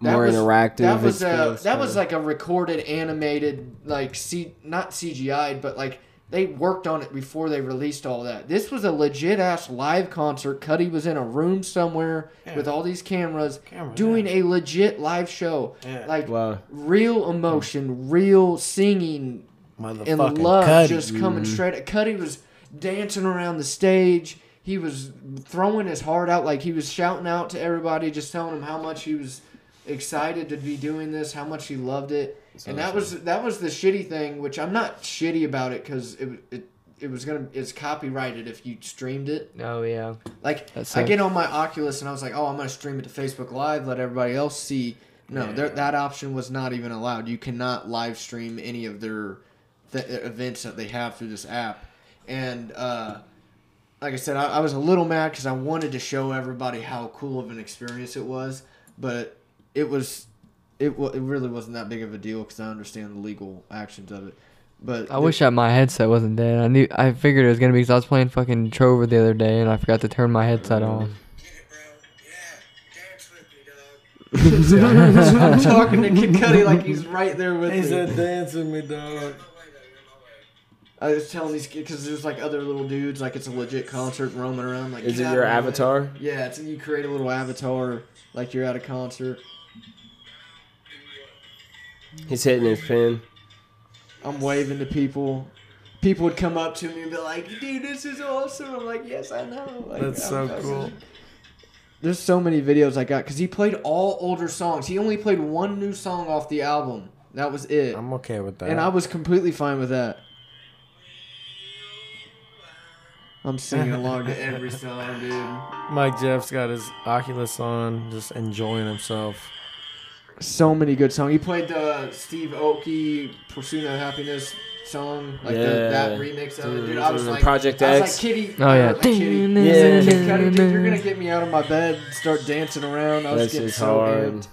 Speaker 3: that
Speaker 2: more
Speaker 3: was-
Speaker 2: interactive.
Speaker 3: That was
Speaker 2: it's-
Speaker 3: a that was like a recorded animated like C not CGI'd but like they worked on it before they released all that. This was a legit ass live concert. Cuddy was in a room somewhere with all these cameras
Speaker 4: Camera,
Speaker 3: doing a legit live show.
Speaker 4: Yeah.
Speaker 3: Like
Speaker 2: Wow.
Speaker 3: real emotion, real singing,
Speaker 4: Motherfucking
Speaker 3: and love
Speaker 4: Cudi.
Speaker 3: just coming straight at Cuddy was dancing around the stage. He was throwing his heart out, like he was shouting out to everybody, just telling them how much he was excited to be doing this, how much he loved it. and that was that was the shitty thing, which I'm not shitty about it because it, it it was gonna it's copyrighted if you streamed it.
Speaker 5: oh yeah.
Speaker 3: Like
Speaker 5: That
Speaker 3: I
Speaker 5: sucks.
Speaker 3: get on my Oculus and I was like, oh, I'm gonna stream it to Facebook Live, let everybody else see. No, there- that option was not even allowed. You cannot live stream any of their th- events that they have through this app. And uh, like I said, I, I was a little mad because I wanted to show everybody how cool of an experience it was, but it was it wa it really wasn't that big of a deal because I understand the legal actions of it. But
Speaker 5: I wish that my headset wasn't dead. I knew I figured it was gonna be because I was playing fucking Trover the other day and I forgot to turn my headset off.
Speaker 3: I'm talking to Kid Cudi like he's right there with me.
Speaker 4: dance with me, dog.
Speaker 3: I was telling these because there's like other little dudes, like it's a legit concert roaming around. Like,
Speaker 2: Is
Speaker 3: "Get
Speaker 2: it
Speaker 3: out
Speaker 2: your
Speaker 3: of my way."
Speaker 2: avatar?
Speaker 3: Yeah, it's you create a little avatar like you're at a concert.
Speaker 2: He's hitting his pin.
Speaker 3: I'm waving to people. People would come up to me and be like, "Dude, this is awesome!" I'm like, "Yes, I know." Like,
Speaker 4: That's
Speaker 3: I'm-
Speaker 4: so
Speaker 3: I'm-
Speaker 4: cool.
Speaker 3: There's so many videos I got because he played all older songs. He only played one new song off the album. That was it,
Speaker 4: I'm okay with that.
Speaker 3: and I was completely fine with that. I'm singing along to every song, dude.
Speaker 4: Mike Jeff's got his Oculus on, just enjoying himself.
Speaker 3: so many good songs. He played the Steve Aoki "Pursuit of Happiness" song, like the,
Speaker 2: Yeah.
Speaker 3: that remix of it. Dude, I was
Speaker 2: Mhm.
Speaker 3: like,
Speaker 2: Project
Speaker 3: I was
Speaker 2: X.
Speaker 3: like, Kitty.
Speaker 5: Oh, yeah.
Speaker 3: I was like, Kitty.
Speaker 5: Yeah.
Speaker 3: I was like, Kid Cudi, dude, you're gonna get me out of my bed, and start dancing around. I was
Speaker 2: That's
Speaker 3: getting
Speaker 2: just
Speaker 3: so
Speaker 2: hard.
Speaker 3: amped.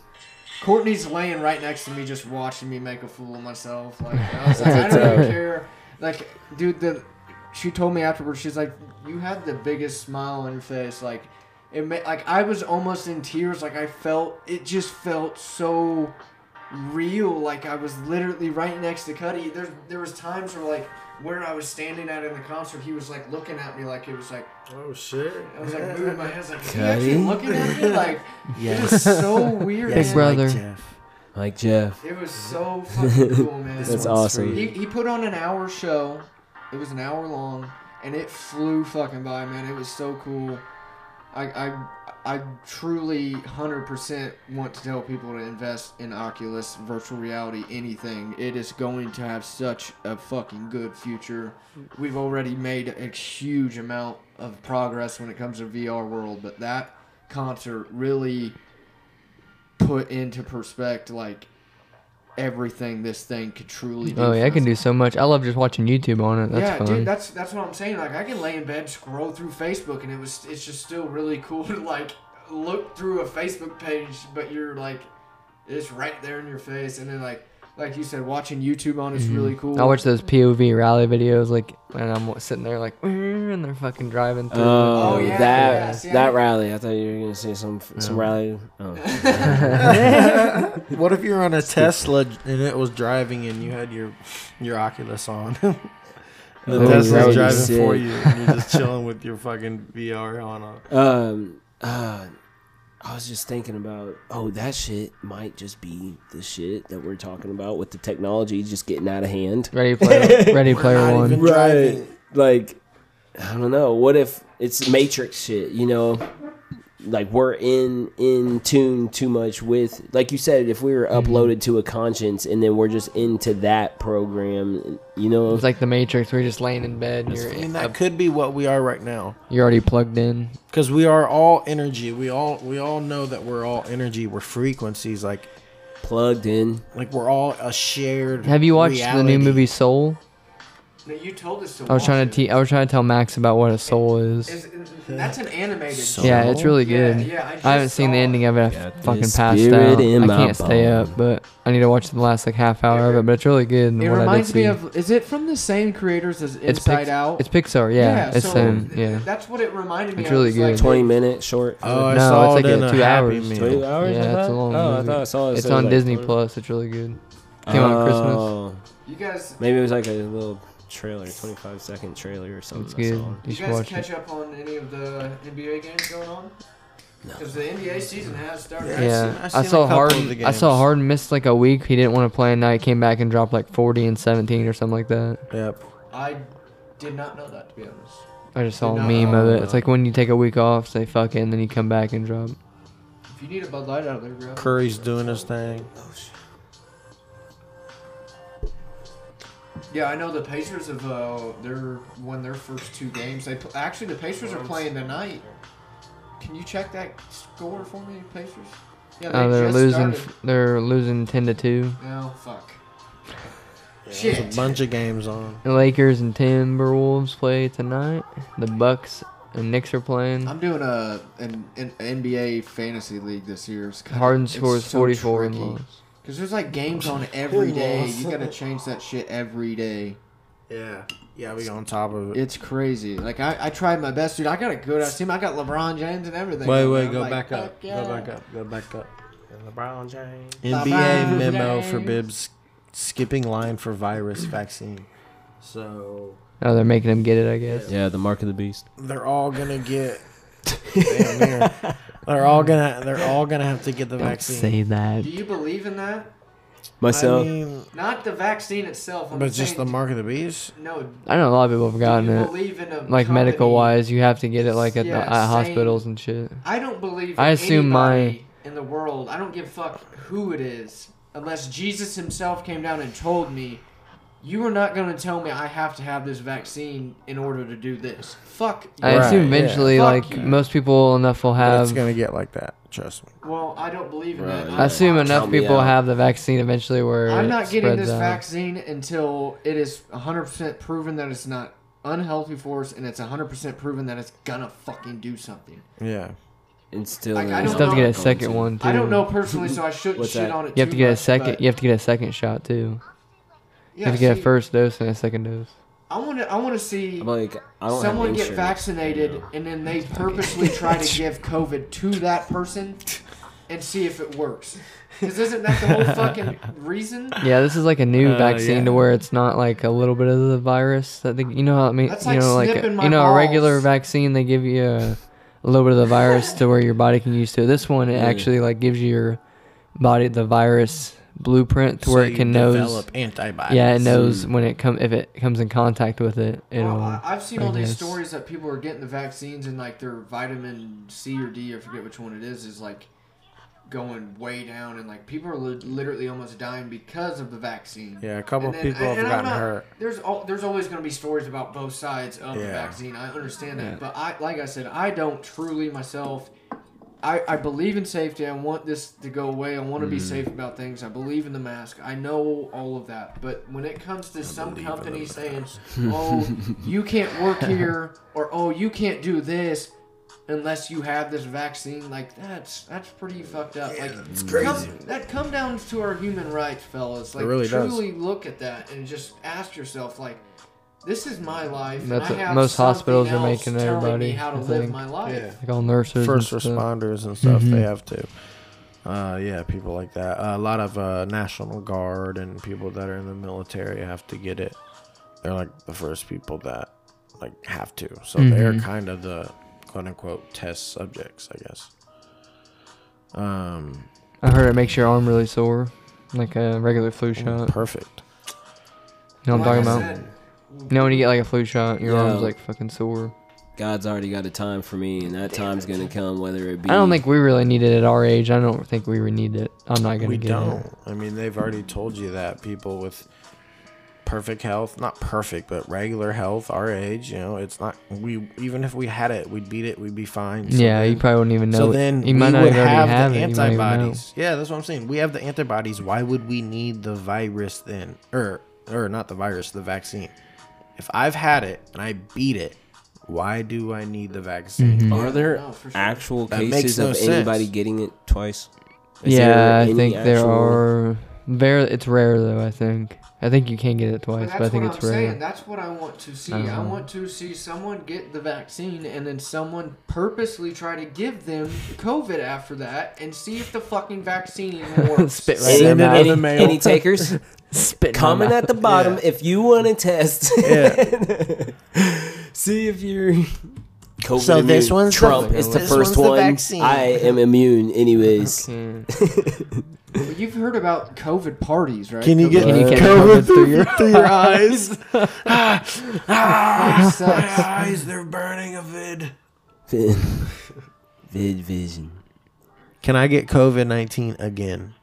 Speaker 3: Courtney's laying right next to me, just watching me make a fool of myself. Like I was like, I
Speaker 2: That's
Speaker 3: don't
Speaker 2: tough.
Speaker 3: even care. Like, dude, the she told me afterwards, she's like, you had the biggest smile on your face, like. It ma- like I was almost in tears. Like I felt it just felt so real. Like I was literally right next to Cuddy. There there was times where like where I was standing at in the concert, he was like looking at me like it was like
Speaker 4: Oh shit!
Speaker 3: I was like moving my hands like is he actually looking at me like it was
Speaker 4: Yes,
Speaker 3: so weird.
Speaker 4: Yes,
Speaker 5: Big
Speaker 3: man.
Speaker 5: brother.
Speaker 4: Mike Jeff.
Speaker 2: Like Jeff.
Speaker 3: It was so fucking cool, man.
Speaker 4: This
Speaker 2: Mm-hmm. That's
Speaker 4: one's
Speaker 2: awesome.
Speaker 4: free.
Speaker 3: He, he put on an hour show. It was an hour long, and it flew fucking by, man. It was so cool. I I, I truly hundred percent want to tell people to invest in Oculus virtual reality. Anything, it is going to have such a fucking good future. We've already made a huge amount of progress when it comes to VR world, but that concert really put into perspective like everything this thing could truly do.
Speaker 5: Oh yeah, I
Speaker 3: for
Speaker 5: can
Speaker 3: us.
Speaker 5: do so much. I love just watching YouTube on it. That's
Speaker 3: yeah,
Speaker 5: fun.
Speaker 3: dude, that's that's what I'm saying. Like I can lay in bed, scroll through Facebook, and it was it's just still really cool to like look through a Facebook page, but you're like it's right there in your face, and then like like you said, watching YouTube on it's really cool.
Speaker 5: Mm-hmm. I watch those POV rally videos, like, and I'm sitting there like, "Wah," and they're fucking driving through.
Speaker 2: Oh,
Speaker 3: Oh, yeah,
Speaker 2: that
Speaker 3: yeah, see,
Speaker 2: that
Speaker 3: I-
Speaker 2: rally. I thought you were gonna say some some rally. Oh.
Speaker 4: What if you're on a Tesla and it was driving and you had your your Oculus on? the
Speaker 2: Oh, that would
Speaker 4: Tesla's
Speaker 2: be
Speaker 4: driving for
Speaker 2: sick.
Speaker 4: you. And you're just chilling with your fucking VR on. A,
Speaker 2: Um. Uh, I was just thinking about. Oh, that shit might just be the shit that we're talking about with the technology just getting out of hand.
Speaker 5: Ready player, Ready Player One.
Speaker 4: even- driving.
Speaker 2: Like, I don't know. What if it's Matrix shit? You know, like we're in in tune too much with, like you said, if we were
Speaker 5: Mm-hmm.
Speaker 2: uploaded to a conscience and then we're just into that program, you know,
Speaker 5: It's like the Matrix, where you're just laying in bed and
Speaker 4: and
Speaker 5: you're
Speaker 4: that could be what we are right now.
Speaker 5: you're already plugged in.
Speaker 4: because we are all energy we all we all know that we're all energy we're frequencies like
Speaker 2: plugged in.
Speaker 4: like we're all a shared
Speaker 5: Have you watched the
Speaker 4: reality.
Speaker 5: new movie Soul?
Speaker 3: Now, you told us to.
Speaker 5: I was
Speaker 3: watch
Speaker 5: trying
Speaker 3: it.
Speaker 5: to te- I was trying to tell Max about what a soul
Speaker 3: Is-
Speaker 5: is.
Speaker 3: is- that's an animated.
Speaker 2: Oh,
Speaker 4: So-
Speaker 5: Yeah, it's really
Speaker 3: Yeah,
Speaker 5: good.
Speaker 3: yeah, I just
Speaker 5: I haven't seen the
Speaker 3: saw it.
Speaker 5: ending of it. I
Speaker 7: Got
Speaker 5: fucking
Speaker 2: this
Speaker 5: passed
Speaker 2: spirit
Speaker 5: out. I
Speaker 2: in
Speaker 5: can't
Speaker 2: my
Speaker 5: stay
Speaker 2: bone.
Speaker 5: up, but I need to watch the last like half hour of it. But it's really good. And
Speaker 3: It
Speaker 5: what
Speaker 3: reminds
Speaker 5: I did
Speaker 3: me
Speaker 5: see.
Speaker 3: of. Is it from the same creators as
Speaker 5: it's
Speaker 3: Inside
Speaker 5: Pix-
Speaker 3: Out?
Speaker 5: It's Pixar. Yeah, it's
Speaker 3: so
Speaker 5: them.
Speaker 3: th-
Speaker 5: Yeah.
Speaker 3: That's what it reminded me.
Speaker 5: It's
Speaker 3: of.
Speaker 5: really
Speaker 3: It's like-
Speaker 5: good.
Speaker 2: Twenty minute short.
Speaker 4: oh i
Speaker 5: No,
Speaker 4: saw it
Speaker 5: it's like a
Speaker 4: in a
Speaker 5: two
Speaker 4: two happy
Speaker 5: hours.
Speaker 4: meal.
Speaker 2: Twenty hours. I
Speaker 5: Yeah, it's a
Speaker 2: thought?
Speaker 5: long
Speaker 2: Oh,
Speaker 5: movie.
Speaker 2: I thought I saw it.
Speaker 5: It's
Speaker 2: said it was
Speaker 5: on
Speaker 2: like
Speaker 5: Disney
Speaker 2: 20.
Speaker 5: Plus. It's really good. Came out on Christmas.
Speaker 2: Oh.
Speaker 3: You guys,
Speaker 2: Maybe it was like a little trailer, 25 second trailer or something.
Speaker 5: It's
Speaker 2: I
Speaker 5: good.
Speaker 2: saw.
Speaker 5: You
Speaker 3: you
Speaker 5: should
Speaker 3: guys
Speaker 5: watch
Speaker 3: catch
Speaker 5: it.
Speaker 3: up on any of the NBA games going on? Because the NBA season has started.
Speaker 4: Yeah. I've seen-
Speaker 5: Yeah,
Speaker 4: I've
Speaker 5: I
Speaker 4: seen a
Speaker 5: saw
Speaker 4: couple of
Speaker 5: Harden.
Speaker 4: the
Speaker 5: I saw
Speaker 4: games.
Speaker 5: Harden missed like a week. He didn't want to play, and now he came back and dropped like 40 and 17 or something like that.
Speaker 4: yep
Speaker 3: I did not know that to be honest.
Speaker 5: I just saw a
Speaker 3: No.
Speaker 5: meme of it. It's like when you take a week off, say fuck it, and then you come back and drop.
Speaker 3: If you need a Bud Light out there, bro. Oh,
Speaker 4: curry's doing his thing
Speaker 3: Yeah, I know the Pacers have uh, they're won their first two games. They pl- actually the Pacers are playing tonight. Can you check that score for me, Pacers? Yeah,
Speaker 5: Oh, they're
Speaker 3: just Oh,
Speaker 5: losing.
Speaker 3: started.
Speaker 5: They're losing 10 to two.
Speaker 3: No, fuck.
Speaker 4: There's a bunch of games on.
Speaker 5: The Lakers and Timberwolves play tonight. The Bucks and Knicks are playing.
Speaker 3: I'm doing a an, an NBA fantasy league this year. It's kinda-
Speaker 5: Harden
Speaker 3: it's
Speaker 5: scores
Speaker 3: so
Speaker 5: 44 and
Speaker 3: tricky.
Speaker 5: lost.
Speaker 3: Cause there's like games on every day.
Speaker 8: lost?
Speaker 3: You gotta change that shit every day.
Speaker 4: Yeah. Yeah, we on top of it.
Speaker 3: It's crazy. Like I, I tried my best, dude. I got a good ass team. I got LeBron James and everything.
Speaker 4: Wait,
Speaker 3: on
Speaker 4: wait,
Speaker 3: there.
Speaker 4: go
Speaker 3: Like,
Speaker 4: back
Speaker 3: fuck
Speaker 4: up.
Speaker 3: yeah.
Speaker 4: Go back up. Go back up.
Speaker 8: LeBron James.
Speaker 4: NBA
Speaker 3: Bye-bye.
Speaker 4: memo
Speaker 3: James.
Speaker 4: forbids skipping line for virus vaccine. So
Speaker 5: Oh, they're making him get it, I guess.
Speaker 2: Yeah, the mark of the beast.
Speaker 4: they're all gonna get. Damn near. They're all gonna. They're all gonna have to get the
Speaker 5: Don't
Speaker 4: vaccine.
Speaker 5: say that.
Speaker 3: Do you believe in that?
Speaker 2: Myself,
Speaker 4: I mean,
Speaker 3: Not the vaccine itself. I'm
Speaker 4: but just the
Speaker 3: saying-
Speaker 4: mark of the beast.
Speaker 3: No.
Speaker 5: I know a lot of people have forgotten
Speaker 3: do you
Speaker 5: it.
Speaker 3: believe in a
Speaker 5: Like
Speaker 3: company-
Speaker 5: medical wise, you have to get it like at,
Speaker 3: Yeah,
Speaker 5: the, at
Speaker 3: same.
Speaker 5: hospitals and shit.
Speaker 3: I don't believe.
Speaker 5: I
Speaker 3: in
Speaker 5: assume
Speaker 3: anybody in the world. I don't give a fuck who it is, unless Jesus Himself came down and told me, "You are not going to tell me I have to have this vaccine in order to do this." Fuck.
Speaker 5: I
Speaker 3: you.
Speaker 4: Right,
Speaker 5: assume
Speaker 4: yeah.
Speaker 5: eventually,
Speaker 3: Fuck
Speaker 5: like
Speaker 3: you.
Speaker 5: most people, enough will
Speaker 4: But it's
Speaker 5: have.
Speaker 4: gonna get like that. Trust me.
Speaker 3: Well, I don't believe in that.
Speaker 2: Right.
Speaker 5: I assume enough
Speaker 2: Count me
Speaker 5: people
Speaker 2: out.
Speaker 5: have the vaccine eventually. Where
Speaker 3: I'm not
Speaker 5: it
Speaker 3: getting
Speaker 5: spreads
Speaker 3: this
Speaker 5: out.
Speaker 3: vaccine until it is 100% proven that it's not unhealthy for us and it's 100% proven that it's gonna fucking do something.
Speaker 4: Yeah.
Speaker 2: and still,
Speaker 3: Like, I
Speaker 2: there's
Speaker 5: You
Speaker 3: don't
Speaker 5: still
Speaker 2: not
Speaker 5: have to get a
Speaker 2: going
Speaker 5: second
Speaker 2: to.
Speaker 5: one too.
Speaker 3: I don't know personally, so I shouldn't
Speaker 2: What's
Speaker 3: shit
Speaker 2: that?
Speaker 3: on it.
Speaker 5: You have
Speaker 3: too
Speaker 5: to get a
Speaker 3: much,
Speaker 5: second.
Speaker 3: but-
Speaker 5: You have to get a second shot too.
Speaker 3: yeah,
Speaker 5: you have to get
Speaker 3: see,
Speaker 5: a first dose and a second dose.
Speaker 3: I want to. I want to see
Speaker 2: I'm like, I don't
Speaker 3: someone
Speaker 2: have
Speaker 3: get
Speaker 2: insurance.
Speaker 3: vaccinated and then they purposely try to give COVID to that person and see if it works. Because isn't that the whole fucking reason?
Speaker 5: Yeah, this is like a new
Speaker 4: Uh,
Speaker 5: vaccine to
Speaker 4: yeah.
Speaker 5: where it's not like a little bit of the virus that they, you know how I mean,
Speaker 3: That's
Speaker 5: you
Speaker 3: like
Speaker 5: know like
Speaker 3: snipping my
Speaker 5: you know a regular
Speaker 3: balls.
Speaker 5: vaccine they give you a, a little bit of the virus to where your body can use to. it. This one it actually like gives your body the virus blueprint to
Speaker 4: So
Speaker 5: where
Speaker 4: you
Speaker 5: it can knows
Speaker 4: develop antibodies.
Speaker 5: yeah it knows when it come if it comes in contact with it it'll
Speaker 3: Well, I, I've seen
Speaker 5: I
Speaker 3: all these
Speaker 5: guess.
Speaker 3: stories that people are getting the vaccines and like their vitamin C or D, I forget which one it is, is like going way down and like people are li- literally almost dying because of the vaccine.
Speaker 4: Yeah, a couple
Speaker 3: And then-
Speaker 4: people have
Speaker 3: and I'm
Speaker 4: gotten
Speaker 3: not-
Speaker 4: hurt.
Speaker 3: There's al- there's always going to be stories about both sides of the
Speaker 4: Yeah.
Speaker 3: vaccine. I understand that, but I like I said, I don't truly myself. I, I believe in safety. I want this to go away. I want
Speaker 4: Mm.
Speaker 3: to be safe about things. I believe in the mask. I know all of that. But when it comes to some company saying, "Oh, you can't work here," or "Oh, you can't do this," unless you have this vaccine, like that's that's pretty fucked up. Like it's crazy. that come down to our human rights, fellas. Like
Speaker 4: really does.
Speaker 3: truly look at that and just ask yourself, like, this is my life. and I
Speaker 5: That's what
Speaker 3: have
Speaker 5: most
Speaker 3: something
Speaker 5: hospitals are
Speaker 3: else
Speaker 5: making
Speaker 3: telling
Speaker 5: everybody,
Speaker 3: me how to
Speaker 5: I
Speaker 3: live
Speaker 5: think.
Speaker 3: my life.
Speaker 4: Yeah.
Speaker 5: like all nurses
Speaker 4: first
Speaker 5: and stuff.
Speaker 4: responders and stuff they have to uh, yeah people like that uh, a lot of uh, national guard and people that are in the military have to get it they're like the first people that like have to so they're kind of the quote unquote test subjects i guess um
Speaker 5: I heard it makes your arm really sore, like a regular flu shot.
Speaker 4: perfect
Speaker 5: You know what I'm
Speaker 3: Like I
Speaker 5: talking about?
Speaker 3: said,
Speaker 5: You know when you get like a flu shot, your
Speaker 2: Yeah.
Speaker 5: arm's like fucking sore.
Speaker 2: God's already got a time for me, and that time's gonna come, whether it be.
Speaker 5: I don't think we really need it at our age. I don't think we need it. I'm not gonna
Speaker 4: we
Speaker 5: get
Speaker 4: don't
Speaker 5: it.
Speaker 4: i mean they've already told you that people with perfect health not perfect but regular health our age you know it's not we even if we had it we'd beat it we'd be fine So
Speaker 5: Yeah,
Speaker 4: then-
Speaker 5: you probably wouldn't even know.
Speaker 4: So
Speaker 5: it.
Speaker 4: then
Speaker 5: you
Speaker 4: we
Speaker 5: might not
Speaker 4: would
Speaker 5: already
Speaker 4: have, the
Speaker 5: it, you might not even know.
Speaker 4: antibodies. Yeah, that's what I'm saying. We have the antibodies. Why would we need the virus then? Or or not the virus, the vaccine. If I've had it and I beat it, why do I need the vaccine?
Speaker 5: Mm-hmm.
Speaker 2: Are there
Speaker 3: No, for sure.
Speaker 2: actual
Speaker 4: That makes
Speaker 2: cases
Speaker 4: no
Speaker 2: of
Speaker 4: sense.
Speaker 2: anybody getting it twice? Is there
Speaker 5: yeah, I
Speaker 2: any
Speaker 5: think there
Speaker 2: actual-
Speaker 5: are. Very, it's rare though. I think. I think you can get it
Speaker 3: but
Speaker 5: twice,
Speaker 3: that's
Speaker 5: but I think
Speaker 3: what
Speaker 5: it's
Speaker 3: I'm
Speaker 5: rare. Um,
Speaker 3: saying. That's what I want to see.
Speaker 5: don't
Speaker 3: I
Speaker 5: know.
Speaker 3: want to see someone get the vaccine and then someone purposely try to give them COVID after that and see if the fucking vaccine even works.
Speaker 5: Spit right
Speaker 2: Any,
Speaker 5: in
Speaker 4: Send
Speaker 5: their
Speaker 4: it
Speaker 5: mouth.
Speaker 4: in the
Speaker 2: any,
Speaker 4: mail.
Speaker 2: any takers?
Speaker 5: Spit in their
Speaker 2: Comment
Speaker 5: mouth.
Speaker 2: at the bottom
Speaker 4: Yeah.
Speaker 2: if you want to test. See if you're. COVID
Speaker 4: So this
Speaker 2: immune.
Speaker 4: one's the-
Speaker 2: Trump is the
Speaker 4: this
Speaker 2: first
Speaker 4: one's the
Speaker 2: one.
Speaker 4: vaccine.
Speaker 2: I am immune, anyways.
Speaker 5: Can
Speaker 3: But You've heard about COVID parties, right?
Speaker 4: Can you
Speaker 3: COVID
Speaker 4: get
Speaker 5: you catch
Speaker 4: COVID
Speaker 5: COVID through your?
Speaker 4: through your eyes?
Speaker 3: parties sucks.
Speaker 4: eyes, they're burning a vid.
Speaker 2: Vid vision.
Speaker 4: Can I get COVID nineteen again?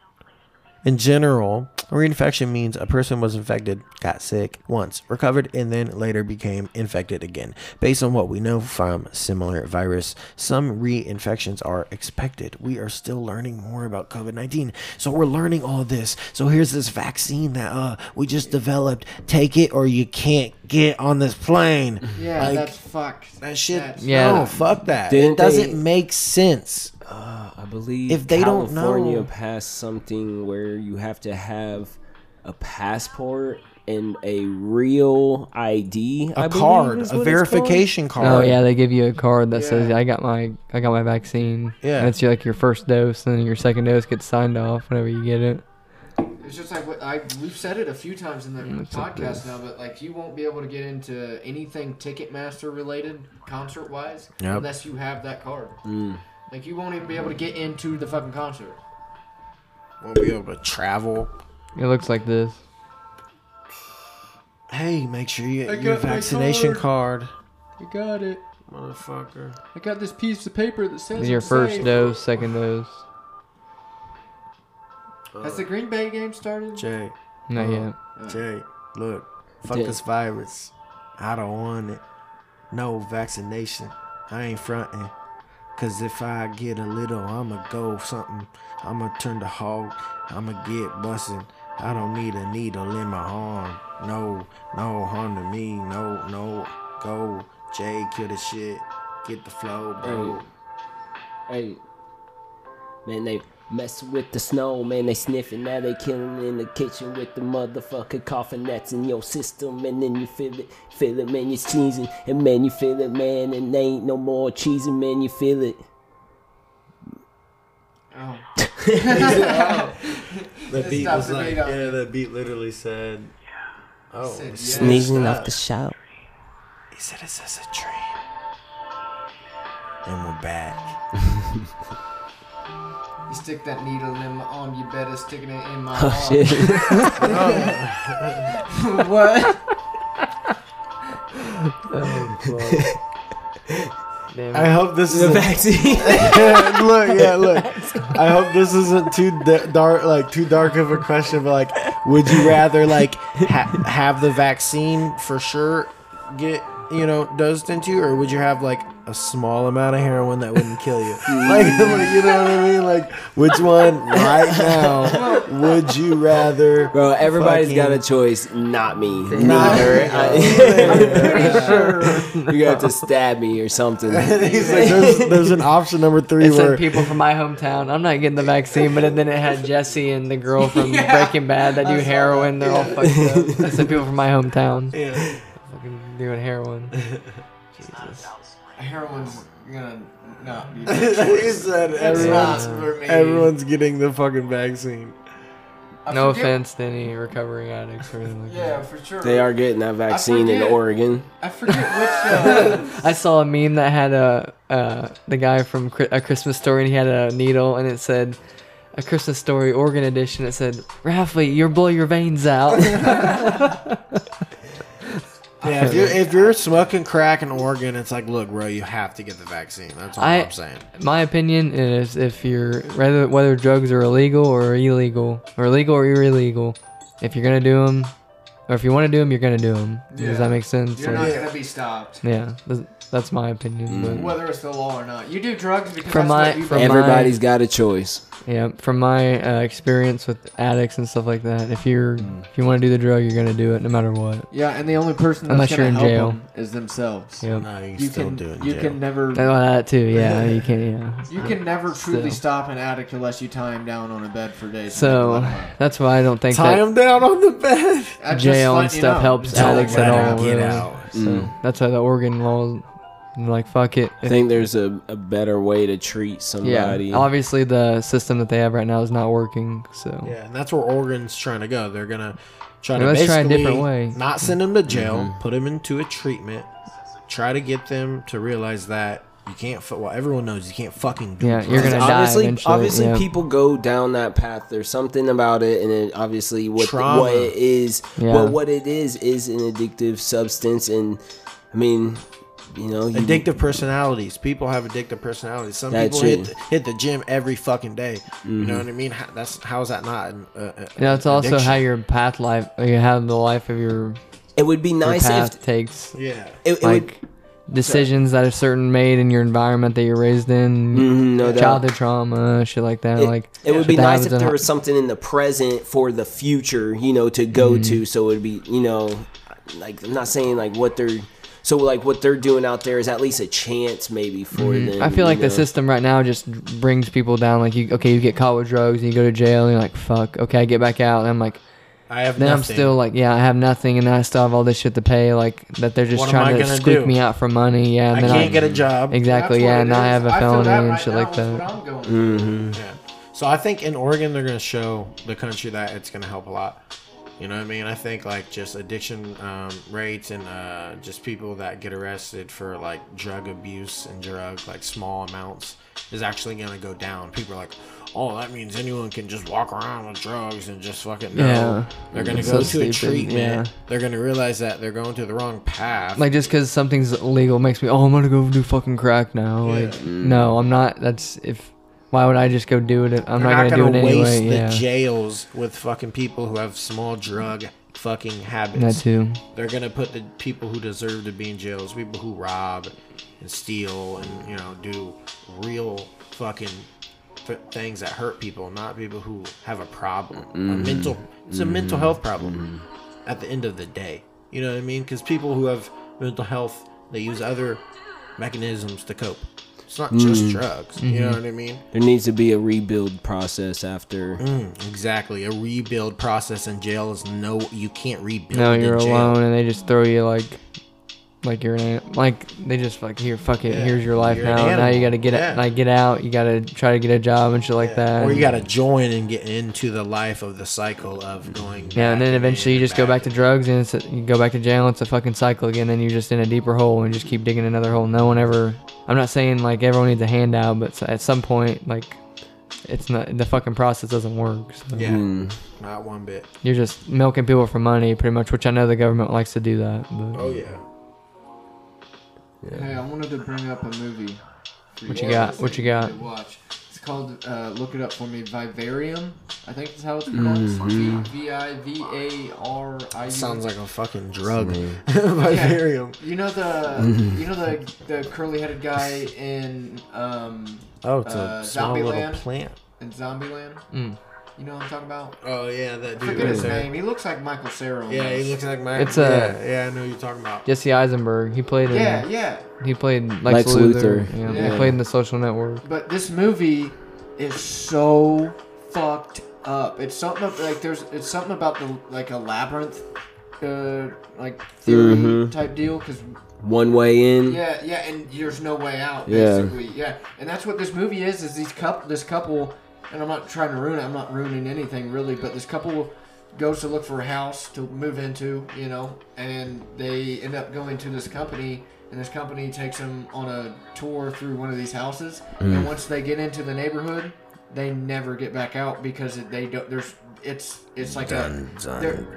Speaker 4: In general, reinfection means a person was infected, got sick once, recovered, and then later became infected again. Based on what we know from similar virus, some reinfections are expected. We are still learning more about COVID 19. So we're learning all this. So here's this vaccine that uh, we just developed. Take it or you can't get on this plane.
Speaker 3: Mm-hmm.
Speaker 9: Yeah,
Speaker 4: Like,
Speaker 9: that's fucked.
Speaker 4: that shit.
Speaker 9: That's-
Speaker 5: Yeah.
Speaker 4: No, fuck that.
Speaker 2: Didn't
Speaker 4: it
Speaker 2: they-
Speaker 4: doesn't make sense.
Speaker 2: I believe
Speaker 4: If they don't
Speaker 2: California
Speaker 4: know-
Speaker 2: passed something where you have to have a passport and a real ID,
Speaker 4: A
Speaker 2: I believe
Speaker 4: card,
Speaker 2: is
Speaker 4: a
Speaker 2: what it's
Speaker 4: verification card.
Speaker 5: Oh yeah, they give you a card that says I got my I got my vaccine.
Speaker 4: Yeah.
Speaker 5: and it's like your first dose, and then your second dose gets signed off whenever you get it.
Speaker 9: It's just like what I we've said it a few times in the podcast now, but like you won't be able to get into anything Ticketmaster related, concert wise,
Speaker 4: Yep.
Speaker 9: unless you have that card.
Speaker 4: Mm.
Speaker 9: Like you won't even be able to get into the fucking concert.
Speaker 4: Won't be able to travel.
Speaker 5: It looks like this.
Speaker 4: Hey, make sure you
Speaker 9: I
Speaker 4: get your
Speaker 9: got my
Speaker 4: vaccination card.
Speaker 9: You got it.
Speaker 4: Motherfucker.
Speaker 9: I got this piece of paper that says
Speaker 5: This is your first dose, second dose.
Speaker 9: Has the Green Bay game started?
Speaker 4: Jay,
Speaker 5: Not yet.
Speaker 4: Jay, look. Fuck
Speaker 2: Yeah.
Speaker 4: this virus. I don't want it. No vaccination. I ain't fronting. Cause if I get a little, I'ma go something. I'ma turn to hog. I'ma get bustin'. I don't need a needle in my arm. No, no harm to me. No, no. Go. Jay, kill the shit. Get the flow, bro.
Speaker 2: Hey, man, they mess with the snow, man. They sniffing now, they killing in the kitchen with the motherfucker coughing that's in your system, and then you feel it, feel it, man. You're sneezing, and man, you feel it, man, and they ain't no more cheesing, man. You feel it.
Speaker 9: Oh.
Speaker 4: The
Speaker 9: Just
Speaker 4: beat
Speaker 9: stop
Speaker 4: was
Speaker 9: the
Speaker 4: like,
Speaker 9: beat on
Speaker 4: yeah, the beat literally said, oh,
Speaker 9: Said
Speaker 4: it's-
Speaker 9: yes.
Speaker 2: Sneezing off the shout.
Speaker 4: he said it's just a dream. And we're back.
Speaker 9: You stick that needle in my arm, you better stick it in my
Speaker 2: Oh
Speaker 9: arm.
Speaker 2: shit.
Speaker 9: what?
Speaker 4: I hope this is
Speaker 2: vaccine.
Speaker 4: look, yeah, look. I hope this isn't too da- dark, like too dark of a question, but like, would you rather like ha- have the vaccine for sure get you know dosed into, or would you have like a small amount of heroin that wouldn't kill you? like, like, you know what I mean? Like, which one right now would you rather?
Speaker 2: Bro, everybody's
Speaker 4: Fucking-
Speaker 2: got a choice, not me.
Speaker 4: Not
Speaker 2: Neither.
Speaker 9: Sure.
Speaker 2: you got to stab me or something.
Speaker 4: He's like, there's, there's an option number three
Speaker 5: It
Speaker 4: where
Speaker 5: said people from my hometown. I'm not getting the vaccine, but then it had Jesse and the girl from Breaking Bad that do heroin. They're all fucked up. It said people from my hometown. Fucking doing heroin.
Speaker 9: Heroin's gonna not be.
Speaker 4: he said everyone's,
Speaker 9: not for me.
Speaker 4: everyone's getting the fucking vaccine.
Speaker 9: I
Speaker 5: No
Speaker 9: forget-
Speaker 5: offense to any recovering addicts or anything like
Speaker 9: Yeah, for sure.
Speaker 2: They are getting that vaccine in
Speaker 9: forget.
Speaker 2: Oregon.
Speaker 9: I forget which. Uh,
Speaker 5: that. I saw a meme that had a uh, the guy from Chri- a Christmas story and he had a needle and it said a Christmas story Oregon edition. It said, "Ralphie, you blow your veins out."
Speaker 4: Yeah, if you're, if you're smoking crack in Oregon, it's like, look, bro, you have to get the vaccine. That's all I,
Speaker 5: I-
Speaker 4: am saying.
Speaker 5: My opinion is if you're whether whether drugs are illegal or illegal or legal or illegal, if you're gonna do them, or if you want to do them, you're gonna do them.
Speaker 9: Yeah.
Speaker 5: Does that make sense?
Speaker 9: you're
Speaker 5: Or-
Speaker 9: not gonna be stopped.
Speaker 5: yeah, th- that's my opinion.
Speaker 9: Whether it's the law or not, you do drugs because
Speaker 5: From
Speaker 9: that's what
Speaker 5: my-
Speaker 9: you
Speaker 5: from
Speaker 9: do.
Speaker 5: my-
Speaker 2: Everybody's got a choice.
Speaker 5: But yeah, from my uh, experience with addicts and stuff like that, if you're if you want to do the drug, you're gonna do it no matter what.
Speaker 9: Yeah, and the only person that's
Speaker 5: Unless
Speaker 9: gonna
Speaker 5: you're in
Speaker 9: help
Speaker 5: jail.
Speaker 9: them is themselves.
Speaker 5: Yep.
Speaker 4: No, you,
Speaker 9: You
Speaker 4: still
Speaker 9: can
Speaker 4: do it. in
Speaker 9: you
Speaker 4: jail.
Speaker 9: can never
Speaker 5: Oh, that too. Yeah, you can. Yeah.
Speaker 9: you can never truly
Speaker 5: Still.
Speaker 9: stop an addict unless you tie him down on a bed for days.
Speaker 5: So that's why I don't think
Speaker 4: tie
Speaker 5: that
Speaker 4: him down on the bed.
Speaker 9: I just
Speaker 5: jail
Speaker 9: let
Speaker 5: and
Speaker 9: you
Speaker 5: stuff
Speaker 9: know.
Speaker 5: helps
Speaker 9: Don't
Speaker 5: addicts
Speaker 9: let
Speaker 5: at
Speaker 9: it
Speaker 5: all.
Speaker 9: happen.
Speaker 4: Get
Speaker 5: really.
Speaker 4: out.
Speaker 5: So that's why the Oregon law, like fuck it.
Speaker 2: I
Speaker 5: If
Speaker 2: think there's a, a better way to treat
Speaker 5: Yeah,
Speaker 2: somebody.
Speaker 5: obviously the system that they have right now is not working. So
Speaker 4: Yeah, and that's where Oregon's trying to go. They're gonna try
Speaker 5: Yeah,
Speaker 4: to
Speaker 5: let's try a
Speaker 4: basically
Speaker 5: different way. Mm-hmm.
Speaker 4: Not send him to jail. Put him into a treatment. Try to get them to realize that you can't. Fu- well, everyone knows you can't fucking do.
Speaker 5: Yeah,
Speaker 4: drugs.
Speaker 5: you're gonna die
Speaker 2: obviously,
Speaker 5: eventually,
Speaker 2: obviously,
Speaker 5: yeah.
Speaker 2: people go down that path. There's something about it, and it, obviously, what
Speaker 4: Trauma.
Speaker 2: what it is,
Speaker 5: Yeah.
Speaker 2: well, what it is is an addictive substance, and I mean, You know, you,
Speaker 4: Addictive personalities. People have addictive personalities. Some
Speaker 2: That
Speaker 4: people
Speaker 2: too. Mm-hmm.
Speaker 4: hit, hit the gym every fucking day. You know what I mean? How, that's how is that not? An, uh, uh,
Speaker 5: Yeah, it's also
Speaker 4: addiction?
Speaker 5: how your path life, or you have the life of your,
Speaker 2: it would be
Speaker 5: your
Speaker 2: nice if
Speaker 5: path takes.
Speaker 4: Yeah.
Speaker 2: it, it would
Speaker 5: like decisions that are certain made in your environment that you're raised in,
Speaker 2: Mhm, no doubt.
Speaker 5: childhood trauma, shit like that.
Speaker 2: it,
Speaker 5: like
Speaker 2: it would
Speaker 5: shit
Speaker 2: be
Speaker 5: that
Speaker 2: nice
Speaker 5: happens
Speaker 2: if
Speaker 5: in
Speaker 2: there
Speaker 5: hi-
Speaker 2: was something in the present for the future, you know, to go to. So it'd be, you know, like I'm not saying like what they're so like what they're doing out there is at least a chance maybe for them.
Speaker 5: I
Speaker 2: you
Speaker 5: feel like
Speaker 2: know?
Speaker 5: the system right now just brings people down. Like you, okay, you get caught with drugs, and you go to jail, and you're like, fuck. Okay, I get back out, and I'm like,
Speaker 4: I have
Speaker 5: then
Speaker 4: nothing.
Speaker 5: I'm still like, yeah, I have nothing, and I still have all this shit to pay. Like that, they're just
Speaker 4: What am
Speaker 5: trying
Speaker 4: I
Speaker 5: to
Speaker 4: gonna
Speaker 5: squeak
Speaker 4: do?
Speaker 5: me out for money. Yeah, and
Speaker 4: I
Speaker 5: then
Speaker 4: can't get a job.
Speaker 5: exactly.
Speaker 3: That's what
Speaker 5: yeah,
Speaker 3: it
Speaker 5: and I
Speaker 3: is.
Speaker 5: have a
Speaker 3: feel
Speaker 5: felony
Speaker 3: that
Speaker 5: and
Speaker 3: right
Speaker 5: shit
Speaker 3: now
Speaker 5: like
Speaker 3: is
Speaker 5: that.
Speaker 3: what I'm going
Speaker 4: Yeah. So I think in Oregon they're going to show the country that it's going to help a lot. You know what I mean? I think like just addiction um, rates and uh, just people that get arrested for like drug abuse and drug like small amounts is actually going to go down. People are like, oh, that means anyone can just walk around with drugs and just fucking no.
Speaker 5: Yeah.
Speaker 4: They're going to
Speaker 5: It's
Speaker 4: go to
Speaker 5: so
Speaker 4: a
Speaker 5: stupid,
Speaker 4: treatment.
Speaker 5: yeah.
Speaker 4: They're going to realize that they're going to the wrong path.
Speaker 5: Like just because something's illegal makes me, oh, I'm gonna go do fucking crack now. Like, no, I'm not. That's if. Why would I just go do it? If, I'm
Speaker 4: They're
Speaker 5: not, gonna, do it
Speaker 4: waste
Speaker 5: anyway.
Speaker 4: the
Speaker 5: yeah,
Speaker 4: jails with fucking people who have small drug fucking habits.
Speaker 5: that too.
Speaker 4: They're gonna put the people who deserve to be in jails, people who rob and steal and you know do real fucking th- things that hurt people, not people who have a problem, a mental. It's a mental health problem. At the end of the day, you know what I mean? Because people who have mental health, they use other mechanisms to cope. It's not just drugs.
Speaker 5: Mm-hmm.
Speaker 4: You know what I mean?
Speaker 2: there needs to be a rebuild process after.
Speaker 4: Mm, exactly. A rebuild process in jail is no. You can't rebuild.
Speaker 5: No,
Speaker 4: in
Speaker 5: you're
Speaker 4: jail.
Speaker 5: alone, and they just throw you like, like you're an an- like they just like here, fuck it,
Speaker 4: Yeah,
Speaker 5: here's your life
Speaker 4: you're an
Speaker 5: now. now
Speaker 4: animal,
Speaker 5: you gotta get
Speaker 4: yeah.
Speaker 5: it, like get out. You gotta try to get a job and shit like that.
Speaker 4: Or you
Speaker 5: and-
Speaker 4: gotta join and get into the life of the cycle of going.
Speaker 5: yeah, and
Speaker 4: back
Speaker 5: then eventually you
Speaker 4: in
Speaker 5: just go back to
Speaker 4: and-
Speaker 5: drugs, and it's a, you go back to jail. It's a fucking cycle again. Then you're just in a deeper hole, and you just keep digging another hole. No one ever. I'm not saying like everyone needs a handout, but s- at some point, like, it's not the fucking process doesn't work. So
Speaker 4: Yeah, not one bit.
Speaker 5: You're just milking people for money, pretty much. Which I know the government likes to do that. But
Speaker 4: Oh yeah.
Speaker 3: Hey, I wanted to bring up a movie. for
Speaker 5: What you
Speaker 3: all
Speaker 5: got?
Speaker 3: to
Speaker 5: What
Speaker 3: see
Speaker 5: you got?
Speaker 3: and Watch. It's called. Uh, look it up for me. Vivarium. I think that's how it's pronounced. V i v a r i. U M.
Speaker 4: Mm-hmm. Sounds like a fucking drug. Vivarium.
Speaker 3: You know the
Speaker 4: Mm-hmm.
Speaker 3: you know the the curly headed guy in um
Speaker 4: Oh, it's a
Speaker 3: Uh,
Speaker 4: small little
Speaker 3: Zombieland?
Speaker 4: plant.
Speaker 3: in Zombieland.
Speaker 5: Mm.
Speaker 3: You know what I'm talking about?
Speaker 4: Oh yeah, that
Speaker 3: I
Speaker 4: dude.
Speaker 3: forget
Speaker 4: right
Speaker 3: his
Speaker 4: there.
Speaker 3: name. He looks like Michael Cera.
Speaker 4: Yeah, he
Speaker 3: almost.
Speaker 4: looks like my.
Speaker 5: It's a-
Speaker 4: yeah, yeah, I know what you're talking about.
Speaker 5: Jesse Eisenberg, he played. in-
Speaker 3: Yeah, yeah.
Speaker 5: He played Lex,
Speaker 2: Lex
Speaker 5: Luthor.
Speaker 2: Luthor.
Speaker 5: Yeah,
Speaker 3: Yeah.
Speaker 5: he played in The Social Network.
Speaker 3: But this movie is so fucked up. It's something ab- like there's it's something about the like a labyrinth, uh, like theory
Speaker 2: Mhm.
Speaker 3: type deal. Because
Speaker 2: One way in.
Speaker 3: yeah, yeah, and there's no way out.
Speaker 2: Yeah.
Speaker 3: Basically, yeah. and that's what this movie is. Is these couple, this couple, and I'm not trying to ruin it. I'm not ruining anything really. But this couple goes to look for a house to move into, you know, and they end up going to this company. And this company takes them on a tour through one of these houses, and once they get into the neighborhood, they never get back out because it- they don't. There's it's it's like a they're-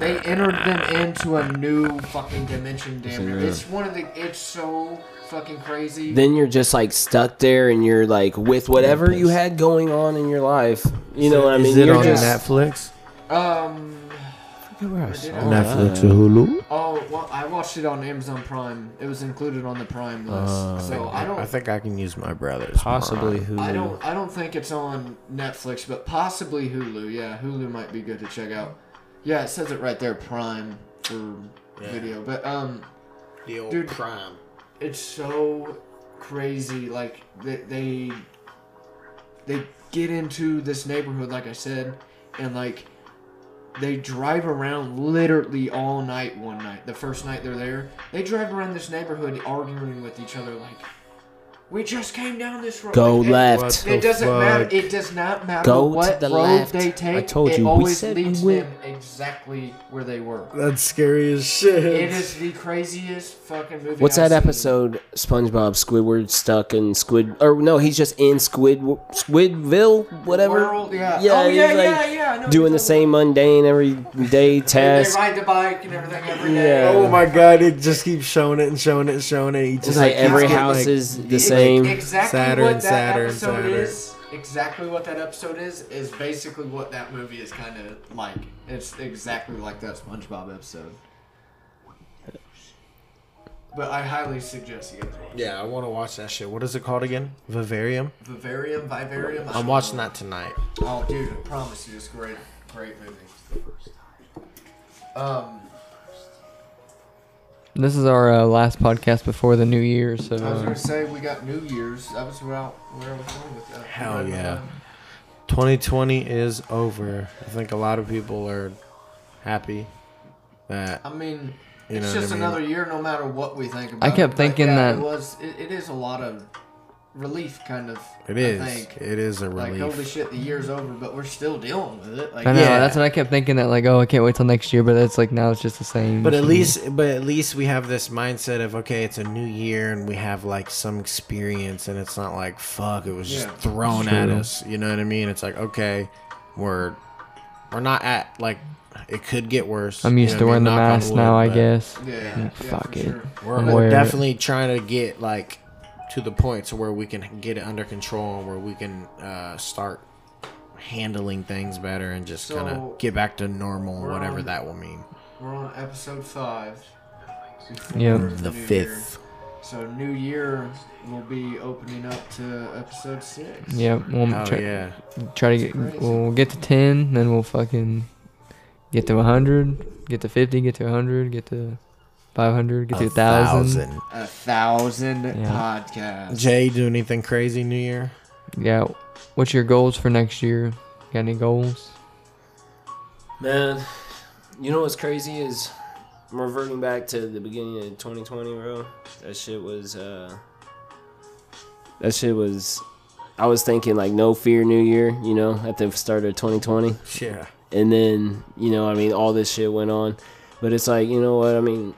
Speaker 3: they entered them into a new fucking dimension. Damn near. It's one of the. It's so fucking crazy.
Speaker 2: Then you're just like stuck there, and you're like with whatever you had going on in your life. You know what I mean?
Speaker 4: Is it
Speaker 2: you're
Speaker 4: on
Speaker 2: just,
Speaker 4: Netflix?
Speaker 3: um.
Speaker 4: Netflix or Hulu?
Speaker 3: Oh well, I watched it on Amazon Prime. It was included on the Prime list, so I don't.
Speaker 4: I think I can use my brother's.
Speaker 10: Possibly who?
Speaker 3: I don't. I don't think it's on Netflix, but possibly Hulu. Yeah, Hulu might be good to check out. Yeah, it says it right there, Prime for video. But um,
Speaker 4: The old
Speaker 3: Dude.
Speaker 4: crime.
Speaker 3: it's so crazy. Like they, they they get into this neighborhood, like I said, and like they drive around literally all night. One night, the first night they're there, they drive around this neighborhood arguing with each other, like. We just came down this road.
Speaker 2: Go
Speaker 3: Like, it-
Speaker 2: left.
Speaker 3: It, doesn't
Speaker 4: The
Speaker 3: matter.
Speaker 4: fuck?
Speaker 3: It does not matter
Speaker 2: Go to
Speaker 3: what
Speaker 2: the
Speaker 3: road
Speaker 2: left.
Speaker 3: they take.
Speaker 2: I told
Speaker 3: it
Speaker 2: you, we
Speaker 3: always
Speaker 2: said
Speaker 3: leads
Speaker 2: we-
Speaker 3: them exactly where they were.
Speaker 4: That's scary as shit.
Speaker 3: It is the craziest fucking movie.
Speaker 2: What's
Speaker 3: I've
Speaker 2: that
Speaker 3: seen.
Speaker 2: episode? SpongeBob Squidward stuck in Squid, or no, he's just in Squid Squidville, whatever.
Speaker 3: World, yeah.
Speaker 2: Yeah,
Speaker 3: Oh,
Speaker 2: he's
Speaker 3: yeah,
Speaker 2: like
Speaker 3: yeah, yeah, I know what you're
Speaker 2: doing the
Speaker 3: talking
Speaker 2: same mundane every day
Speaker 3: They, they
Speaker 2: task.
Speaker 3: ride the bike and everything every day.
Speaker 2: Yeah.
Speaker 4: Oh my god, it just keeps showing it and showing it and showing it. He just
Speaker 2: It's like
Speaker 4: keeps
Speaker 2: every
Speaker 4: getting,
Speaker 2: house
Speaker 4: like-
Speaker 2: is the
Speaker 3: Ex-
Speaker 2: same.
Speaker 3: Exactly
Speaker 4: Sadder
Speaker 3: what
Speaker 4: and
Speaker 3: that
Speaker 4: sadder and
Speaker 3: episode
Speaker 4: sadder.
Speaker 3: is. Exactly what that episode is is basically what that movie is kind of like. It's exactly like that SpongeBob episode. But I highly suggest you guys watch. it.
Speaker 4: Yeah, I want to watch that shit. What is it called again? Vivarium.
Speaker 3: Vivarium, Vivarium. I
Speaker 4: I'm
Speaker 3: don't
Speaker 4: watching
Speaker 3: know.
Speaker 4: that tonight.
Speaker 3: Oh, dude, I promise you, it's a great, great movie. Um,
Speaker 5: This is our uh, last podcast before the new year, so
Speaker 3: I
Speaker 4: Uh-huh.
Speaker 3: was
Speaker 5: uh,
Speaker 3: gonna say we got New Year's. That was where I, where I was going with that.
Speaker 4: Hell yeah. 2020 uh, is over. I think a lot of people are happy that
Speaker 3: I mean,
Speaker 4: You
Speaker 3: it's
Speaker 4: know what
Speaker 3: just
Speaker 4: I mean?
Speaker 3: another year, no matter what we think about.
Speaker 5: I kept
Speaker 3: it. But
Speaker 5: thinking
Speaker 3: yeah,
Speaker 5: that-
Speaker 3: it was. It, it is a lot of relief, kind of.
Speaker 4: it
Speaker 3: I
Speaker 4: is.
Speaker 3: think.
Speaker 4: It is a
Speaker 3: Like
Speaker 4: relief.
Speaker 3: holy shit, the year's over, but we're still dealing with it. Like,
Speaker 5: I know
Speaker 4: Yeah.
Speaker 5: that's what I kept thinking that like oh I can't wait till next year, but it's like now it's just the same.
Speaker 4: But at
Speaker 5: shit.
Speaker 4: least, but at least we have this mindset of okay, it's a new year, and we have like some experience, and it's not like fuck, it was just
Speaker 3: Yeah.
Speaker 4: thrown at us. You know what I mean? It's like okay, we're we're not at like it could get worse.
Speaker 5: I'm
Speaker 4: you
Speaker 5: used
Speaker 4: know
Speaker 5: to
Speaker 4: what I
Speaker 5: wearing
Speaker 4: mean?
Speaker 5: the
Speaker 4: Knock on
Speaker 5: mask
Speaker 4: wood,
Speaker 5: now, I
Speaker 4: but
Speaker 5: guess.
Speaker 3: yeah,
Speaker 5: Mm,
Speaker 3: yeah,
Speaker 5: fuck
Speaker 3: for
Speaker 5: it.
Speaker 3: Sure.
Speaker 4: We're,
Speaker 5: I'm
Speaker 4: we're
Speaker 5: aware of it.
Speaker 4: definitely trying to get like to the point to where we can get it under control and where we can uh, start handling things better and just kind
Speaker 3: So,
Speaker 4: of get back to normal,
Speaker 3: we're
Speaker 4: whatever
Speaker 3: on-
Speaker 4: that will mean.
Speaker 3: We're on episode five. before
Speaker 5: Yep.
Speaker 4: The
Speaker 3: new year.
Speaker 4: fifth.
Speaker 3: So new year will be opening up to episode six.
Speaker 5: Yep. We'll
Speaker 4: Oh
Speaker 5: try,
Speaker 4: yeah.
Speaker 5: try to get
Speaker 3: Crazy.
Speaker 5: we'll get to ten, then we'll fucking get to hundred, get to fifty, get to hundred, get to five hundred, get to a thousand.
Speaker 3: A thousand
Speaker 5: Yeah.
Speaker 3: podcasts.
Speaker 4: Jay, do anything crazy New Year?
Speaker 5: Yeah. What's your goals for next year? Got any goals?
Speaker 2: Man, you know what's crazy is I'm reverting back to the beginning of 2020, bro. That shit was uh that shit was I was thinking like no fear new year, you know, at the start of 2020.
Speaker 4: Yeah.
Speaker 2: And then, you know, I mean, all this shit went on. But it's like, you know what? I mean,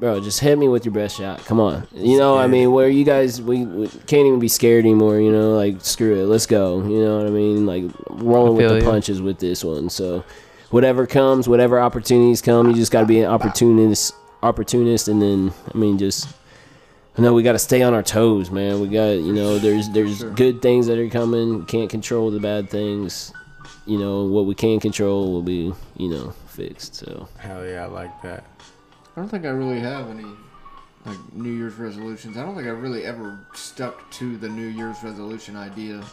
Speaker 2: bro, just hit me with your best shot. Come on. You know, I mean, where you guys, we, we can't even be scared anymore, you know? Like, screw it. Let's go. You know what I mean? Like, rolling
Speaker 5: feel
Speaker 2: with the
Speaker 5: you.
Speaker 2: punches with this one. So, whatever comes, whatever opportunities come, you just got to be an opportunist, opportunist. And then, I mean, just. No, we got to stay on our toes, man. We got, you know, there's there's good things that are coming. We can't control the bad things you know what we can control will be you know fixed so
Speaker 4: Hell yeah, I like that.
Speaker 3: I don't think I really have any like New Year's resolutions. I don't think I really ever stuck to the New Year's resolution idea.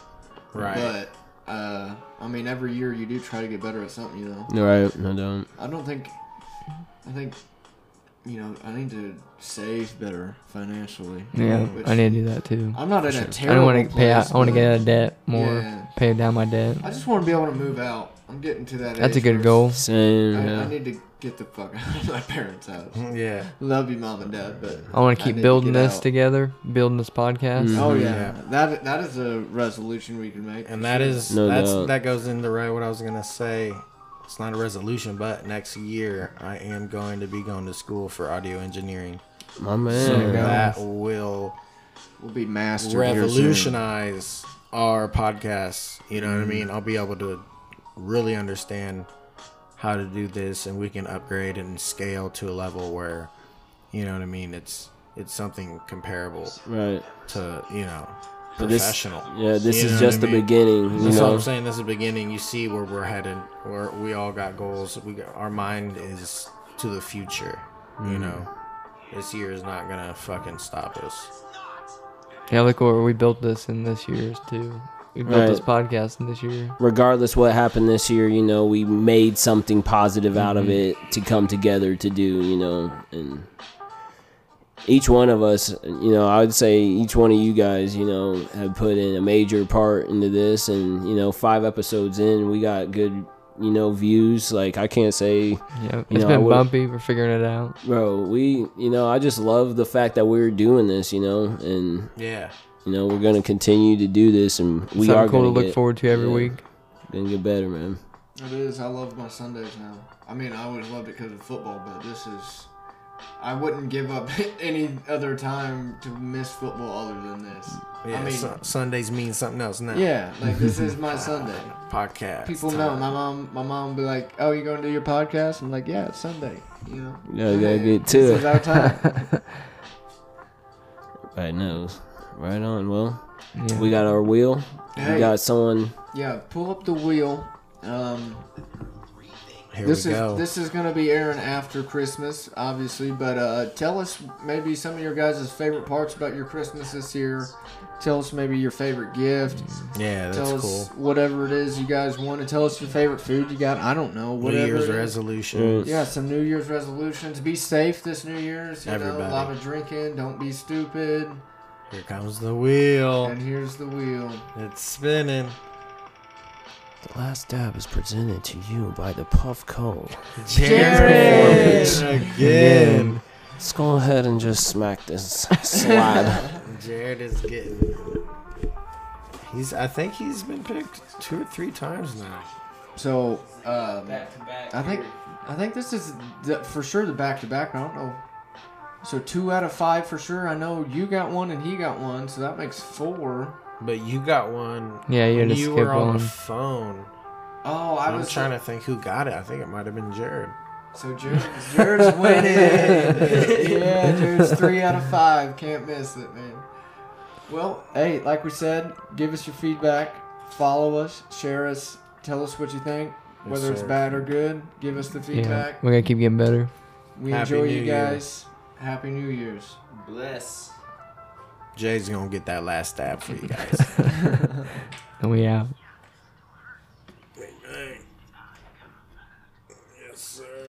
Speaker 4: Right.
Speaker 3: But uh, I mean, every year you do try to get better at something. You know,
Speaker 2: all right i don't
Speaker 3: I don't think. I think. You know, I need to save better financially.
Speaker 5: Yeah.
Speaker 3: Which-
Speaker 5: I need to do that too.
Speaker 3: I'm not in a
Speaker 5: I
Speaker 3: Mm, terrible.
Speaker 5: don't want to pay out. I want to get out of debt more.
Speaker 3: Yeah.
Speaker 5: Pay down my debt.
Speaker 3: I just want to be able to move out. I'm getting to that.
Speaker 5: That's a
Speaker 3: age
Speaker 5: good
Speaker 3: where
Speaker 5: goal.
Speaker 2: same
Speaker 3: I, I
Speaker 2: yeah.
Speaker 3: need to get the fuck out of my parents' house.
Speaker 4: Yeah.
Speaker 3: Love you, mom and dad, but
Speaker 5: I want to
Speaker 3: need
Speaker 5: keep
Speaker 3: to
Speaker 5: building
Speaker 3: get
Speaker 5: this
Speaker 3: out.
Speaker 5: together, building this podcast.
Speaker 2: Mm.
Speaker 3: Oh
Speaker 4: Mhm.
Speaker 3: yeah. that that is a resolution we can make.
Speaker 4: And that is
Speaker 2: No
Speaker 4: that's
Speaker 2: doubt.
Speaker 4: that goes into right what I was gonna say. It's not a resolution, but next year I am going to be going to school for audio engineering.
Speaker 2: my
Speaker 4: So
Speaker 2: man
Speaker 4: that will
Speaker 3: will be mastered.
Speaker 4: revolutionize our podcast. You know what I
Speaker 3: Mm-hmm.
Speaker 4: mean? I'll be able to really understand how to do this, and we can upgrade and scale to a level where, you know what I mean? It's it's something comparable
Speaker 2: right
Speaker 4: to you know
Speaker 2: But this-
Speaker 4: professional.
Speaker 2: yeah this
Speaker 4: You know
Speaker 2: is
Speaker 4: what
Speaker 2: just
Speaker 4: I
Speaker 2: the
Speaker 4: mean?
Speaker 2: beginning you
Speaker 4: That's what I'm
Speaker 2: know
Speaker 4: saying. This is the beginning. You see where we're headed. Where we all got goals. We got, our mind is to the future.
Speaker 3: Mm-hmm.
Speaker 4: You know, this year is not gonna fucking stop us.
Speaker 5: Yeah, look where we built this in this year's too. We built this podcast in this year.
Speaker 2: regardless what happened this year you know we made something positive out of it
Speaker 4: Mm-hmm.
Speaker 2: to come together to do you know and each one of us you know i would say each one of you guys you know have put in a major part into this and you know five episodes in we got good you know views like i can't say
Speaker 5: Yeah, it's
Speaker 2: You know, I
Speaker 5: been
Speaker 2: would-
Speaker 5: bumpy. We're figuring it out.
Speaker 2: bro we you know i just love the fact that we're doing this you know and
Speaker 4: Yeah.
Speaker 2: You know, we're gonna continue to do this, and we
Speaker 5: Something
Speaker 2: are
Speaker 5: cool to
Speaker 2: gonna
Speaker 5: look
Speaker 2: get,
Speaker 5: forward to every
Speaker 2: yeah,
Speaker 5: week.
Speaker 2: Gonna get better, man.
Speaker 3: It is. I love my Sundays now. I mean, I always loved it because of football, but this is. I wouldn't give up any other time to miss football other than this.
Speaker 4: Yeah,
Speaker 3: I mean,
Speaker 4: Su- Sundays mean something else now.
Speaker 3: yeah, like this is my Sunday.
Speaker 4: podcast.
Speaker 3: People
Speaker 4: time.
Speaker 3: know my mom. My mom be like, "Oh, you going to do your podcast?" I'm like, "Yeah, it's Sunday." You know.
Speaker 2: Yeah, you gotta get to
Speaker 3: This
Speaker 2: it.
Speaker 3: is our time.
Speaker 2: Right knows. Right on. Well,
Speaker 5: Yeah.
Speaker 2: we got our wheel.
Speaker 3: Hey.
Speaker 2: We got someone.
Speaker 3: yeah, pull up the wheel. Um,
Speaker 4: Here
Speaker 3: this
Speaker 4: we
Speaker 3: is
Speaker 4: go.
Speaker 3: this is gonna be airing after Christmas, obviously. But uh, tell us maybe some of your guys' favorite parts about your Christmas this year. Tell us maybe your favorite gift.
Speaker 4: yeah, that's
Speaker 3: tell us
Speaker 4: cool.
Speaker 3: whatever it is you guys want to tell us your favorite food you got. I don't know. Whatever.
Speaker 4: New Year's
Speaker 3: it is.
Speaker 5: Mm.
Speaker 4: resolutions.
Speaker 3: Yeah, some New Year's resolutions. Be safe this New Year's. You know,
Speaker 4: Everybody.
Speaker 3: a lot of drinking. Don't be stupid.
Speaker 4: Here comes the wheel.
Speaker 3: And here's the wheel.
Speaker 4: It's spinning.
Speaker 2: The last dab is presented to you by the Puff Cole.
Speaker 4: Jared again.
Speaker 2: Let's go ahead and just smack this slab.
Speaker 4: Jared is getting. He's. I think he's been picked two or three times now.
Speaker 3: So, um, I think I think this is the, for sure the back to back. I don't know. So two out of five for sure. I know you got one and he got one, so that makes four.
Speaker 4: But you got one.
Speaker 5: Yeah, you had
Speaker 4: when
Speaker 5: to
Speaker 4: you
Speaker 5: skip
Speaker 4: were on
Speaker 5: one.
Speaker 4: the phone.
Speaker 3: Oh, I
Speaker 4: I was
Speaker 3: was
Speaker 4: trying to think who got it. I think it might have been Jared.
Speaker 3: So Jared, Jared's winning. yeah, Jared's three out of five. Can't miss it, man. Well, hey, like we said, give us your feedback, follow us, share us, tell us what you think,
Speaker 4: Yes,
Speaker 3: whether it's
Speaker 4: sir.
Speaker 3: bad or good. Give us the
Speaker 5: Yeah,
Speaker 3: feedback.
Speaker 5: we gotta keep getting better.
Speaker 3: We
Speaker 4: Happy
Speaker 3: enjoy
Speaker 4: New
Speaker 3: you
Speaker 4: Year.
Speaker 3: guys. Happy New Year's.
Speaker 2: Bless.
Speaker 4: Jay's gonna get that last stab for you guys.
Speaker 5: And we out.